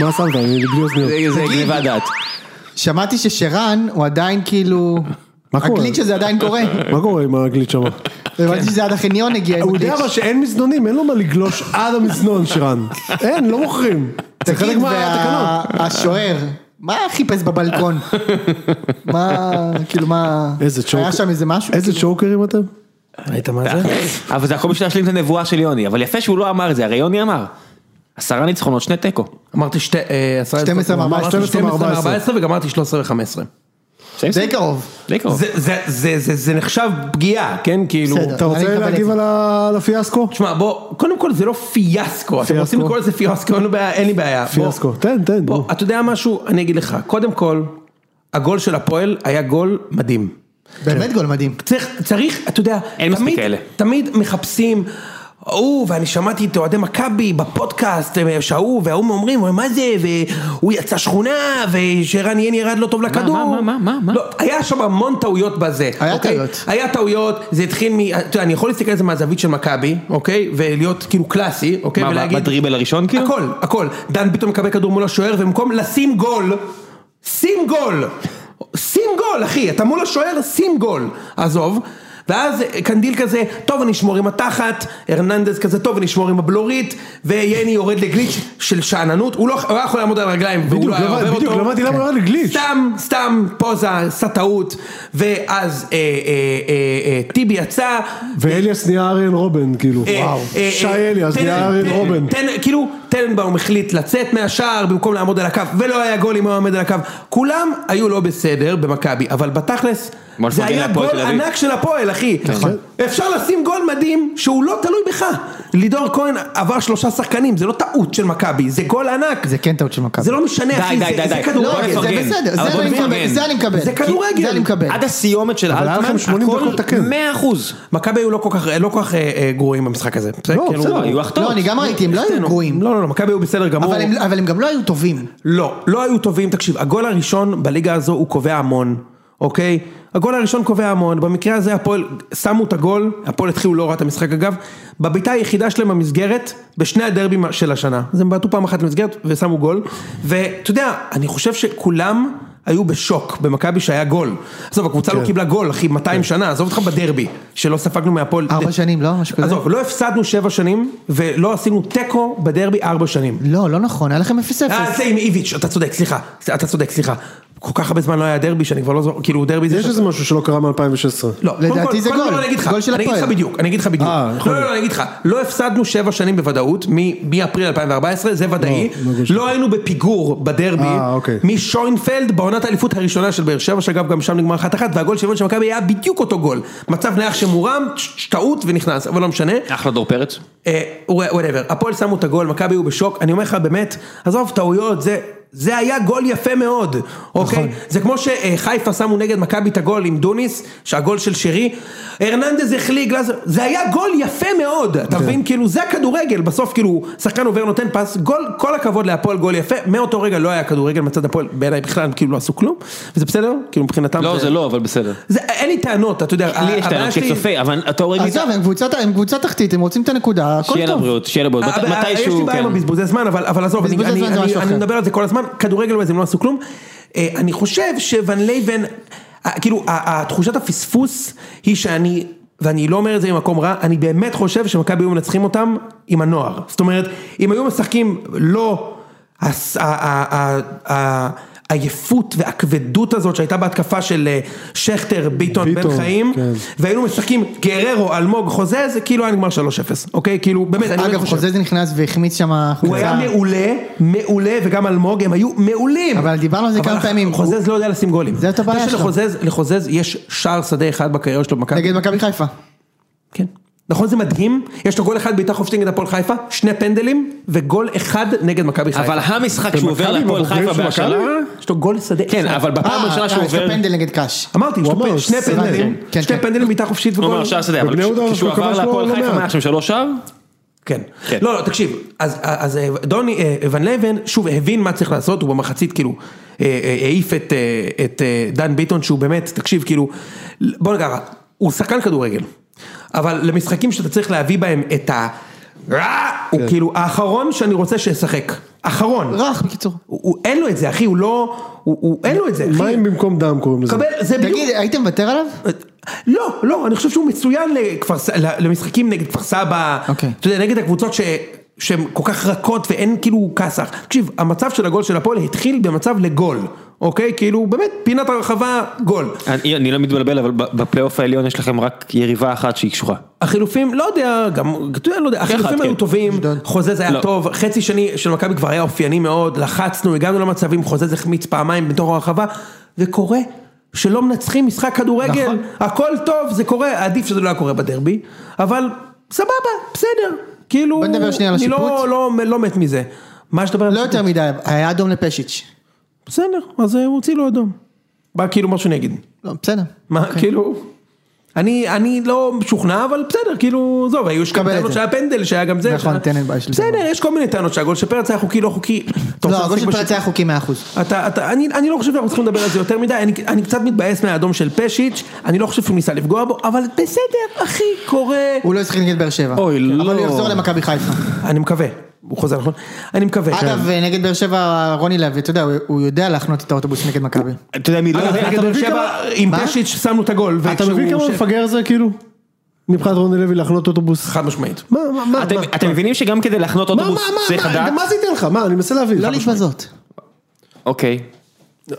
Speaker 1: מה שמת? אני בלי אוזניות.
Speaker 7: זה- זה גניבת דעת.
Speaker 4: שמעתי ששרן הוא עדיין כאילו...
Speaker 1: מה קורה?
Speaker 4: הגליץ' הזה עדיין קורה.
Speaker 1: מה קורה עם הגליץ' שם?
Speaker 4: הבנתי שזה עד החניון הגיע עם
Speaker 1: הוא
Speaker 4: הגליץ'.
Speaker 1: יודע אבל שאין מזנונים, אין לו מה לגלוש עד המזנון, שרן. אין, לא מוכרים. זה חלק
Speaker 4: תגיד,
Speaker 1: מהתקנות.
Speaker 4: והשוער, מה חיפש בבלקון? מה, כאילו מה...
Speaker 1: איזה
Speaker 4: היה
Speaker 1: צ'וק.
Speaker 4: שם איזה משהו?
Speaker 1: איזה
Speaker 4: כאילו?
Speaker 1: צ'וקרים אתם?
Speaker 2: ראית מה זה?
Speaker 7: אבל זה הכל בשביל להשלים את הנבואה של יוני, אבל יפה שהוא לא אמר את זה, הרי יוני אמר. עשרה ניצחונות, שני תיקו.
Speaker 2: אמרתי שתי... אה, עשרה-
Speaker 4: 12
Speaker 2: אמרתי
Speaker 4: מ-
Speaker 1: 12 מ-
Speaker 2: 12 מ- 14 וגמרתי 13 ו-15.
Speaker 4: די קרוב.
Speaker 7: די קרוב.
Speaker 2: זה- זה- זה- זה זה נחשב פגיעה, כן? כאילו...
Speaker 4: בסדר.
Speaker 1: אתה
Speaker 4: אני
Speaker 1: רוצה
Speaker 4: אקבל את
Speaker 1: להגיב
Speaker 4: זה.
Speaker 1: על ה- על הפיאסקו?
Speaker 2: תשמע, בוא, קודם כל זה לא פיאסקו, אתם
Speaker 1: פיאסקו.
Speaker 2: רוצים לקרוא לזה פיאסקו, אין לי בעיה, אין לי בעיה. בוא.
Speaker 1: פיאסקו, תן, תן.
Speaker 2: בוא, אתה יודע משהו? אני אגיד לך, קודם כל, הגול של הפועל היה גול מדהים.
Speaker 4: באמת גול מדהים.
Speaker 2: צריך, צריך, אתה יודע,
Speaker 7: אין מספיק
Speaker 2: תמיד,
Speaker 7: כאלה.
Speaker 2: תמיד מחפשים, ההוא, ואני שמעתי את אוהדי מכבי בפודקאסט, אה, שההוא וההוא אומרים, מה זה, והוא יצא שכונה, ושרן יני ירד לא טוב לכדור.
Speaker 7: מה, מה, מה, מה?
Speaker 2: לא, היה שם המון טעויות בזה.
Speaker 4: היה
Speaker 2: אוקיי?
Speaker 4: טעויות.
Speaker 2: היה טעויות, זה התחיל מ... אתה יודע, אני יכול להסתכל על זה מהזווית של מכבי, אוקיי? ולהיות כאילו קלאסי, אוקיי?
Speaker 7: מה,
Speaker 2: ולהגיד...
Speaker 7: בדריבל הראשון כאילו?
Speaker 2: הכל, הכל. דן ביטון מקבל כדור מול השוער, ובמקום לשים גול, שים גול! שים גול, אחי! אתה מול השוער, שים גול! עזוב. ואז קנדיל כזה, טוב אני אשמור עם התחת, הרננדז כזה, טוב אני אשמור עם הבלורית, ויני יורד לגליץ' של שאננות, הוא לא הוא היה יכול לעמוד על הרגליים, והוא
Speaker 1: בדיוק,
Speaker 2: לא היה
Speaker 1: לא-
Speaker 2: עובר אותו.
Speaker 1: בדיוק, לא הבנתי למה הוא ירד לגליץ'.
Speaker 2: סתם, סתם, פוזה, עשה טעות, ואז אה, אה, אה, אה, טיבי יצא,
Speaker 1: ואליאס נהיה אריאל רובן, כאילו. וואו.
Speaker 2: אה,
Speaker 1: שי
Speaker 2: אה,
Speaker 1: אליאס
Speaker 2: טנן-
Speaker 1: נהיה אריאל
Speaker 2: טנן-
Speaker 1: רובן.
Speaker 2: טנן- כאילו, טננבאום החליט לצאת מהשער במקום לעמוד על הקו, ולא היה גול אם הוא היה עומד על הקו. כולם היו לא בסדר במכבי, אבל בתכלס,
Speaker 7: בוא
Speaker 2: זה
Speaker 7: נפרגן
Speaker 2: היה
Speaker 7: להפועל
Speaker 2: גול
Speaker 7: תל אביב.
Speaker 2: ענק של הפועל, אחי.
Speaker 4: נכון.
Speaker 2: אפשר לשים גול מדהים שהוא לא תלוי בך. לידור כהן עבר שלושה שחקנים, זה לא טעות של מכבי, זה גול ענק.
Speaker 4: זה כן טעות של מכבי.
Speaker 2: זה לא משנה,
Speaker 7: די,
Speaker 2: אחי,
Speaker 7: די,
Speaker 2: זה-
Speaker 7: די,
Speaker 2: זה
Speaker 7: די.
Speaker 4: לא,
Speaker 2: כדורגל.
Speaker 4: זה
Speaker 7: נפרגן.
Speaker 4: בסדר,
Speaker 7: אבל
Speaker 4: זה
Speaker 7: בוא
Speaker 4: אני מקבל,
Speaker 7: נפרגן.
Speaker 4: זה אני מקבל.
Speaker 2: זה כדורגל.
Speaker 4: זה אני מקבל. לא,
Speaker 7: עד הסיומת של
Speaker 1: היה
Speaker 7: אלטמן,
Speaker 1: לכם 80
Speaker 7: הכל
Speaker 1: דקות לתקן.
Speaker 7: 100 אחוז.
Speaker 2: מכבי היו לא כל כך- לא כל כך אה, אה, גרועים במשחק הזה. בסדר? כאילו,
Speaker 7: בסדר, היו החטאות.
Speaker 4: לא, אני גם ראיתי, הם לא היו גרועים.
Speaker 2: לא, לא, לא, מכבי היו בסדר גמור.
Speaker 4: אבל הם- אבל הם גם לא היו טובים.
Speaker 2: לא, לא היו טובים, תקשיב, הגול הראשון בליגה הזו הוא קובע המון, אוקיי? הגול הראשון קובע המון, במקרה הזה הפועל, שמו את הגול, הפועל התחילו לא רע את המשחק אגב, בבעיטה היחידה שלהם במסגרת, בשני הדרבים של השנה, אז הם בעטו פעם אחת במסגרת ושמו גול, ואתה יודע, אני חושב שכולם היו בשוק במכבי שהיה גול. עזוב, הקבוצה לא קיבלה גול, אחי, 200 שנה, עזוב אותך בדרבי, שלא ספגנו מהפועל.
Speaker 4: ארבע שנים, לא? משהו כזה?
Speaker 2: עזוב, לא הפסדנו שבע שנים, ולא עשינו תיקו בדרבי ארבע שנים.
Speaker 4: לא, לא נכון, היה לכם 0-0.
Speaker 2: אה, זה עם איביץ', אתה צודק, סליחה, אתה צודק, סליחה. כל כך הרבה זמן לא היה דרבי, שאני כבר לא זוכר, כאילו דרבי זה...
Speaker 1: יש איזה משהו שלא קרה מ-2016.
Speaker 2: לא, קודם
Speaker 4: לדעתי
Speaker 2: כל-
Speaker 4: זה
Speaker 2: קודם
Speaker 4: גול,
Speaker 2: כל אני אגיד לך,
Speaker 4: גול של
Speaker 2: אני אגיד לך
Speaker 4: הפועל.
Speaker 2: בדיוק, אני אגיד לך בדיוק.
Speaker 1: אה,
Speaker 2: לא,
Speaker 1: יכול
Speaker 2: לא,
Speaker 1: להיות.
Speaker 2: לא, אני אגיד לך, לא הפסדנו שבע שנים בוודאות, מ- מאפריל 2014, זה ודאי.
Speaker 1: לא גול של-
Speaker 2: לא היינו בפיגור בדרבי,
Speaker 1: אה, אוקיי.
Speaker 2: משוינפלד, בעונת האליפות הראשונה של באר שבע, שאגב גם שם נגמר אחת אחת, והגול של של מכבי היה בדיוק אותו גול. מצב נייח שמורם, טעות ונכנס, אבל לא משנה.
Speaker 7: אחלה דור פרץ.
Speaker 2: וואטאבר, אה, הפועל שמו את הגול, מכבי היו בשוק, אני אומר לך באמת, עזוב טעויות, זה, זה היה גול יפה מאוד,
Speaker 7: נכון.
Speaker 2: אוקיי? זה כמו שחיפה שמו נגד מכבי את הגול עם דוניס, שהגול של שרי, הרננדז החליג, גלאזר, זה היה גול יפה מאוד,
Speaker 7: כן.
Speaker 2: אתה מבין? כאילו זה הכדורגל, בסוף כאילו שחקן עובר נותן פס, גול, כל הכבוד להפועל גול יפה, מאותו רגע לא היה כדורגל מצד הפועל, בעיניי בכלל הם כאילו לא עשו כלום, וזה בסדר? כאילו מבחינתם
Speaker 7: לא, זה לא, אבל בסדר.
Speaker 2: זה, אין לי טענות, אתה יודע,
Speaker 7: לי יש
Speaker 2: הבעיה
Speaker 7: טענות
Speaker 2: שלי-
Speaker 7: כצופה, אבל אתה רואה לי...
Speaker 4: עזוב, הם קבוצת- הם קבוצה תחתית, הם רוצים את הנקודה, הכל
Speaker 7: שיהיה לה
Speaker 4: טוב.
Speaker 7: בריאות, שיהיה לה בריאות. מת-
Speaker 2: אבל- אה, יש לי
Speaker 7: מתישהו,
Speaker 2: בעיה
Speaker 7: כן.
Speaker 2: עם הבזבוזי זמן, אבל אבל עזוב, אני-
Speaker 4: בזבוזי
Speaker 2: אני-
Speaker 4: זמן זה
Speaker 2: אני-
Speaker 4: משהו
Speaker 2: אני
Speaker 4: אחר.
Speaker 2: מדבר על זה כל הזמן, כדורגל וזה הם לא עשו כלום. אה, אני חושב שוון לייבן, אה, כאילו, ה- התחושת הפספוס היא שאני, ואני לא אומר את זה ממקום רע, אני באמת חושב שמכבי היו מנצחים אותם עם הנוער. זאת אומרת, אם היו משחקים לא... הס- ה- ה- ה- ה- העייפות והכבדות הזאת שהייתה בהתקפה של אה, שכטר, ביטון, בן
Speaker 1: ביטון,
Speaker 2: חיים,
Speaker 1: כן.
Speaker 2: והיינו משחקים גררו, אלמוג, חוזה, זה כאילו היה נגמר 3-0, אוקיי? כאילו, באמת, אני באמת
Speaker 4: אגב,
Speaker 2: חושב.
Speaker 4: חוזז נכנס והחמיץ שם
Speaker 2: הוא
Speaker 4: חולצה.
Speaker 2: היה מעולה, מעולה, וגם אלמוג, הם היו מעולים.
Speaker 4: אבל דיברנו על זה
Speaker 2: אבל
Speaker 4: כמה פעמים.
Speaker 2: חוזז לא יודע לשים גולים.
Speaker 4: זה את הבעיה
Speaker 2: זה
Speaker 4: שלו.
Speaker 2: שלחוזז- לחוזז יש שער שדה אחד בקריירה שלו במכבי.
Speaker 4: נגד מכבי חיפה.
Speaker 2: כן. נכון זה מדהים? יש לו גול אחד בעיטה חופשית נגד הפועל חיפה, שני פנדלים וגול אחד נגד מכבי חיפה.
Speaker 7: אבל המשחק שהוא עובר
Speaker 1: במכבי,
Speaker 7: להפועל
Speaker 1: בבוגרים
Speaker 7: חיפה
Speaker 1: של מכבי?
Speaker 7: בהשאלה,
Speaker 2: יש לו גול שדה
Speaker 7: כן,
Speaker 2: אחד.
Speaker 7: אבל בפעם הראשונה שהוא
Speaker 4: אה, יש לו
Speaker 7: עובר,
Speaker 4: פנדל נגד קאש.
Speaker 2: אמרתי, יש
Speaker 1: הוא
Speaker 2: לו
Speaker 1: אמר,
Speaker 2: פ- שני
Speaker 1: סבבה,
Speaker 2: פנדלים,
Speaker 4: כן,
Speaker 2: שני
Speaker 4: כן.
Speaker 2: פנדלים בעיטה חופשית
Speaker 7: הוא
Speaker 2: וגול.
Speaker 7: אמר שער שדה, אבל
Speaker 1: ובני יהודה
Speaker 7: כשהוא
Speaker 1: דווקא
Speaker 7: עבר
Speaker 1: כבש לו
Speaker 7: להפועל
Speaker 1: לא
Speaker 7: חיפה
Speaker 1: מעט.
Speaker 7: מה היה שם שלוש שער?
Speaker 2: כן.
Speaker 7: כן.
Speaker 2: לא, לא, תקשיב, אז, אז אה, דוני אה, ון לבן שוב הבין מה צריך לעשות, הוא במחצית כאילו אה, אה, העיף את, אה, את אה, דן ביטון שהוא באמת, תקשיב, כאילו, בוא נגיד ככה, הוא שחקן כדורגל, אבל למשחקים שאתה צריך להביא בהם את ה... רע, הוא כאילו האחרון שאני רוצה שישחק, אחרון,
Speaker 4: רך בקיצור.
Speaker 2: הוא, הוא, אין לו את זה אחי, הוא לא, הוא, הוא, אין לו את זה אחי,
Speaker 1: מים במקום דם קוראים לזה.
Speaker 2: קבל, זה בדיוק,
Speaker 4: תגיד, היית מוותר עליו?
Speaker 2: לא, לא, אני חושב שהוא מצוין לכפר, ס- ל- למשחקים נגד כפר סבא,
Speaker 4: אוקיי.
Speaker 2: אתה יודע, נגד הקבוצות ש... שהן כל כך רכות ואין כאילו כסח. תקשיב, המצב של הגול של הפועל התחיל במצב לגול, אוקיי? כאילו, באמת, פינת הרחבה, גול.
Speaker 7: אני אני לא מתבלבל, אבל ב- בפלייאוף העליון יש לכם רק יריבה אחת שהיא קשורה.
Speaker 2: החילופים, לא יודע, גם, אתה יודע, לא יודע, החילופים
Speaker 7: כן.
Speaker 2: היו טובים, חוזז היה
Speaker 7: לא.
Speaker 2: טוב, חצי שני של מכבי כבר היה אופייני מאוד, לחצנו, הגענו למצבים, חוזז החמיץ פעמיים בתור הרחבה, זה קורה, שלא מנצחים משחק כדורגל,
Speaker 4: נכון.
Speaker 2: הכל טוב, זה קורה, עדיף שזה לא היה קורה בדרבי, אבל סבבה, בסדר, כאילו,
Speaker 4: בוא נדבר שנייה על
Speaker 2: אני לא,
Speaker 4: השיפוט.
Speaker 2: לא, לא מת מזה. מה שאתה אומר,
Speaker 4: לא יותר מדי, היה אדום לפשיץ'.
Speaker 2: בסדר, אז אה, הוציא לו אדום. בא כאילו משהו נגד.
Speaker 4: לא, בסדר.
Speaker 2: מה, כאילו... אני, אני לא משוכנע, אבל בסדר, כאילו, עזוב, היו יש כמה
Speaker 4: קבל את
Speaker 2: טענות
Speaker 4: זה.
Speaker 2: שהיה פנדל, שהיה גם זה.
Speaker 4: נכון,
Speaker 2: שהיה-
Speaker 4: טננבאי של
Speaker 2: בסדר,
Speaker 4: דבר.
Speaker 2: יש כל מיני טענות שהגול של פרץ היה חוקי, לא חוקי. אתה רוצה
Speaker 4: לא, הגול של
Speaker 2: לשחק
Speaker 4: פרץ
Speaker 2: בשיט-
Speaker 4: היה חוקי 100%.
Speaker 2: אתה, אתה, אני, אני לא חושב שאנחנו צריכים לדבר על זה יותר מדי, אני, אני קצת מתבאס מהאדום של פשיץ', אני לא חושב שהוא ניסה לפגוע בו, אבל בסדר, אחי, קורה.
Speaker 4: הוא לא ישחק נגד באר שבע.
Speaker 7: אוי, לא. כן.
Speaker 4: אבל הוא יחזור למכבי חיפה.
Speaker 2: אני מקווה, הוא חוזר, נכון? אני מקווה. כן.
Speaker 4: אגב, נגד באר שבע, רוני לוי, אתה יודע, הוא- הוא יודע להחנות את האוטובוס נגד מכבי.
Speaker 7: אתה יודע מי
Speaker 6: אה,
Speaker 7: לא...
Speaker 2: אגב, נגד באר שבע, עם
Speaker 4: מה?
Speaker 2: פשיץ' שמנו את הגול,
Speaker 1: אתה
Speaker 2: וכשהוא-
Speaker 1: מבין כמה
Speaker 2: ש-
Speaker 1: מפגר זה כאילו? מבחינת רוני לוי להחנות אוטובוס.
Speaker 2: חד משמעית.
Speaker 1: מה, מה, מה?
Speaker 7: אתם-
Speaker 1: מה?
Speaker 7: אתם מבינים שגם כדי להחנות
Speaker 1: מה, מה,
Speaker 7: אוטובוס צריך
Speaker 1: מה, מה,
Speaker 7: לדעת?
Speaker 1: מה זה ייתן לך? מה, אני מנסה להבין.
Speaker 4: לא להתבזות.
Speaker 7: אוקיי.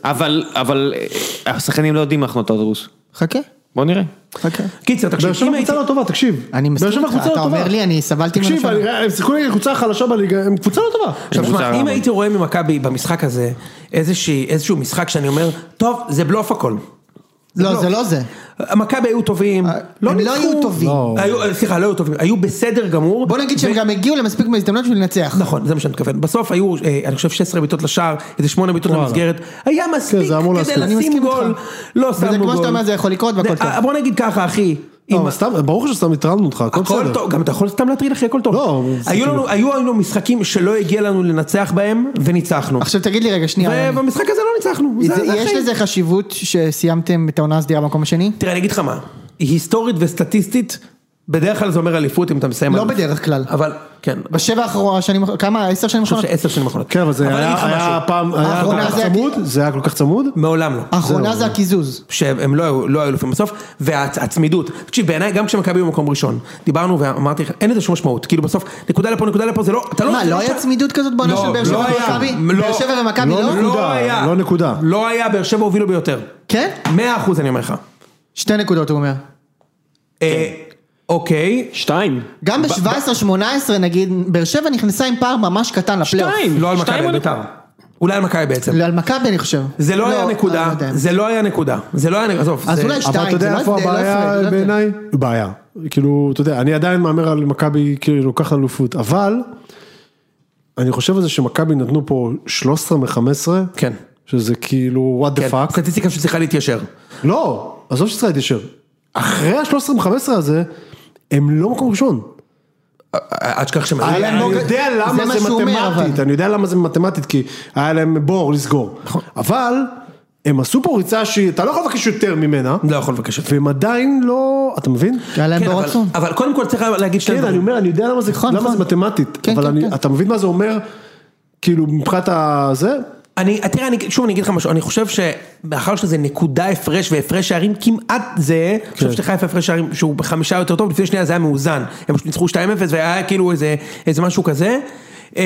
Speaker 7: אבל, אבל אה, השחקנים לא יודעים להחנות את האוטובוס.
Speaker 4: חכה,
Speaker 7: בוא נראה.
Speaker 4: חכה.
Speaker 2: קיצר,
Speaker 1: באר
Speaker 2: תקשיב,
Speaker 1: שבע
Speaker 2: אם הייתי...
Speaker 1: קבוצה לא טובה, תקשיב.
Speaker 4: אני מסכים
Speaker 1: באר שבע
Speaker 4: איתך,
Speaker 1: קבוצה לא
Speaker 4: אתה
Speaker 1: טובה.
Speaker 4: אומר לי, אני סבלתי
Speaker 1: תקשיב,
Speaker 4: מהלשון.
Speaker 1: אני- הם שיחקו נגד קבוצה חלשה בליגה, הם קבוצה לא טובה.
Speaker 2: עכשיו
Speaker 7: קבוצה
Speaker 2: שמע, אם
Speaker 7: רמה.
Speaker 2: הייתי רואה ממכבי במשחק הזה איזושהי, איזשהו משחק שאני אומר, טוב, זה בלוף הכל.
Speaker 4: לא, זה לא זה.
Speaker 2: מכבי היו טובים, לא
Speaker 4: הם
Speaker 2: ניצחו.
Speaker 4: לא היו טובים.
Speaker 1: לא.
Speaker 2: היו- סליחה, לא היו טובים, היו בסדר גמור.
Speaker 4: בוא נגיד שהם
Speaker 2: ו-
Speaker 4: גם הגיעו למספיק מהזדמנות בשביל לנצח.
Speaker 2: נכון, זה מה שאני מתכוון. בסוף היו, אה, אני חושב, 16 בעיטות לשער, איזה 8 בעיטות
Speaker 1: וואלה.
Speaker 2: למסגרת. היה מספיק
Speaker 1: כן, זה אמור
Speaker 2: כדי
Speaker 1: להספיק. אני
Speaker 2: לשים
Speaker 4: מסכים
Speaker 2: גול.
Speaker 4: איתך.
Speaker 2: לא
Speaker 4: וזה
Speaker 2: שמנו גול.
Speaker 4: כמו שאתה אומר, זה יכול לקרות והכל
Speaker 2: זה-
Speaker 4: טוב.
Speaker 2: אה, בוא נגיד ככה, אחי.
Speaker 1: לא,
Speaker 2: אם-
Speaker 1: אבל סתם, ברור שסתם הטרלנו אותך, הכל
Speaker 2: הכל
Speaker 1: בסדר.
Speaker 2: טוב, גם אתה יכול סתם להטריד אחי, הכל טוב.
Speaker 1: לא, זה
Speaker 2: היו
Speaker 1: כאילו-
Speaker 2: לנו- היו לנו משחקים שלא הגיע לנו לנצח בהם, וניצחנו.
Speaker 4: עכשיו תגיד לי רגע, שנייה. יוני.
Speaker 2: ובמשחק הזה לא ניצחנו. זה-
Speaker 4: זה-
Speaker 2: זה
Speaker 4: יש
Speaker 2: החיים.
Speaker 4: לזה חשיבות שסיימתם את העונה הסדירה במקום השני?
Speaker 2: תראה, אני אגיד לך מה, היסטורית וסטטיסטית, בדרך כלל זה אומר אליפות אם אתה מסיים
Speaker 4: לא
Speaker 2: אלוף.
Speaker 4: בדרך כלל. נכון.
Speaker 2: אבל, כן, אני
Speaker 4: בשבע האחרונות, שנים, כמה? עשר שנים
Speaker 2: חושב
Speaker 4: האחרונות?
Speaker 2: שעשר שנים אחרונות.
Speaker 1: כן, אבל זה
Speaker 2: אני אגיד
Speaker 1: היה
Speaker 2: לך
Speaker 1: היה
Speaker 2: משהו.
Speaker 1: פעם, היה כל
Speaker 4: האחרונה
Speaker 1: כך
Speaker 4: זה היה-
Speaker 1: צמוד, זה היה כל כך צמוד.
Speaker 2: מעולם לא.
Speaker 4: האחרונה זה הקיזוז.
Speaker 2: שהם לא היו, לא היו אלופים בסוף, והצמידות, תקשיב בעיניי גם כשמכבי במקום ראשון, דיברנו ואמרתי לך, אין לזה שום משמעות, כאילו בסוף נקודה לפה נקודה לפה זה לא, אתה לא,
Speaker 4: מה,
Speaker 2: זה
Speaker 4: לא היה
Speaker 2: ש-
Speaker 4: צמידות כזאת בעונה
Speaker 2: לא,
Speaker 4: של באר שבע
Speaker 2: לא היה.
Speaker 4: ומכבי?
Speaker 2: לא.
Speaker 4: באר שבע ומכבי
Speaker 1: לא
Speaker 4: לא?
Speaker 1: נקודה.
Speaker 2: לא היה,
Speaker 1: לא נקודה.
Speaker 2: לא היה, באר שבע הובילו ביותר,
Speaker 4: כן?
Speaker 2: 100% אני אומר לך,
Speaker 4: שתי נקודות הוא אומר.
Speaker 2: אה,
Speaker 4: כן.
Speaker 2: אוקיי,
Speaker 7: שתיים.
Speaker 4: גם ב-17-18 נגיד, באר שבע נכנסה עם פער ממש קטן לפלייאוף.
Speaker 7: שתיים.
Speaker 2: לא על
Speaker 7: שתיים
Speaker 2: מכבי
Speaker 7: עוד-
Speaker 2: בית"ר, אולי על מכבי בעצם,
Speaker 4: לא, על מכבי אני חושב.
Speaker 2: זה לא היה נקודה,
Speaker 4: אני לא יודע.
Speaker 2: זה לא היה נקודה, זה לא היה, עזוב,
Speaker 4: אז
Speaker 2: זה-
Speaker 4: אולי
Speaker 1: אבל
Speaker 4: שתיים,
Speaker 1: אתה
Speaker 4: זה
Speaker 1: יודע
Speaker 4: לא-
Speaker 1: איפה
Speaker 4: זה לא הפרד, זה
Speaker 1: הבעיה
Speaker 4: לא
Speaker 1: בעיניי? בעיה. כאילו, אתה יודע, אני עדיין מהמר על מכבי כאילו לוקח אליפות, אבל אני חושב על זה שמכבי נתנו פה 13 מ-15,
Speaker 2: כן.
Speaker 1: שזה כאילו what the
Speaker 2: כן,
Speaker 1: fuck.
Speaker 2: סטטיסטיקה שצריכה להתיישר.
Speaker 1: לא, עזוב שצריך להתיישר. אחרי ה-13 מ-15 הזה, הם לא מקום ראשון.
Speaker 2: אל תשכח שהם...
Speaker 1: היה להם לא-
Speaker 4: אני-
Speaker 1: אני יודע
Speaker 4: זה
Speaker 1: למה
Speaker 4: מה
Speaker 1: זה
Speaker 4: שהוא אומר,
Speaker 1: מתמטית,
Speaker 4: אבל.
Speaker 1: אני יודע למה זה מתמטית, כי היה להם בור לסגור.
Speaker 4: נכון.
Speaker 1: אבל הם עשו פה ריצה שאתה לא יכול לבקש יותר ממנה,
Speaker 2: לא יכול לבקש את זה.
Speaker 1: והם עדיין לא, אתה מבין?
Speaker 4: היה להם
Speaker 2: כן,
Speaker 4: בור
Speaker 2: אבל-
Speaker 4: עצום.
Speaker 2: אבל קודם כל צריך להגיד שני
Speaker 1: כן, אני
Speaker 2: דברים.
Speaker 1: אומר, אני יודע למה זה,
Speaker 4: נכון,
Speaker 1: למה
Speaker 4: נכון.
Speaker 1: זה מתמטית,
Speaker 4: כן,
Speaker 1: אבל
Speaker 4: כן,
Speaker 1: אני,
Speaker 4: כן.
Speaker 1: אתה מבין מה זה אומר, כאילו מבחינת הזה,
Speaker 2: אני, תראה, אני, שוב אני אגיד לך משהו, אני חושב שמאחר שזה נקודה הפרש והפרש שערים כמעט זהה, אני
Speaker 1: כן.
Speaker 2: חושב שלחיפה הפרש שערים שהוא בחמישה יותר טוב, לפני שנייה זה היה מאוזן, הם פשוט ניצחו 2-0 והיה כאילו איזה, איזה משהו כזה. אמ,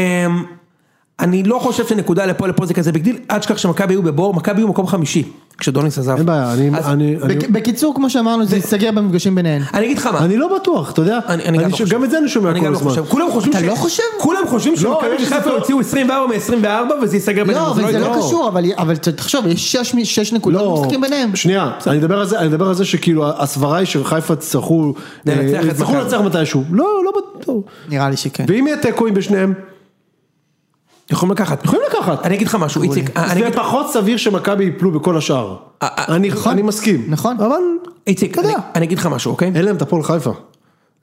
Speaker 2: אני לא חושב שנקודה לפה לפה זה כזה בגדיל, עד שכך שמכבי היו בבור, מכבי היו מקום חמישי. כשדוניס עזב.
Speaker 1: אין בעיה, אני-
Speaker 2: אז
Speaker 1: אני... אני-
Speaker 4: בק- בקיצור, כמו שאמרנו, זה ייסגר במפגשים ביניהן.
Speaker 2: אני אגיד לך מה.
Speaker 1: אני לא בטוח, אתה יודע,
Speaker 2: אני, אני,
Speaker 1: אני
Speaker 2: גם
Speaker 1: ש-
Speaker 2: לא חושב.
Speaker 1: גם את זה אני שומע
Speaker 2: אני
Speaker 1: כל
Speaker 2: גם לא
Speaker 1: הזמן. לא.
Speaker 2: חושב. כולם חושבים
Speaker 4: אתה לא חושב?
Speaker 2: כולם חושבים שמכבי
Speaker 1: יש
Speaker 2: חיפה
Speaker 1: סיפור.
Speaker 2: הוציאו 24 מ-24 וזה ייסגר ביניהם.
Speaker 4: לא, אבל זה לא
Speaker 2: יקרה.
Speaker 4: קשור, אבל- אבל ת- תחשוב, יש שש- שש נקודות
Speaker 1: לא,
Speaker 4: משחקים ביניהם.
Speaker 1: שנייה, אני אדבר על זה, אני אדבר על זה שכאילו הסברה היא שחיפה יצטרכו,
Speaker 2: לנצח
Speaker 1: אה,
Speaker 2: את
Speaker 1: יצטרכו
Speaker 2: מכבי. כן.
Speaker 1: לנצח מתישהו, לא, לא בטוח,
Speaker 4: נראה לי שכן.
Speaker 1: ואם יהיה תיקואים בשניהם,
Speaker 2: יכולים לקחת.
Speaker 1: יכולים לקחת,
Speaker 2: אני אגיד לך משהו, איציק, אה, אני
Speaker 1: זה
Speaker 2: אגיד- אה,
Speaker 1: פחות סביר שמכבי ייפלו בכל השאר, אני- אני מסכים,
Speaker 4: נכון.
Speaker 1: אבל
Speaker 2: איציק, אני- אני אגיד לך משהו, אוקיי?
Speaker 1: אין להם את הפועל חיפה,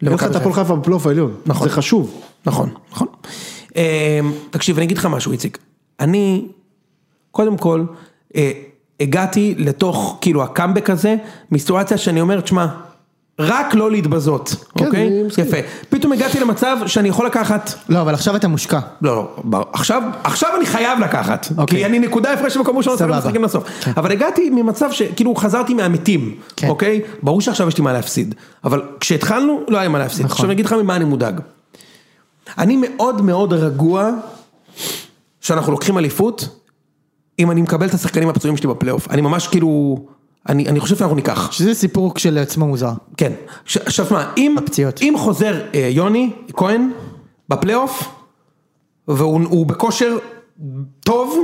Speaker 1: אין לך את הפועל חיפה בפלייאוף העליון,
Speaker 2: נכון.
Speaker 1: זה חשוב,
Speaker 2: נכון, נכון. אמ, תקשיב, אני אגיד לך משהו, איציק. אני, קודם כל, אה, הגעתי לתוך, כאילו, הקאמבק הזה, מסיטואציה שאני אומר, תשמע, רק לא להתבזות,
Speaker 1: כן,
Speaker 2: אוקיי?
Speaker 1: אני מסכים.
Speaker 2: יפה. פתאום הגעתי למצב שאני יכול לקחת,
Speaker 4: לא, אבל עכשיו אתה מושקע.
Speaker 2: לא, לא, בר- עכשיו, עכשיו אני חייב לקחת,
Speaker 4: אוקיי.
Speaker 2: כי אני נקודה הפרש במקום ראשון,
Speaker 4: סבבה.
Speaker 2: סבבה, משחקים לסוף. אבל הגעתי ממצב שכאילו חזרתי מהמתים,
Speaker 4: כן.
Speaker 2: אוקיי? ברור שעכשיו יש לי מה להפסיד, אבל כשהתחלנו, לא היה לי מה להפסיד.
Speaker 4: נכון.
Speaker 2: עכשיו אני אגיד לך ממה אני מודאג. אני מאוד מאוד רגוע שאנחנו לוקחים אליפות, אם אני מקבל את השחקנים הפצועים שלי בפלייאוף. אני ממש כאילו, אני, אני חושב שאנחנו ניקח.
Speaker 4: שזה סיפור כשלעצמו מוזר.
Speaker 1: אה,
Speaker 2: כן. ש- עכשיו מה, אם,
Speaker 4: הפציעות.
Speaker 2: אם חוזר אה, יוני כהן בפלייאוף, והוא הוא בכושר טוב,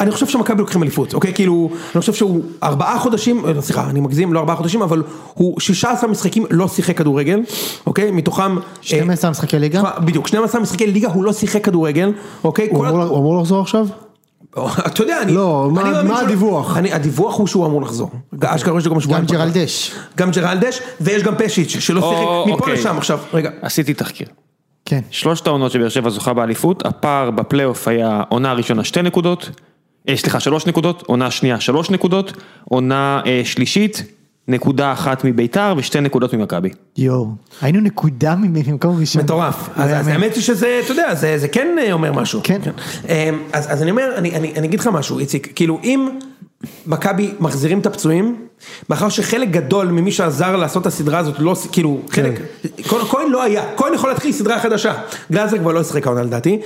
Speaker 2: אני חושב שמכבי לוקחים אליפות, אוקיי? כאילו, אני חושב שהוא ארבעה חודשים, אה, לא, סליחה, אני מגזים, לא ארבעה חודשים, אבל הוא 16 משחקים לא שיחק כדורגל, אוקיי? מתוכם... אה,
Speaker 4: 12 משחקי ליגה.
Speaker 2: שמע, בדיוק, 12 משחקי ליגה הוא לא שיחק כדורגל, אוקיי?
Speaker 1: הוא
Speaker 2: כל ה-
Speaker 1: אמור- הוא אמור לחזור עכשיו?
Speaker 2: אתה יודע, אני...
Speaker 1: לא,
Speaker 2: אני
Speaker 1: מה-
Speaker 2: מאמין
Speaker 1: מה
Speaker 2: שהוא-
Speaker 1: הדיווח?
Speaker 2: אני- הדיווח הוא שהוא אמור לחזור. אשכרה יש לו גם
Speaker 4: גם
Speaker 2: שבועיים.
Speaker 4: ג'רלדש.
Speaker 2: גם ג'רלדש, ויש גם פשיץ' שלא
Speaker 6: או,
Speaker 2: שיחק מפה
Speaker 6: אוקיי.
Speaker 2: לשם עכשיו, רגע.
Speaker 6: עשיתי תחקיר.
Speaker 4: כן.
Speaker 6: שלושת העונות שבאר שבע זוכה באליפות, הפער בפלייאוף היה עונה ראשונה שתי נקודות, אה, סליחה שלוש נקודות, עונה שנייה שלוש נקודות, עונה אה, שלישית, נקודה אחת מביתר ושתי נקודות ממכבי.
Speaker 4: יואו. היינו נקודה ממקום ראשון.
Speaker 2: מטורף,
Speaker 1: אה,
Speaker 2: אז אז האמת היא שזה, אתה יודע, זה זה כן אה, אומר משהו.
Speaker 4: כן.
Speaker 2: אמ, אז אז אני אומר, אני- אני אני אגיד לך משהו, איציק, כאילו אם מכבי מחזירים את הפצועים, מאחר שחלק גדול ממי שעזר לעשות את הסדרה הזאת, לא, ס- כאילו,
Speaker 1: כן.
Speaker 2: חלק, כהן- כהן לא היה, כהן יכול להתחיל סדרה חדשה, גלאזר כבר לא ישחק העונה לדעתי,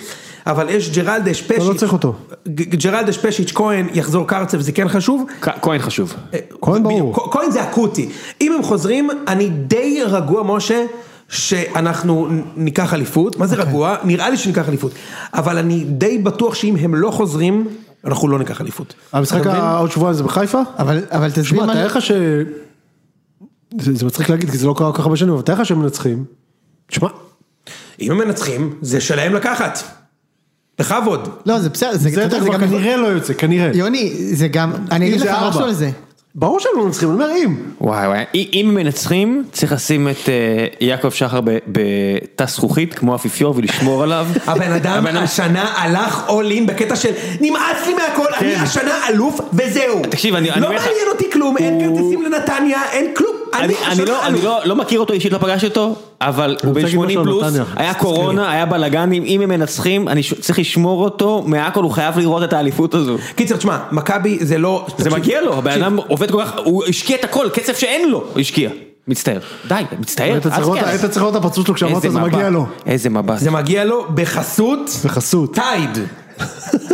Speaker 2: אבל יש ג'רלדש, פשיץ',
Speaker 1: לא צריך אותו.
Speaker 2: ג- ג'רלדש, פשיץ', כהן, יחזור קרצב, זה כן חשוב,
Speaker 6: ק- כהן חשוב.
Speaker 1: כהן ברור.
Speaker 2: בדיוק, כהן זה אקוטי. אם הם חוזרים, אני די רגוע, משה, שאנחנו נ- ניקח אליפות. מה זה
Speaker 6: אוקיי.
Speaker 2: רגוע? נראה לי שניקח אליפות. אבל אני די בטוח שאם הם לא חוזרים, אנחנו לא ניקח אליפות.
Speaker 1: המשחק
Speaker 2: אתה מבין?
Speaker 1: העוד שבועיים זה בחיפה?
Speaker 4: אבל אבל תסביר
Speaker 1: שמע,
Speaker 4: מה...
Speaker 1: תאר לך ש... זה זה מצחיק להגיד, כי זה לא קרה כל כך הרבה שנים, אבל תאר לך שהם מנצחים, תשמע,
Speaker 2: אם הם מנצחים, זה שלהם לקחת. בכבוד.
Speaker 4: לא, זה בסדר, זה
Speaker 1: זה
Speaker 4: אתה יודע, זה
Speaker 1: כבר
Speaker 4: גם...
Speaker 1: כנראה לא יוצא, כנראה.
Speaker 4: יוני, זה גם... אני אגיד
Speaker 1: אם
Speaker 4: לך
Speaker 1: זה ארבע.
Speaker 4: משהו על זה.
Speaker 1: ברור שהם לא מנצחים, אני אומר אם.
Speaker 6: וואי וואי, אי- אם הם מנצחים, צריך לשים את אה, יעקב שחר ב- בתא זכוכית, כמו אפיפיור, ולשמור עליו.
Speaker 2: הבן אדם השנה הלך אול אין בקטע של נמאס לי מהכל, אני השנה אלוף וזהו.
Speaker 6: כן. תקשיב, אני- אני
Speaker 2: לא
Speaker 6: אומר לך-
Speaker 2: מעניין אותי כלום, אין כרטיסים לנתניה, אין כלום.
Speaker 6: אני, אני,
Speaker 2: השנה
Speaker 6: לא, אני
Speaker 2: אלוף.
Speaker 6: לא, לא מכיר אותו אישית, לא פגשתי אותו, אבל הוא
Speaker 1: רוצה
Speaker 6: בן
Speaker 1: להגיד
Speaker 6: 80
Speaker 1: משהו על
Speaker 6: פלוס,
Speaker 1: נתניה.
Speaker 6: היה קורונה, היה בלאגנים, אם הם מנצחים, אני ש... צריך לשמור אותו, מהכל הוא חייב לראות את האליפות הזו.
Speaker 2: קיצר, תשמע, מכבי זה לא...
Speaker 6: זה מגיע לו, הבן אדם עובד כל כך, הוא השקיע את הכל, כסף שאין לו, הוא השקיע. מצטער. די, מצטער.
Speaker 1: היית
Speaker 6: אל
Speaker 1: צריך לראות-
Speaker 6: תכעס.
Speaker 1: היית צריך לראות את הפרצוף שלו כשאמרת,
Speaker 6: כן. איזה
Speaker 1: זה מגיע
Speaker 6: מבט,
Speaker 1: לו.
Speaker 6: איזה מבט.
Speaker 2: זה מגיע לו בחסות...
Speaker 1: בחסות.
Speaker 2: טייד.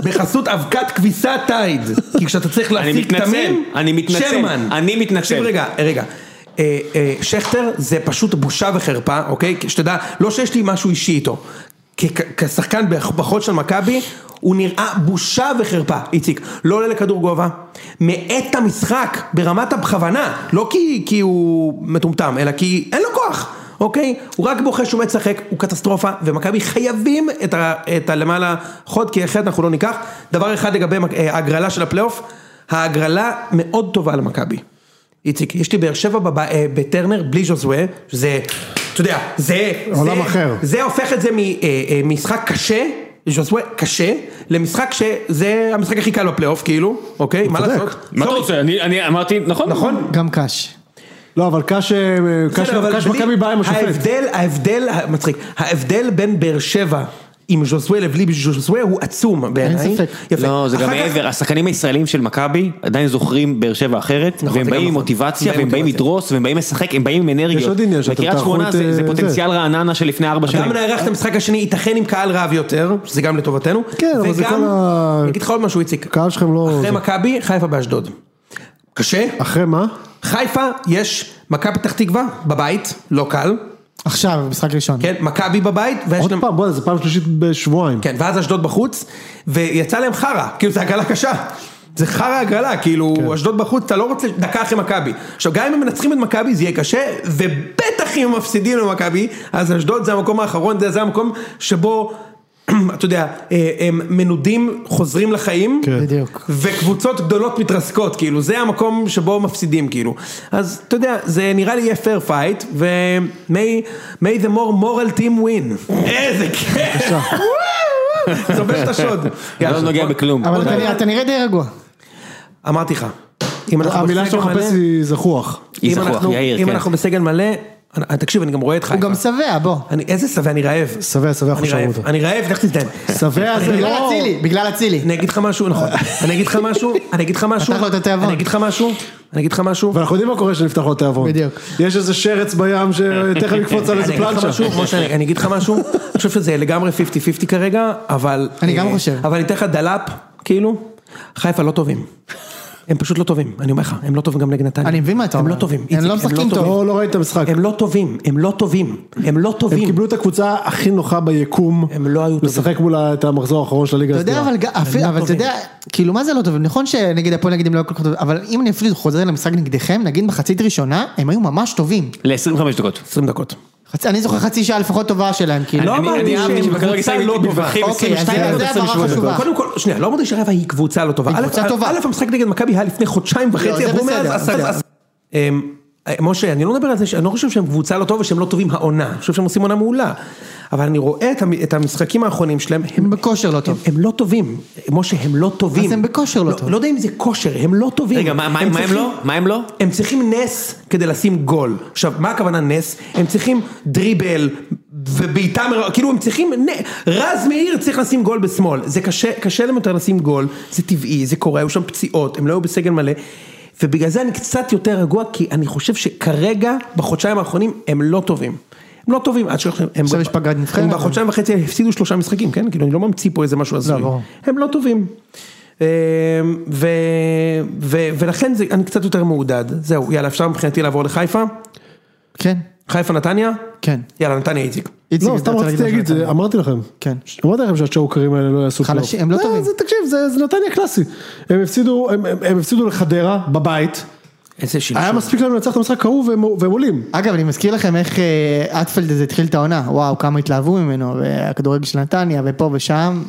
Speaker 2: בחסות אבקת כביסה טייד. כי כשאתה צריך
Speaker 6: אני
Speaker 2: להשיג
Speaker 6: מתנצל,
Speaker 2: תמים...
Speaker 6: אני מתנצל,
Speaker 2: שרמן.
Speaker 6: אני מתנצל.
Speaker 2: תקשיב רגע, רגע. אה, אה, שכטר זה פשוט בושה וחרפה, אוקיי? שתדע, לא שיש לי משהו אישי איתו. כ- כ- כשחקן בכ- בחוד של מכבי, הוא נראה בושה וחרפה, איציק. לא עולה לכדור גובה, מאט את המשחק ברמת הבכוונה, לא כי, כי הוא מטומטם, אלא כי אין לו כוח, אוקיי? הוא רק בוכה שהוא מת לשחק, הוא קטסטרופה, ומכבי חייבים את, ה, את הלמעלה חוד, כי אחרת אנחנו לא ניקח. דבר אחד לגבי מק- אה, ההגרלה של הפלייאוף, ההגרלה מאוד טובה למכבי. איציק, יש לי באר שבע בב- אה, בטרנר בלי ז'וזווה, שזה, אתה יודע, זה,
Speaker 1: עולם
Speaker 2: זה,
Speaker 1: אחר.
Speaker 2: זה הופך את זה ממשחק קשה, ז'וזווה קשה, למשחק שזה המשחק הכי קל בפלייאוף, כאילו, אוקיי? מה
Speaker 1: צודק.
Speaker 2: לעשות?
Speaker 6: מה אתה
Speaker 2: סורי.
Speaker 6: רוצה? אני, אני אמרתי, נכון?
Speaker 2: נכון?
Speaker 4: גם קש.
Speaker 1: לא, אבל קש אה, קש-
Speaker 2: בסדר, אבל
Speaker 1: קש
Speaker 2: בלי-
Speaker 1: מכבי בא עם השופט.
Speaker 2: ההבדל, ההבדל, מצחיק, ההבדל בין באר שבע עם ז'וזווה לבלי ז'וזווה הוא עצום בעיניי.
Speaker 4: ספק.
Speaker 2: יפה.
Speaker 6: לא, זה
Speaker 2: אחר
Speaker 6: גם
Speaker 2: כך-
Speaker 6: מעבר, השחקנים הישראלים של מכבי עדיין זוכרים באר שבע אחרת,
Speaker 2: נכון,
Speaker 6: והם
Speaker 2: זה גם
Speaker 6: באים עם
Speaker 2: נכון.
Speaker 6: מוטיבציה,
Speaker 2: באים
Speaker 6: והם באים
Speaker 2: מוטיבציה.
Speaker 6: לדרוס, והם באים לשחק, הם באים עם אנרגיות.
Speaker 1: יש עוד עניין שאתם
Speaker 6: וקריית
Speaker 1: תערכו
Speaker 6: שמונה
Speaker 1: את,
Speaker 6: זה- זה
Speaker 1: אה,
Speaker 6: פוטנציאל רעננה של לפני ארבע שנים.
Speaker 2: גם נארח את המשחק השני, ייתכן עם קהל רב יותר, שזה גם לטובתנו.
Speaker 1: כן, אבל זה
Speaker 2: וגם-
Speaker 1: כל ה-
Speaker 2: אני אגיד לך עוד משהו, איציק.
Speaker 1: הקהל שלכם לא...
Speaker 2: אחרי
Speaker 1: זה.
Speaker 2: מכבי, חיפה באשדוד. קשה.
Speaker 1: אחרי מה?
Speaker 2: חיפה, יש מכבי פתח תקווה, בבית, לא קל.
Speaker 3: עכשיו, משחק ראשון.
Speaker 2: כן, מכבי בבית, ויש
Speaker 1: עוד
Speaker 2: להם...
Speaker 1: פעם, בוא'נה, זו פעם שלישית בשבועיים.
Speaker 2: כן, ואז אשדוד בחוץ, ויצא להם חרא, כאילו זה הגרלה קשה. זה חרא הגרלה, כאילו, כן. אשדוד בחוץ, אתה לא רוצה דקה אחרי מכבי. עכשיו, גם אם הם מנצחים את מכבי זה יהיה קשה, ובטח אם הם מפסידים למכבי, אז אשדוד זה המקום האחרון, זה, זה המקום שבו, אתה יודע, אה, הם מנודים חוזרים לחיים,
Speaker 1: כן.
Speaker 3: בדיוק.
Speaker 2: וקבוצות גדולות מתרסקות, כאילו, זה המקום שבו מפסידים, כאילו. אז אתה יודע, זה נראה לי יהיה פייר פייט, ו-may may the more moral team win. איזה כיף! וואו, צובר את השוד. אוקיי.
Speaker 6: זה לא נוגע בכלום.
Speaker 3: אבל
Speaker 1: אוקיי.
Speaker 3: אתה נראה- אתה נראה די רגוע.
Speaker 2: אמרתי לך. אם אנחנו
Speaker 1: המילה שאתה
Speaker 2: בסגל מלא,
Speaker 1: מחפש היא זחוח.
Speaker 2: אם
Speaker 6: יזכוח,
Speaker 2: אנחנו-
Speaker 6: יאיר,
Speaker 2: אם
Speaker 6: כן.
Speaker 2: אנחנו בסגל מלא, אני- תקשיב, אני גם רואה את
Speaker 3: הוא
Speaker 2: חיפה.
Speaker 1: אה,
Speaker 3: גם שבע, בוא.
Speaker 2: אני- איזה שבע, אני רעב.
Speaker 1: שבע, שבע,
Speaker 2: אני
Speaker 1: אנחנו שומעים
Speaker 2: רעב,
Speaker 1: אותו.
Speaker 2: אני רעב, לך תזדיין.
Speaker 1: שבע זה
Speaker 3: בגלל
Speaker 1: לא...
Speaker 3: אצילי, בגלל אצילי.
Speaker 2: אני אגיד לך משהו, נכון. אני אגיד לך משהו, אני אגיד לך משהו,
Speaker 3: פתח לו את התיאבון.
Speaker 2: אני אגיד לך משהו, אני אגיד לך משהו.
Speaker 1: ואנחנו יודעים מה קורה כשנפתח לו התיאבון.
Speaker 3: בדיוק.
Speaker 1: יש איזה שרץ בים שתכף יקפוץ על איזה
Speaker 2: אני אגיד לך
Speaker 1: פלנצ'ה.
Speaker 2: משהו, משה, אני אגיד לך משהו, אני חושב שזה לגמרי 50-50 כרגע, אבל...
Speaker 3: אני גם
Speaker 2: אה,
Speaker 3: חושב.
Speaker 2: אבל אני אתן לך דלאפ, כאילו, חיפה לא טובים. הם פשוט לא טובים, אני אומר לך, הם לא טובים גם נגד נתניה.
Speaker 3: אני מבין מה אתה אומר.
Speaker 2: הם לא טובים,
Speaker 3: הם
Speaker 2: איציק,
Speaker 3: לא משחקים טוב.
Speaker 1: לא, לא ראיתי את המשחק.
Speaker 2: הם לא טובים, הם לא טובים, הם לא
Speaker 1: הם
Speaker 2: טובים.
Speaker 1: קיבלו את הקבוצה הכי נוחה ביקום.
Speaker 2: הם לא היו טובים.
Speaker 1: לשחק מולה את המחזור האחרון של הליגה
Speaker 3: אתה יודע, אבל
Speaker 1: אה,
Speaker 3: ג-
Speaker 1: לא
Speaker 3: אפילו- אבל אתה
Speaker 2: טובים.
Speaker 3: יודע, כאילו מה זה לא טובים? נכון שנגד הפועל נגד הם לא היו כל כך טובים, אבל אם אני אפילו חוזר למשחק נגדכם, נגיד מחצית ראשונה, הם היו ממש טובים.
Speaker 6: ל-25 דקות.
Speaker 2: 20 דקות.
Speaker 3: חצי- אני זוכר חצי שעה לפחות טובה שלהם, כאילו.
Speaker 2: לא אמרתי שקבוצה לא טובה.
Speaker 3: אוקיי, אז זה- זה הבהרה חשובה.
Speaker 2: קודם כל, שנייה, לא אמרתי שרבע היא קבוצה לא טובה.
Speaker 3: היא
Speaker 2: א',
Speaker 3: קבוצה
Speaker 2: א',
Speaker 3: טובה.
Speaker 2: א', המשחק נגד מכבי היה לפני חודשיים
Speaker 3: לא,
Speaker 2: וחצי,
Speaker 3: זה
Speaker 2: עברו
Speaker 3: בסדר,
Speaker 2: מאז...
Speaker 3: בסדר.
Speaker 2: אז- אמ, משה, אני לא מדבר על זה, ש- אני לא חושב שהם קבוצה לא טובה ושהם לא טובים העונה, אני חושב שהם עושים עונה מעולה. אבל אני רואה את המ- את המשחקים האחרונים שלהם, הם-
Speaker 3: הם בכושר לא טוב.
Speaker 2: הם לא טובים. משה, הם לא טובים.
Speaker 3: אז הם בכושר לא טוב.
Speaker 2: לא יודע אם זה כושר, הם לא טובים.
Speaker 6: רגע, מה- מה- מה הם
Speaker 2: צריכים-
Speaker 6: לא? מה הם לא?
Speaker 2: הם צריכים נס כדי לשים גול. עכשיו, מה הכוונה נס? הם צריכים דריבל ובעיטה, מר- כאילו הם צריכים, נ- רז מאיר צריך לשים גול בשמאל. זה קשה, קשה להם יותר לשים גול, זה טבעי, זה קורה, היו שם פציעות, הם לא היו בסגל מלא. ובגלל זה אני קצת יותר רגוע, כי אני חושב שכרגע, בחודשיים האחרונים, הם לא טובים. הם לא טובים, עד שעכשיו הם...
Speaker 3: עכשיו יש פגרת נבחרת.
Speaker 2: הם בחודשיים וחצי הפסידו שלושה משחקים, כן? כאילו, אני לא ממציא פה איזה משהו הזוי.
Speaker 3: ברור.
Speaker 2: הם לא טובים. אמ, ו, ו, ולכן זה, אני קצת יותר מעודד. זהו, יאללה, אפשר מבחינתי לעבור לחיפה?
Speaker 3: כן,
Speaker 2: חיפה נתניה?
Speaker 3: כן.
Speaker 2: יאללה, נתניה איציק.
Speaker 3: איציק,
Speaker 1: לא,
Speaker 3: אתה
Speaker 1: סתם
Speaker 3: רוצה
Speaker 1: רציתי
Speaker 3: להגיד
Speaker 1: להגיד,
Speaker 3: משהו?
Speaker 1: זה- אמרתי לכם.
Speaker 3: כן.
Speaker 1: אמרתי לכם שהצ'וקרים האלה לא יעשו
Speaker 3: חלשים, הם לא
Speaker 1: זה-
Speaker 3: טובים.
Speaker 1: זה- תקשיב, זה זה נתניה קלאסי. הם הפסידו, הם- הם הם הפסידו לחדרה, בבית.
Speaker 3: אה,
Speaker 2: איזה
Speaker 1: היה מספיק להם לנצח את המשחק ההוא והם והם עולים.
Speaker 3: אגב, אני מזכיר לכם איך אה, אטפלד הזה התחיל את העונה, וואו, כמה התלהבו ממנו, והכדורגל של נתניה, ופה ושם,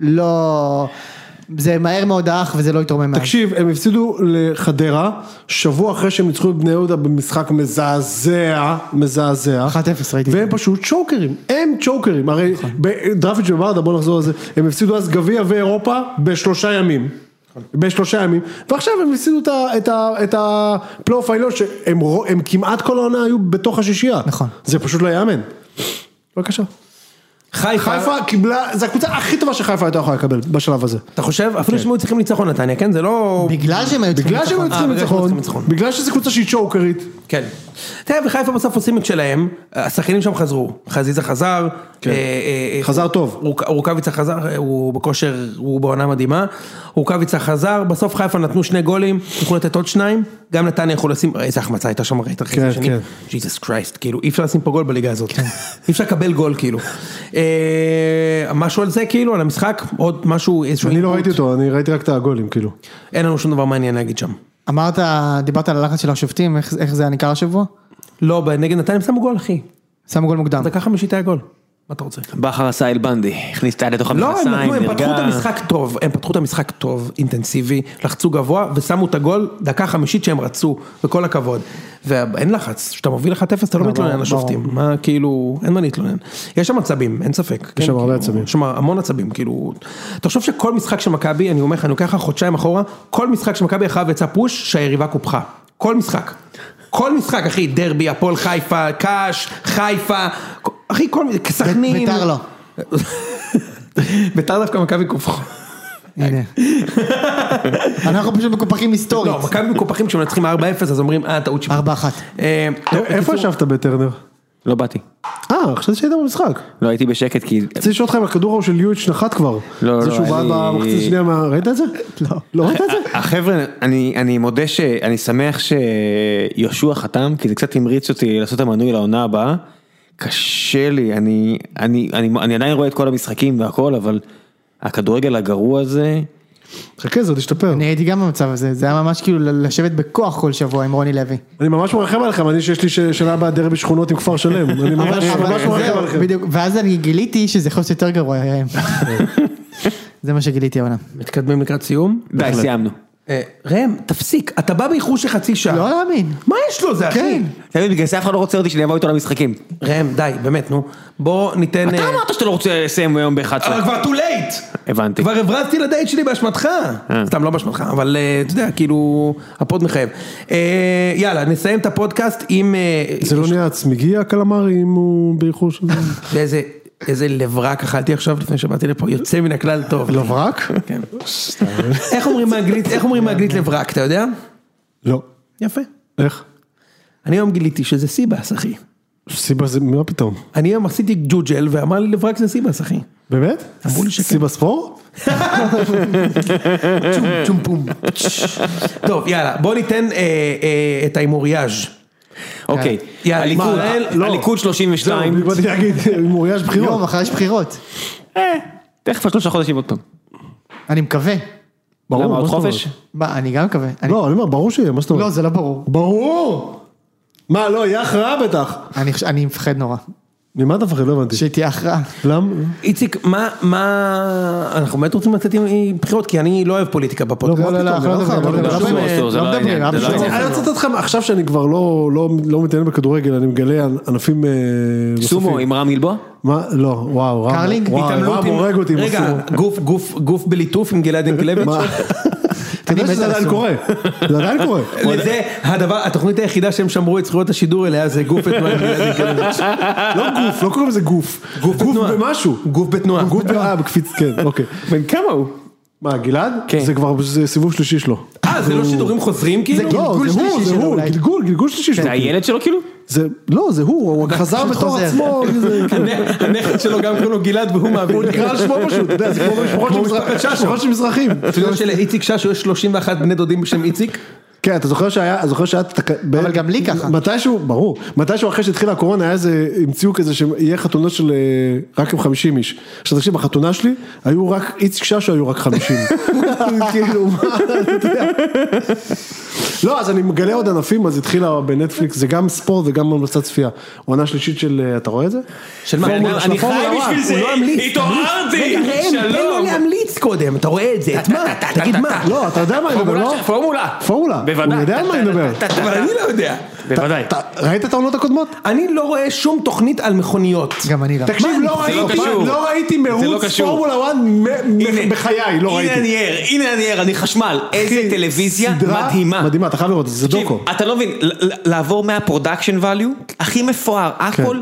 Speaker 3: לא... זה מהר מאוד האח וזה לא יתרומם מאז.
Speaker 1: תקשיב, הם הפסידו לחדרה, שבוע אחרי שהם ניצחו את בני יהודה במשחק מזעזע, מזעזע.
Speaker 3: 1-0 ראיתי. נכון.
Speaker 1: והם פשוט צ'וקרים, הם צ'וקרים, הרי דרפיץ' וברדה, בוא נחזור לזה, הם הפסידו אז גביע ואירופה בשלושה ימים.
Speaker 3: נכון.
Speaker 1: בשלושה ימים, ועכשיו הם הפסידו את ה- את ה- את הפלייאוף העליון, שהם רו- הם כמעט כל העונה היו בתוך השישייה.
Speaker 3: נכון.
Speaker 1: זה פשוט לא יאמן. בבקשה.
Speaker 2: חיפה,
Speaker 1: חיפה קיבלה, זו הקבוצה הכי טובה שחיפה הייתה יכולה לקבל בשלב הזה.
Speaker 2: אתה חושב? אפילו שהם היו צריכים ניצחון נתניה, כן? זה לא...
Speaker 3: בגלל שהם היו
Speaker 1: בגלל שהם היו צריכים
Speaker 2: אה, בגלל שהם היו
Speaker 1: ניצחון,
Speaker 2: צריכים ניצחון.
Speaker 1: בגלל שזו קבוצה שהיא צ'וקרית,
Speaker 2: כן. תראה, וחיפה בסוף עושים את שלהם, השחקנים שם חזרו, חזיזה חזר,
Speaker 1: כן.
Speaker 2: אה, אה, אה,
Speaker 1: חזר טוב.
Speaker 2: רוק- רוקאביצה חזר, אה, הוא בכושר, הוא בעונה מדהימה, רוקאביצה חזר, בסוף חיפה נתנו שני גולים, יכולו לתת עוד שניים, גם נתניה יכול לשים, איזה החמצה הייתה שם, ראית אחרי
Speaker 1: כן,
Speaker 2: זה שני,
Speaker 1: כן.
Speaker 2: ג'יזוס קרייסט, כאילו אי אפשר לשים פה גול בליגה הזאת, אי אפשר לקבל גול כאילו. אה, משהו על זה כאילו, על המשחק, עוד משהו, איזשהו,
Speaker 1: אני לא
Speaker 2: input?
Speaker 1: ראיתי אותו, אני ראיתי רק את הגולים כאילו.
Speaker 2: אין לנו שום דבר מעניין להגיד שם.
Speaker 3: אמרת, דיברת על הלחץ של השופטים, איך איך זה היה ניכר השבוע?
Speaker 2: לא, נגד נתניה הם שמו גול אחי,
Speaker 3: שמו גול מוקדם.
Speaker 2: דקה חמישית היה גול, מה אתה רוצה?
Speaker 6: בכר עשה אל בנדי, הכניס את היד לתוך
Speaker 2: לא, הם
Speaker 6: המכנסיים,
Speaker 2: נתנו, הם פתחו את
Speaker 6: נרגע.
Speaker 2: המשחק טוב, הם פתחו את המשחק טוב, אינטנסיבי, לחצו גבוה ושמו את הגול דקה חמישית שהם רצו, בכל הכבוד. ואין לחץ, כשאתה מוביל 1-0 אתה לא מתלונן על השופטים, מה כאילו, אין מה להתלונן. יש שם עצבים, אין ספק. כן,
Speaker 1: שם הרבה
Speaker 2: כאילו,
Speaker 1: עצבים.
Speaker 2: יש שם המון עצבים, כאילו, תחשוב שכל משחק של מכבי, אני אומר לך, אני לוקח לך חודשיים אחורה, כל משחק של מכבי אחריו יצא פוש שהיריבה קופחה. כל משחק. כל משחק, אחי, דרבי, הפועל חיפה, קאש, חיפה, אחי, כל מיני, סכנין.
Speaker 3: ביתר לא.
Speaker 2: ביתר דווקא מכבי קופחו.
Speaker 3: הנה. אנחנו פשוט מקופחים היסטורית.
Speaker 2: לא, מכבי מקופחים כשמנצחים 4-0 אז אומרים אה טעות שיפוט.
Speaker 3: 4-1.
Speaker 2: אה, טוב,
Speaker 1: איפה
Speaker 2: בקיצור,
Speaker 1: ישבת בטרנר?
Speaker 6: לא באתי.
Speaker 1: אה, חשבתי שהיית במשחק.
Speaker 6: לא הייתי בשקט כי...
Speaker 1: רציתי לשאול אותך אם הכדור ההוא של יואיץ' נחת כבר.
Speaker 6: לא,
Speaker 1: זה
Speaker 6: לא,
Speaker 1: שהוא בעט
Speaker 6: אני-
Speaker 1: במחצית השנייה מה... ראית את זה? לא. לא ראית את זה?
Speaker 6: החבר'ה, אני, אני מודה שאני שמח שיהושע חתם, כי זה קצת המריץ אותי לעשות את המנוי לעונה הבאה. קשה לי, אני, אני, אני, אני עדיין רואה את כל המשחקים והכל, אבל הכדורגל הגרוע הזה,
Speaker 1: חכה, זה עוד ישתפר.
Speaker 3: אני הייתי גם במצב הזה, זה היה ממש כאילו ל- לשבת בכוח כל שבוע עם רוני לוי.
Speaker 1: אני ממש מרחם עליכם, אני שיש לי ש- שנה הבאה דרבי שכונות עם כפר שלם. אני
Speaker 3: אבל-
Speaker 1: ממש
Speaker 3: אבל
Speaker 1: ממש מרחם
Speaker 3: זהו,
Speaker 1: עליכם.
Speaker 3: בדיוק, ואז אני גיליתי שזה יכול להיות יותר גרוע. ראם. זה מה שגיליתי העונה.
Speaker 2: מתקדמים לקראת סיום.
Speaker 6: די, סיימנו.
Speaker 2: אה, ראם, תפסיק, אתה בא באיחור של חצי שעה.
Speaker 3: לא להאמין.
Speaker 2: מה יש לו זה, אחי?
Speaker 3: כן.
Speaker 6: אתה מבין, בגלל זה אף אחד לא רוצה אותי שאני אבוא איתו למשחקים.
Speaker 2: ראם, די, באמת, נו. בוא ניתן...
Speaker 6: אתה
Speaker 2: אה,
Speaker 6: אמרת שאתה לא רוצה לסיים היום ב-11.
Speaker 2: אבל כבר too late!
Speaker 6: הבנתי.
Speaker 2: כבר הברזתי לדייט שלי באשמתך. סתם, לא באשמתך, אבל אה, אתה יודע, כאילו, הפוד מחייב. אה, יאללה, נסיים את הפודקאסט עם... אה,
Speaker 1: זה לא נהיה צמיגי הקלמרי אם הוא באיחור של...
Speaker 2: ואיזה איזה לברק אכלתי עכשיו לפני שבאתי לפה, יוצא מן הכלל טוב.
Speaker 1: לברק?
Speaker 2: כן. איך אומרים באנגלית, איך אומרים באנגלית לברק, אתה יודע?
Speaker 1: לא.
Speaker 2: יפה.
Speaker 1: איך?
Speaker 2: אני היום גיליתי שזה סיבאס, אחי.
Speaker 1: סיבה זה, מה פתאום?
Speaker 2: אני היום עשיתי ג'וג'ל ואמר לי לברק זה סיבאס, אחי.
Speaker 1: באמת?
Speaker 2: אמרו לי שכן.
Speaker 1: סיבה ספור?
Speaker 2: צ'ום צ'ום פום. טוב, יאללה, בוא ניתן אה, אה, את ההימוריאז'.
Speaker 6: אוקיי.
Speaker 2: יאללה,
Speaker 6: הליכוד,
Speaker 2: מה,
Speaker 6: ה-
Speaker 1: זהו,
Speaker 6: הליכוד 32.
Speaker 1: באתי להגיד, אם הוא יש
Speaker 3: יום,
Speaker 1: בחירות.
Speaker 3: מחר יש בחירות.
Speaker 6: אה, תכף השלושה חודשים עוד פעם.
Speaker 3: אני מקווה.
Speaker 1: ברור,
Speaker 6: למה, עוד
Speaker 1: מה זאת אומרת?
Speaker 6: חופש?
Speaker 3: מה, אני גם מקווה. אני-
Speaker 1: לא, אני אומר, ברור שיהיה, מה זאת
Speaker 3: לא,
Speaker 1: אומרת?
Speaker 3: זה לא ברור.
Speaker 1: ברור! מה, לא, יהיה הכרעה בטח.
Speaker 3: אני חוש- אני מפחד נורא.
Speaker 1: ממה אתה מפחד? לא הבנתי.
Speaker 3: שתהיה הכרעה.
Speaker 1: למה?
Speaker 2: איציק, מה, מה, אנחנו באמת רוצים לצאת עם- עם בחירות, כי אני לא אוהב פוליטיקה בפודקאסט.
Speaker 1: לא, לא, אנחנו לא
Speaker 3: מחר,
Speaker 1: מדברים,
Speaker 3: לא
Speaker 1: לא
Speaker 6: אסור,
Speaker 3: באמת,
Speaker 6: אסור, זה
Speaker 3: לא
Speaker 6: לא
Speaker 3: מדברים,
Speaker 6: העניין,
Speaker 3: אף
Speaker 6: זה לא
Speaker 3: אחד לא
Speaker 6: העניין.
Speaker 1: אני רוצה לתת לכם, עכשיו שאני כבר לא- לא לא מתעניין בכדורגל, אני מגלה ענ- ענפים אה, נוספים.
Speaker 6: סומו עם רם גלבוע?
Speaker 1: מה? לא, וואו, רם.
Speaker 3: קרלינג?
Speaker 1: וואי,
Speaker 2: התעמלות
Speaker 1: רם
Speaker 2: עם-
Speaker 1: הורג אותי עם
Speaker 2: רגע,
Speaker 1: הסומו.
Speaker 2: גוף, גוף, גוף בליטוף עם גלעד ינקלביץ'.
Speaker 1: מה? אתה
Speaker 3: אני
Speaker 1: יודע
Speaker 3: מת
Speaker 1: שזה
Speaker 3: על
Speaker 1: עדיין
Speaker 3: הסומו.
Speaker 1: קורה. זה עדיין קורה.
Speaker 2: לזה הדבר, התוכנית היחידה שהם שמרו את זכויות השידור אליה זה גוף בתנועה עם גלעד ינקלביץ'.
Speaker 1: לא גוף, לא קוראים לזה גוף.
Speaker 2: גוף בתנועה.
Speaker 1: במשהו.
Speaker 2: גוף בתנועה.
Speaker 1: גוף בתנועה. בקפיץ, כן, אוקיי.
Speaker 6: בן כמה הוא?
Speaker 1: מה, גלעד?
Speaker 6: כן.
Speaker 1: זה כבר זה סיבוב שלישי שלו.
Speaker 2: אה, זה לא שידורים חוזרים כאילו?
Speaker 1: לא,
Speaker 3: גלגול
Speaker 1: זה הוא,
Speaker 3: שלישי
Speaker 1: זה
Speaker 3: שלו
Speaker 1: הוא,
Speaker 3: אולי.
Speaker 1: גלגול, גלגול שלישי שלו.
Speaker 6: זה הילד שלו כאילו?
Speaker 1: זה, לא, זה הוא, הוא חזר
Speaker 3: פשוט
Speaker 1: בתור
Speaker 3: חוזר.
Speaker 1: עצמו, כזה,
Speaker 2: הנכד- הנכד שלו גם קוראים לו גלעד והוא מעביר.
Speaker 1: הוא נקרא על שמו פשוט, אתה יודע, זה כמו במשפחות של
Speaker 2: כמו
Speaker 1: מזרח-
Speaker 2: משפחת ששו.
Speaker 1: משפחות של מזרחים.
Speaker 2: אתה יודע שלאיציק ששו יש 31 בני דודים בשם איציק?
Speaker 1: כן, אתה זוכר שהיה, זוכר שהיה, תק- ב-
Speaker 3: אבל גם לי ככה.
Speaker 1: מתישהו, ברור, מתישהו אחרי שהתחילה הקורונה היה איזה, המציאו כזה שיהיה חתונות של אה, רק עם 50 איש. עכשיו תקשיב, בחתונה שלי היו רק, איציק ששו היו רק 50. כאילו, מה, אתה יודע. לא, אז אני מגלה עוד ענפים, אז התחילה בנטפליקס, זה גם ספורט וגם המלצת צפייה. עונה שלישית של, אה, אתה רואה את זה?
Speaker 2: של מה?
Speaker 1: פורמולה, של
Speaker 6: אני חי
Speaker 1: הפורמולה.
Speaker 6: בשביל זה,
Speaker 2: הוא לא המליץ.
Speaker 6: התעוררתי,
Speaker 2: רגע, ראם, תן לו
Speaker 6: שלום.
Speaker 2: להמליץ קודם, אתה רואה את זה, את מה? תגיד מה?
Speaker 1: לא, אתה יודע מה אני מדבר, לא?
Speaker 6: פורמולה.
Speaker 1: פורמולה.
Speaker 6: בוודאי.
Speaker 1: הוא יודע על מה אני מדבר.
Speaker 2: אבל אני לא יודע.
Speaker 6: בוודאי.
Speaker 1: אתה- ראית את העונות הקודמות?
Speaker 2: אני לא רואה שום תוכנית על מכוניות.
Speaker 3: גם אני לא.
Speaker 1: תקשיב,
Speaker 2: אני-
Speaker 1: לא
Speaker 6: זה לא
Speaker 1: ראיתי-
Speaker 6: קשור.
Speaker 1: לא ראיתי
Speaker 6: לא
Speaker 1: מרוץ
Speaker 6: קשור.
Speaker 1: פורמולה 1
Speaker 6: הנה.
Speaker 1: בחיי, לא
Speaker 6: הנה
Speaker 1: ראיתי.
Speaker 6: אני ער, הנה אני ער, אני חשמל. איזה
Speaker 1: אחי,
Speaker 6: טלוויזיה
Speaker 1: סדרה
Speaker 6: מדהימה.
Speaker 1: מדהימה, אתה חייב לראות, זה
Speaker 6: תקשיב,
Speaker 1: דוקו.
Speaker 6: אתה לא מבין, ל- ל- לעבור מהפרודקשן value, הכי מפואר,
Speaker 1: כן.
Speaker 6: הכל.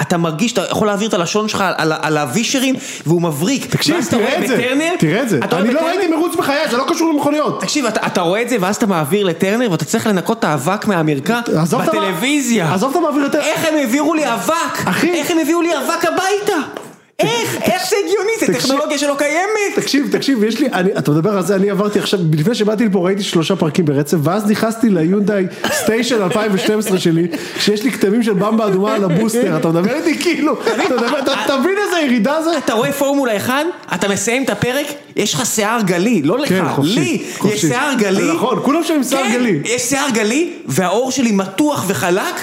Speaker 6: אתה מרגיש שאתה יכול להעביר את הלשון שלך על, ה- על הווישרים והוא מבריק.
Speaker 1: תקשיב,
Speaker 6: ואז אתה
Speaker 1: תראה
Speaker 6: רואה
Speaker 1: את זה.
Speaker 6: בטרנר,
Speaker 1: תראה את זה.
Speaker 6: אתה רואה
Speaker 1: אני לא
Speaker 6: בטרנר-
Speaker 1: ראיתי מרוץ בחיי, זה לא קשור למכוניות.
Speaker 6: תקשיב, אתה, אתה רואה את זה ואז אתה מעביר לטרנר ואתה צריך לנקות את האבק מהמרקע
Speaker 1: עזוב את המ-
Speaker 6: בטלוויזיה.
Speaker 1: עזוב את המעביר יותר. אה,
Speaker 6: איך הם העבירו לי אבק?
Speaker 1: אחי.
Speaker 6: איך הם הביאו לי אבק הביתה? איך? איך זה הגיוני? זה
Speaker 1: תקשיב-
Speaker 6: טכנולוגיה שלא קיימת.
Speaker 1: תקשיב, תקשיב, יש לי, אני, אתה מדבר על זה, אני עברתי עכשיו, לפני שבאתי לפה ראיתי שלושה פרקים ברצף, ואז נכנסתי ליונדאי סטיישן 2012 שלי, שיש לי כתמים של במבה אדומה על הבוסטר, אתה מדבר איתי כאילו, אתה מדבר, אתה אתה מבין איזה ירידה זה?
Speaker 6: אתה רואה פורמולה 1, אתה מסיים את הפרק, יש לך שיער גלי, לא לך,
Speaker 1: כן, חופשי,
Speaker 6: לי,
Speaker 1: חופשי.
Speaker 6: יש שיער גלי,
Speaker 1: זה נכון, כולם שם עם שיער
Speaker 6: כן,
Speaker 1: גלי.
Speaker 6: יש שיער גלי, והעור שלי מתוח וחלק,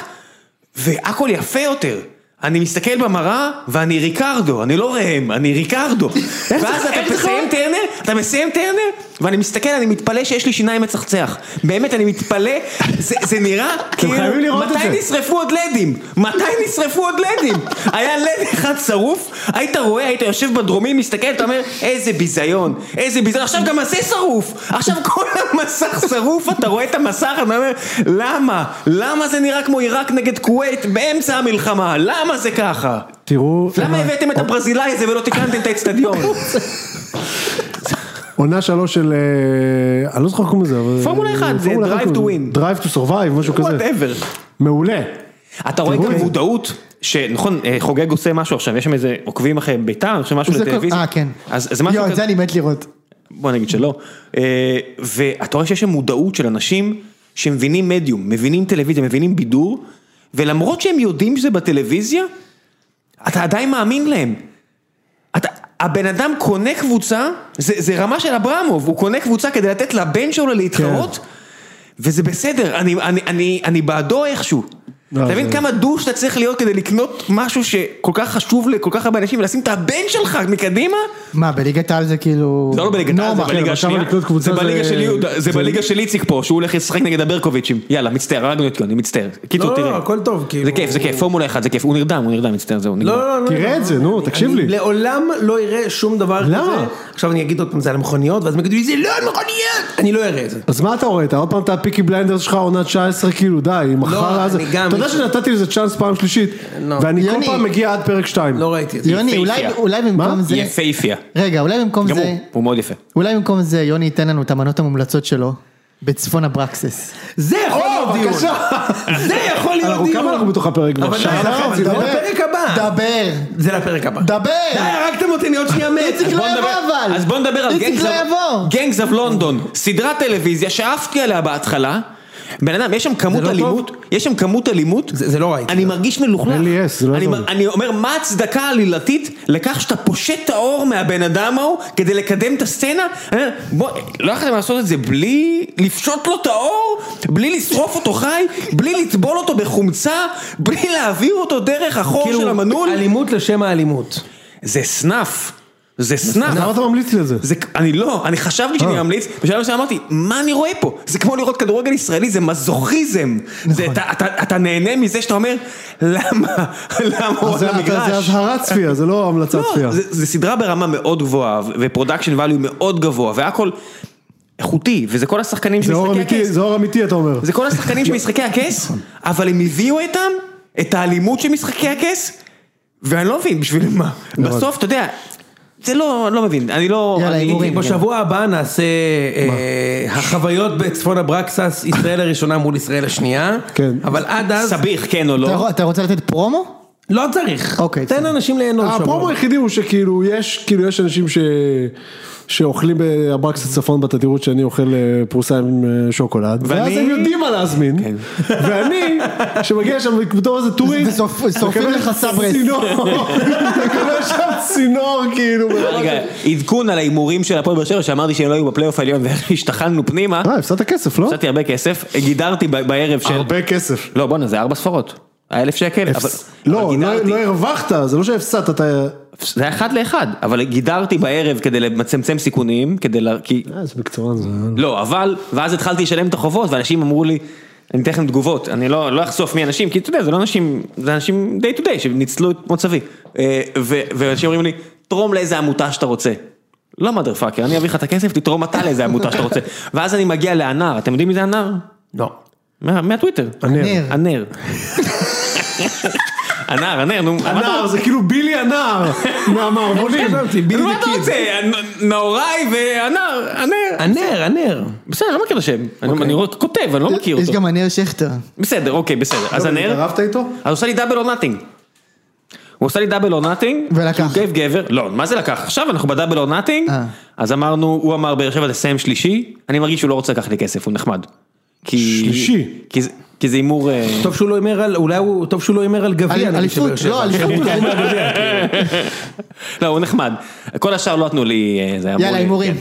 Speaker 6: והכל יפה יותר. אני מסתכל במראה, ואני ריקרדו, אני לא ראם, אני ריקרדו. ואז
Speaker 1: זה-
Speaker 6: אתה
Speaker 1: איך זה קורה?
Speaker 6: מסיים טרנר, אתה מסיים טרנר, ואני מסתכל, אני מתפלא שיש לי שיניים מצחצח. באמת, אני מתפלא, זה זה נראה כאילו,
Speaker 1: חייבים לראות את זה.
Speaker 6: מתי נשרפו עוד לדים? מתי נשרפו עוד לדים? היה לד אחד שרוף, היית רואה, היית יושב בדרומים, מסתכל, אתה אומר, איזה ביזיון, איזה ביזיון, עכשיו גם הזה שרוף, עכשיו כל המסך שרוף, אתה רואה את המסך, אתה אומר, למה? למה זה נראה כמו עיראק נגד כווית באמצע המלחמה? למה זה ככה?
Speaker 1: תראו,
Speaker 6: למה הבאתם את הברזילאי הזה ולא תיקנתם את האצטדיון?
Speaker 1: עונה שלוש של, אה, אני לא זוכר קוראים לזה, אבל... אה,
Speaker 6: פורמולה אחד, זה
Speaker 1: פורמולה
Speaker 6: drive
Speaker 1: אחד
Speaker 6: to
Speaker 1: קוראים לזה. drive to survive, משהו כזה.
Speaker 6: וואטאבר.
Speaker 1: מעולה.
Speaker 6: אתה רואה
Speaker 1: תראו
Speaker 6: גם
Speaker 1: את זה.
Speaker 6: מודעות, שנכון, אה, חוגג עושה משהו עכשיו, יש שם איזה עוקבים אחרי ביתר, אני חושב משהו
Speaker 3: זה כל-
Speaker 6: לטלוויזיה.
Speaker 3: אה, כן.
Speaker 6: אז אז משהו
Speaker 3: יואו, את
Speaker 6: כזה,
Speaker 3: זה אני מת לראות.
Speaker 6: בוא נגיד שלא. אה, ואתה רואה שיש שם מודעות של אנשים שמבינים מדיום, מבינים טלוויזיה, מבינים בידור, ולמרות שהם יודעים שזה בטלוויזיה, אתה עדיין מאמין להם. אתה, הבן אדם קונה קבוצה, זה, זה רמה של אברמוב, הוא קונה קבוצה כדי לתת לבן שלו להתחרות, כן. וזה בסדר, אני, אני, אני, אני בעדו איכשהו.
Speaker 1: לא,
Speaker 6: אתה מבין
Speaker 1: זה-
Speaker 6: כמה דוש אתה צריך להיות כדי לקנות משהו שכל כך חשוב לכל כך הרבה אנשים, ולשים את הבן שלך מקדימה?
Speaker 3: מה, בליגת העל זה כאילו...
Speaker 6: זה לא בליגת העל, זה
Speaker 3: נורמה.
Speaker 1: כן,
Speaker 6: בליגה
Speaker 1: עכשיו
Speaker 6: השנייה,
Speaker 1: לקנות קבוצה
Speaker 6: זה בליגה
Speaker 1: זה-
Speaker 6: של יהודה, זה
Speaker 1: זה-
Speaker 6: בליגה של איציק פה, שהוא הולך לשחק נגד הברקוביצ'ים. יאללה, מצטער, הרגנו את יוני, מצטער. קיצור,
Speaker 2: לא,
Speaker 6: תראה.
Speaker 2: לא, הכל טוב, כאילו.
Speaker 6: זה כיף, זה כיף, פורמולה 1 זה כיף, הוא נרדם, הוא נרדם, מצטער, זהו, נגמר.
Speaker 2: לא, לא, לא.
Speaker 1: תראה
Speaker 2: לא,
Speaker 1: את
Speaker 2: לא,
Speaker 1: זה,
Speaker 2: לא.
Speaker 1: נו,
Speaker 2: אני
Speaker 1: תקשיב לי.
Speaker 2: לעולם לא אראה שום דבר כזה.
Speaker 1: למה?
Speaker 2: עכשיו אני אגיד עוד פעם, זה על המכוניות, ואז הם יגידו לי, זה לא על מכוניות! אני לא אראה את זה.
Speaker 1: אז מה אתה רואה? אתה עוד פעם את הפיקי בליינדרס שלך עונה 19 כאילו די, מחר אז...
Speaker 2: אני גם-
Speaker 1: אתה יודע שנתתי לזה צ'אנס פעם שלישית,
Speaker 2: לא.
Speaker 1: ואני כל
Speaker 3: יוני.
Speaker 1: פעם מגיע עד פרק 2.
Speaker 2: לא ראיתי את זה.
Speaker 3: יוני, אולי-
Speaker 6: יפהפייה.
Speaker 3: אולי במקום
Speaker 1: מה?
Speaker 3: זה...
Speaker 6: יפהפייה.
Speaker 3: רגע, אולי במקום
Speaker 6: גם
Speaker 3: זה...
Speaker 6: הוא, הוא מאוד יפה.
Speaker 3: אולי במקום זה יוני ייתן לנו את המנות המומלצות שלו בצפון הברקסס.
Speaker 2: זה יכול להיות דיון. זה יכול להיות
Speaker 1: אנחנו-
Speaker 2: דיון.
Speaker 1: כמה אנחנו בתוך הפרק כבר?
Speaker 2: אבל די,
Speaker 1: שעה
Speaker 2: לכם,
Speaker 1: וחצי,
Speaker 2: זה
Speaker 1: לא?
Speaker 2: לפרק הבא.
Speaker 3: דבר,
Speaker 2: זה לפרק הבא. די,
Speaker 3: דבר!
Speaker 2: הרגתם אותי, אני עוד שנייה מת.
Speaker 3: איציק לא
Speaker 6: בוא נדבר-
Speaker 3: יבוא אבל!
Speaker 6: אז בוא נדבר על
Speaker 3: איציק לא יבוא!
Speaker 6: גנגס אב לונדון, סדרת טלוויזיה שעפתי עליה בהתחלה. בן אדם, יש שם כמות
Speaker 2: לא
Speaker 6: אלימות, יש שם כמות אלימות,
Speaker 2: זה- זה לא ראיתי.
Speaker 6: אני מרגיש מלוכלך.
Speaker 1: אין לי אס, זה לא
Speaker 6: אני
Speaker 1: יעזור
Speaker 6: מ-
Speaker 1: לי.
Speaker 6: אני אומר, מה ההצדקה העלילתית לכך שאתה פושט את האור מהבן אדם ההוא כדי לקדם את הסצנה? אני אומר, בוא, לא יכולתם לעשות את זה בלי לפשוט לו את האור? בלי לשרוף אותו חי? בלי לטבול אותו בחומצה? בלי להעביר אותו דרך החור
Speaker 3: כאילו,
Speaker 6: של המנעול?
Speaker 2: כאילו, אלימות לשם האלימות.
Speaker 3: אוקיי,
Speaker 6: זה סנאף. זה סנאף.
Speaker 1: למה אתה ממליץ לי על זה?
Speaker 6: זה, אני לא, אני חשבתי שאני
Speaker 1: אה.
Speaker 6: ממליץ, בשלב מסוים אמרתי, מה אני רואה פה? זה כמו לראות כדורגל ישראלי, זה מזוכיזם.
Speaker 1: נכון.
Speaker 6: זה, אתה, אתה, אתה נהנה מזה שאתה אומר, למה, למה הוא
Speaker 1: אז זה
Speaker 6: על
Speaker 1: זה
Speaker 6: המגרש?
Speaker 1: אזהרת צפייה, זה לא המלצת צפייה.
Speaker 6: לא, זה, זה סדרה ברמה מאוד גבוהה, ופרודקשן value מאוד גבוה, והכל איכותי, וזה כל השחקנים
Speaker 1: זה אור
Speaker 6: שמשחקי
Speaker 1: אמיתי,
Speaker 6: הכס.
Speaker 1: זה נכון. אור אמיתי אתה אומר.
Speaker 6: זה כל השחקנים של משחקי הכס, אבל הם הביאו איתם את האלימות של משחקי הכס, ואני לא מבין בשביל מה.
Speaker 1: נכון.
Speaker 6: בסוף, אתה יודע, זה לא, אני לא מבין, אני לא...
Speaker 3: יאללה,
Speaker 6: אני-
Speaker 3: הימורים.
Speaker 2: אוקיי, בשבוע הבא נעשה אה, החוויות בצפון הברקסס, ישראל הראשונה מול ישראל השנייה.
Speaker 1: כן.
Speaker 2: אבל עד אז,
Speaker 6: סביך, כן או
Speaker 3: אתה
Speaker 6: לא?
Speaker 3: יכול- אתה רוצה לתת פרומו?
Speaker 2: לא צריך.
Speaker 3: אוקיי,
Speaker 2: תן
Speaker 3: בסדר.
Speaker 2: לאנשים ליהנות שבוע.
Speaker 1: אה, הפרומו היחידי הוא שכאילו יש, כאילו יש אנשים ש... שאוכלים באברקס הצפון בתדירות שאני אוכל אה, פרוסה עם אה, שוקולד, ואז
Speaker 6: ואני- כן.
Speaker 1: הם יודעים מה להזמין, ואני, שמגיע שם בתור איזה טורית,
Speaker 3: וסופ- שורפים
Speaker 1: מקבל
Speaker 3: לך סברס.
Speaker 1: צינור, מקבל שם צינור כאילו,
Speaker 6: רגע, עדכון על ההימורים של הפועל באר שבע, שאמרתי שהם לא היו בפלייאוף העליון והשתחלנו פנימה,
Speaker 1: אה, הפסדת כסף, לא?
Speaker 6: הפסדתי הרבה כסף, גידרתי ב- בערב של...
Speaker 1: הרבה כסף.
Speaker 6: לא, בואנה, זה ארבע ספרות. היה אלף שקל, אבל...
Speaker 1: לא,
Speaker 6: אבל
Speaker 1: לא-
Speaker 6: גידרתי.
Speaker 1: לא הרווחת, זה לא שהפסדת, אתה...
Speaker 6: זה היה אחד לאחד, אבל גידרתי בערב כדי לצמצם סיכונים, כדי ל... כי
Speaker 1: אה, זה מקצוען זה...
Speaker 6: לא, אבל, ואז התחלתי לשלם את החובות, ואנשים אמרו לי, אני אתן לכם תגובות, אני לא, לא אחשוף מי אנשים, כי אתה יודע, זה לא אנשים, זה אנשים day to day שניצלו את מצבי. אה, ו- ואנשים אומרים לי, תרום לאיזה עמותה שאתה רוצה. לא מאדר פאקר, אני אביא לך את הכסף, תתרום אתה לאיזה עמותה שאתה רוצה. ואז אני מגיע לאנר, אתם יודעים מי זה הנער?
Speaker 2: לא.
Speaker 6: מה- מהטוויטר.
Speaker 3: ניר.
Speaker 6: הנר. הנער, הנער, נו, מה אתה
Speaker 1: הנער, זה כאילו בילי הנער מהמערבונים.
Speaker 6: נו, מה אתה רוצה? נאוריי והנער, הנר.
Speaker 2: הנר, הנר.
Speaker 6: בסדר, אני לא מכיר את השם. אני אני רק כותב, אני לא מכיר
Speaker 3: יש
Speaker 6: אותו.
Speaker 3: גם הניר שכטר.
Speaker 6: בסדר, אוקיי, בסדר. אז הנר,
Speaker 1: לא, התערבת איתו?
Speaker 6: אז עושה לי דאבל או נאטינג. הוא עושה לי דאבל או נאטינג.
Speaker 3: ולקח.
Speaker 6: הוא גייב גבר, לא, מה זה לקח? עכשיו אנחנו בדאבל או נאטינג.
Speaker 3: אה.
Speaker 6: אז אמרנו, הוא אמר באר שבע תסיים שלישי, אני מרגיש שהוא לא רוצה לקחת לי כסף, הוא נחמד. כי-
Speaker 1: שלישי.
Speaker 6: כי זה- כי זה הימור... אה,
Speaker 2: טוב שהוא לא הימר על, אולי הוא, טוב שהוא לא הימר על גביע.
Speaker 3: אל-
Speaker 2: נגיד, של באר
Speaker 3: אליפות,
Speaker 2: שבע.
Speaker 3: לא, אליפות.
Speaker 6: לא, הוא נחמד. כל השאר לא נתנו לי... אה, זה היה אמור
Speaker 3: יאללה,
Speaker 6: לי-
Speaker 3: הימורים.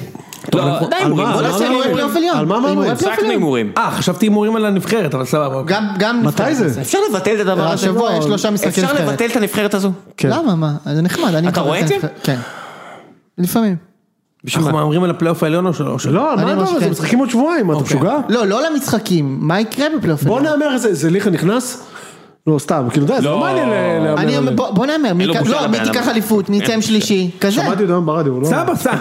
Speaker 6: כן. לא, די הימורים.
Speaker 1: מה?
Speaker 3: בוא
Speaker 6: בוא
Speaker 1: על
Speaker 6: נעשה
Speaker 3: נעשה
Speaker 1: מה
Speaker 3: הימורי
Speaker 1: אמורים?
Speaker 3: פלייאוף עליון.
Speaker 1: על מה אמורים?
Speaker 3: הימורי פלייאוף
Speaker 6: הפסקנו
Speaker 3: עליון.
Speaker 6: הימורים.
Speaker 2: אה, חשבתי הימורים על הנבחרת, אבל סבבה. אוקיי.
Speaker 3: גם, גם...
Speaker 1: מתי זה?
Speaker 6: אפשר לבטל את הדבר הזה?
Speaker 3: השבוע יש שלושה משחקי
Speaker 6: אפשר
Speaker 3: נבחרת.
Speaker 6: לבטל את הנבחרת הזו?
Speaker 1: כן.
Speaker 3: למה, מה? זה נחמד. אני
Speaker 6: אתה רואה את זה?
Speaker 3: הנבחרת. כן. לפעמים.
Speaker 6: נכון.
Speaker 2: אנחנו מהמרים על הפלייאוף העליון או שלא? או שלא?
Speaker 1: לא, על מה
Speaker 3: אני
Speaker 1: אתה אומר?
Speaker 3: ממש
Speaker 1: זה
Speaker 3: כן.
Speaker 1: משחקים עוד שבועיים,
Speaker 6: אוקיי.
Speaker 1: אתה משוגע?
Speaker 3: לא, לא למשחקים. מה יקרה בפלייאוף?
Speaker 1: בוא
Speaker 3: העליון?
Speaker 1: נאמר איזה, זה ליכה נכנס? לא, סתם, כאילו, אתה יודע, זה לא מעניין ל- להמר.
Speaker 3: אני אומר,
Speaker 1: עליהם.
Speaker 3: בוא- בוא נאמר. מי
Speaker 6: לו
Speaker 3: ייקח-
Speaker 6: בושה
Speaker 3: לא, מי
Speaker 6: לבן אדם.
Speaker 3: תיקח אליפות? מי יצא שלישי? כזה.
Speaker 1: שמעתי אותם ברדיו, לא?
Speaker 2: סבא, סע.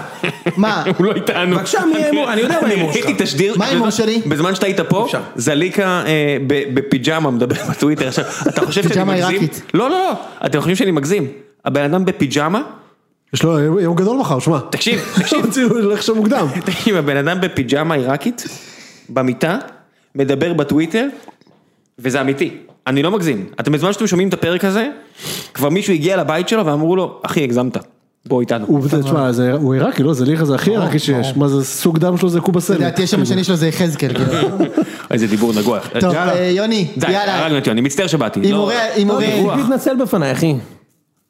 Speaker 3: מה?
Speaker 6: הוא לא איתנו.
Speaker 2: בבקשה, מי ההימור? אני יודע מה ההימור שלך.
Speaker 6: ראיתי תשדיר,
Speaker 3: מה ההימור
Speaker 6: בזמן-
Speaker 3: שלי?
Speaker 6: בזמן שאתה היית פה,
Speaker 2: אפשר.
Speaker 6: זליקה אה, ב- בפיג'מה מדבר בטוויטר עכשיו, אתה חושב שאני
Speaker 3: פיג'מה
Speaker 6: מגזים?
Speaker 3: עיראקית.
Speaker 6: לא, לא, לא, אתם חושבים שאני מגזים, הבן אדם בפיג'מה,
Speaker 1: יש לו יום- יום גדול מחר, שמע.
Speaker 6: תקשיב, תקשיב,
Speaker 1: תקשיב, לך שם מוקדם.
Speaker 6: תקשיב, הבן אדם בפיג'מה עיראקית, במיטה, מדבר בטוויטר, וזה אמיתי, אני לא מגזים. אתם בזמן שאתם שומעים את הפרק הזה, כבר מישהו הגיע לבית שלו ואמרו לו, אחי, הגזמת. בוא איתנו.
Speaker 1: הוא, תשמע, זה- הוא עיראקי, לא? זה לירה זה הכי עיראקי שיש. מה זה, סוג דם שלו זה קובה סלט.
Speaker 4: לדעתי השם השני שלו זה יחזקאל. כאילו.
Speaker 6: איזה דיבור נגוע.
Speaker 4: טוב,
Speaker 6: יאללה.
Speaker 4: אה, יוני,
Speaker 6: די,
Speaker 4: יאללה.
Speaker 6: הרגנו את יוני, מצטער שבאתי.
Speaker 4: הימורי,
Speaker 6: לא-
Speaker 4: הימורי.
Speaker 2: הוא מתנצל בפניי, אחי.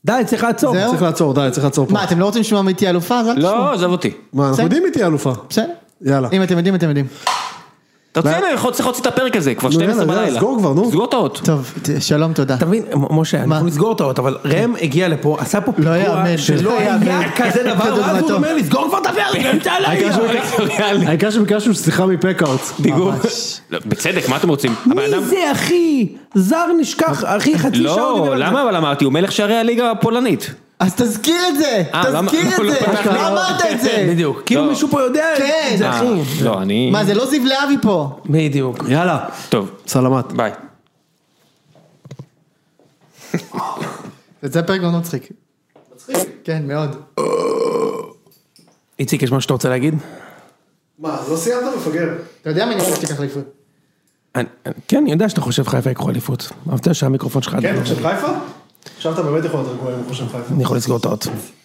Speaker 2: די, צריך לעצור.
Speaker 4: זהו?
Speaker 1: צריך לעצור, די, צריך לעצור פה.
Speaker 4: מה, אתם לא רוצים לשמוע מי תהיה אלופה? אז אל תשמעו.
Speaker 6: לא, עזוב אותי.
Speaker 1: מה, אנחנו
Speaker 4: בסדר.
Speaker 1: יודעים מי תהיה אלופה.
Speaker 4: בסדר.
Speaker 1: יאללה.
Speaker 4: אם אתם יודעים, אתם יודעים.
Speaker 6: אתה רוצה, אני יכול- צריך להוציא את הפרק הזה, כבר
Speaker 1: נו,
Speaker 6: 12
Speaker 1: יאללה, יאללה,
Speaker 6: בלילה.
Speaker 1: סגור כבר, נו.
Speaker 6: סגור את האות.
Speaker 4: טוב, ת- שלום, תודה.
Speaker 2: אתה מבין, מ- משה,
Speaker 4: מה?
Speaker 2: אנחנו נסגור את האות, אבל ראם הגיע לפה, עשה פה פיגוע
Speaker 4: יאמן,
Speaker 2: שלא
Speaker 4: לא
Speaker 2: היה
Speaker 4: יאמן.
Speaker 2: כזה דבר, ואז הוא
Speaker 4: כדוגמתו.
Speaker 2: אומר לי, סגור כבר את הפרק, באמצע הלילה.
Speaker 1: העיקר שביקשנו סליחה מפקאוט.
Speaker 6: דיגור. לא, בצדק, מה אתם רוצים? הבן
Speaker 2: מי
Speaker 6: אדם-
Speaker 2: זה אחי? זר נשכח, אחי, חצי שעה הוא דיבר
Speaker 6: לא,
Speaker 2: על זה.
Speaker 6: למה אבל אמרתי, הוא מלך שערי הליגה הפולנית.
Speaker 4: אז תזכיר את זה!
Speaker 6: אה, למה-
Speaker 4: תזכיר
Speaker 6: לא,
Speaker 4: את זה!
Speaker 6: לא פתחתי.
Speaker 4: לא אמרת את זה!
Speaker 2: בדיוק, כאילו
Speaker 6: לא.
Speaker 2: מישהו פה יודע,
Speaker 4: כן.
Speaker 2: זה
Speaker 6: אה,
Speaker 2: אחי.
Speaker 6: לא, אני...
Speaker 4: מה, זה לא זיו להבי פה.
Speaker 2: בדיוק.
Speaker 1: יאללה.
Speaker 6: טוב,
Speaker 1: סלמת.
Speaker 6: ביי.
Speaker 4: זה פרק מאוד מצחיק. מצחיק? כן, מאוד.
Speaker 2: איציק, יש מה שאתה רוצה להגיד?
Speaker 1: מה, לא סיימת מפגר?
Speaker 4: אתה יודע מי אני חושב שתיקח אליפות?
Speaker 2: אני- אני- כן, אני יודע שאתה חושב חיפה יקחו אליפות,
Speaker 1: כן,
Speaker 4: כן,
Speaker 2: אבל אתה יודע שהמיקרופון שלך... עדיין לא-
Speaker 1: חיפה? עכשיו אתה באמת יכול להיות רגוע אם הוא חושב חיפה.
Speaker 2: אני יכול לסגור את האות.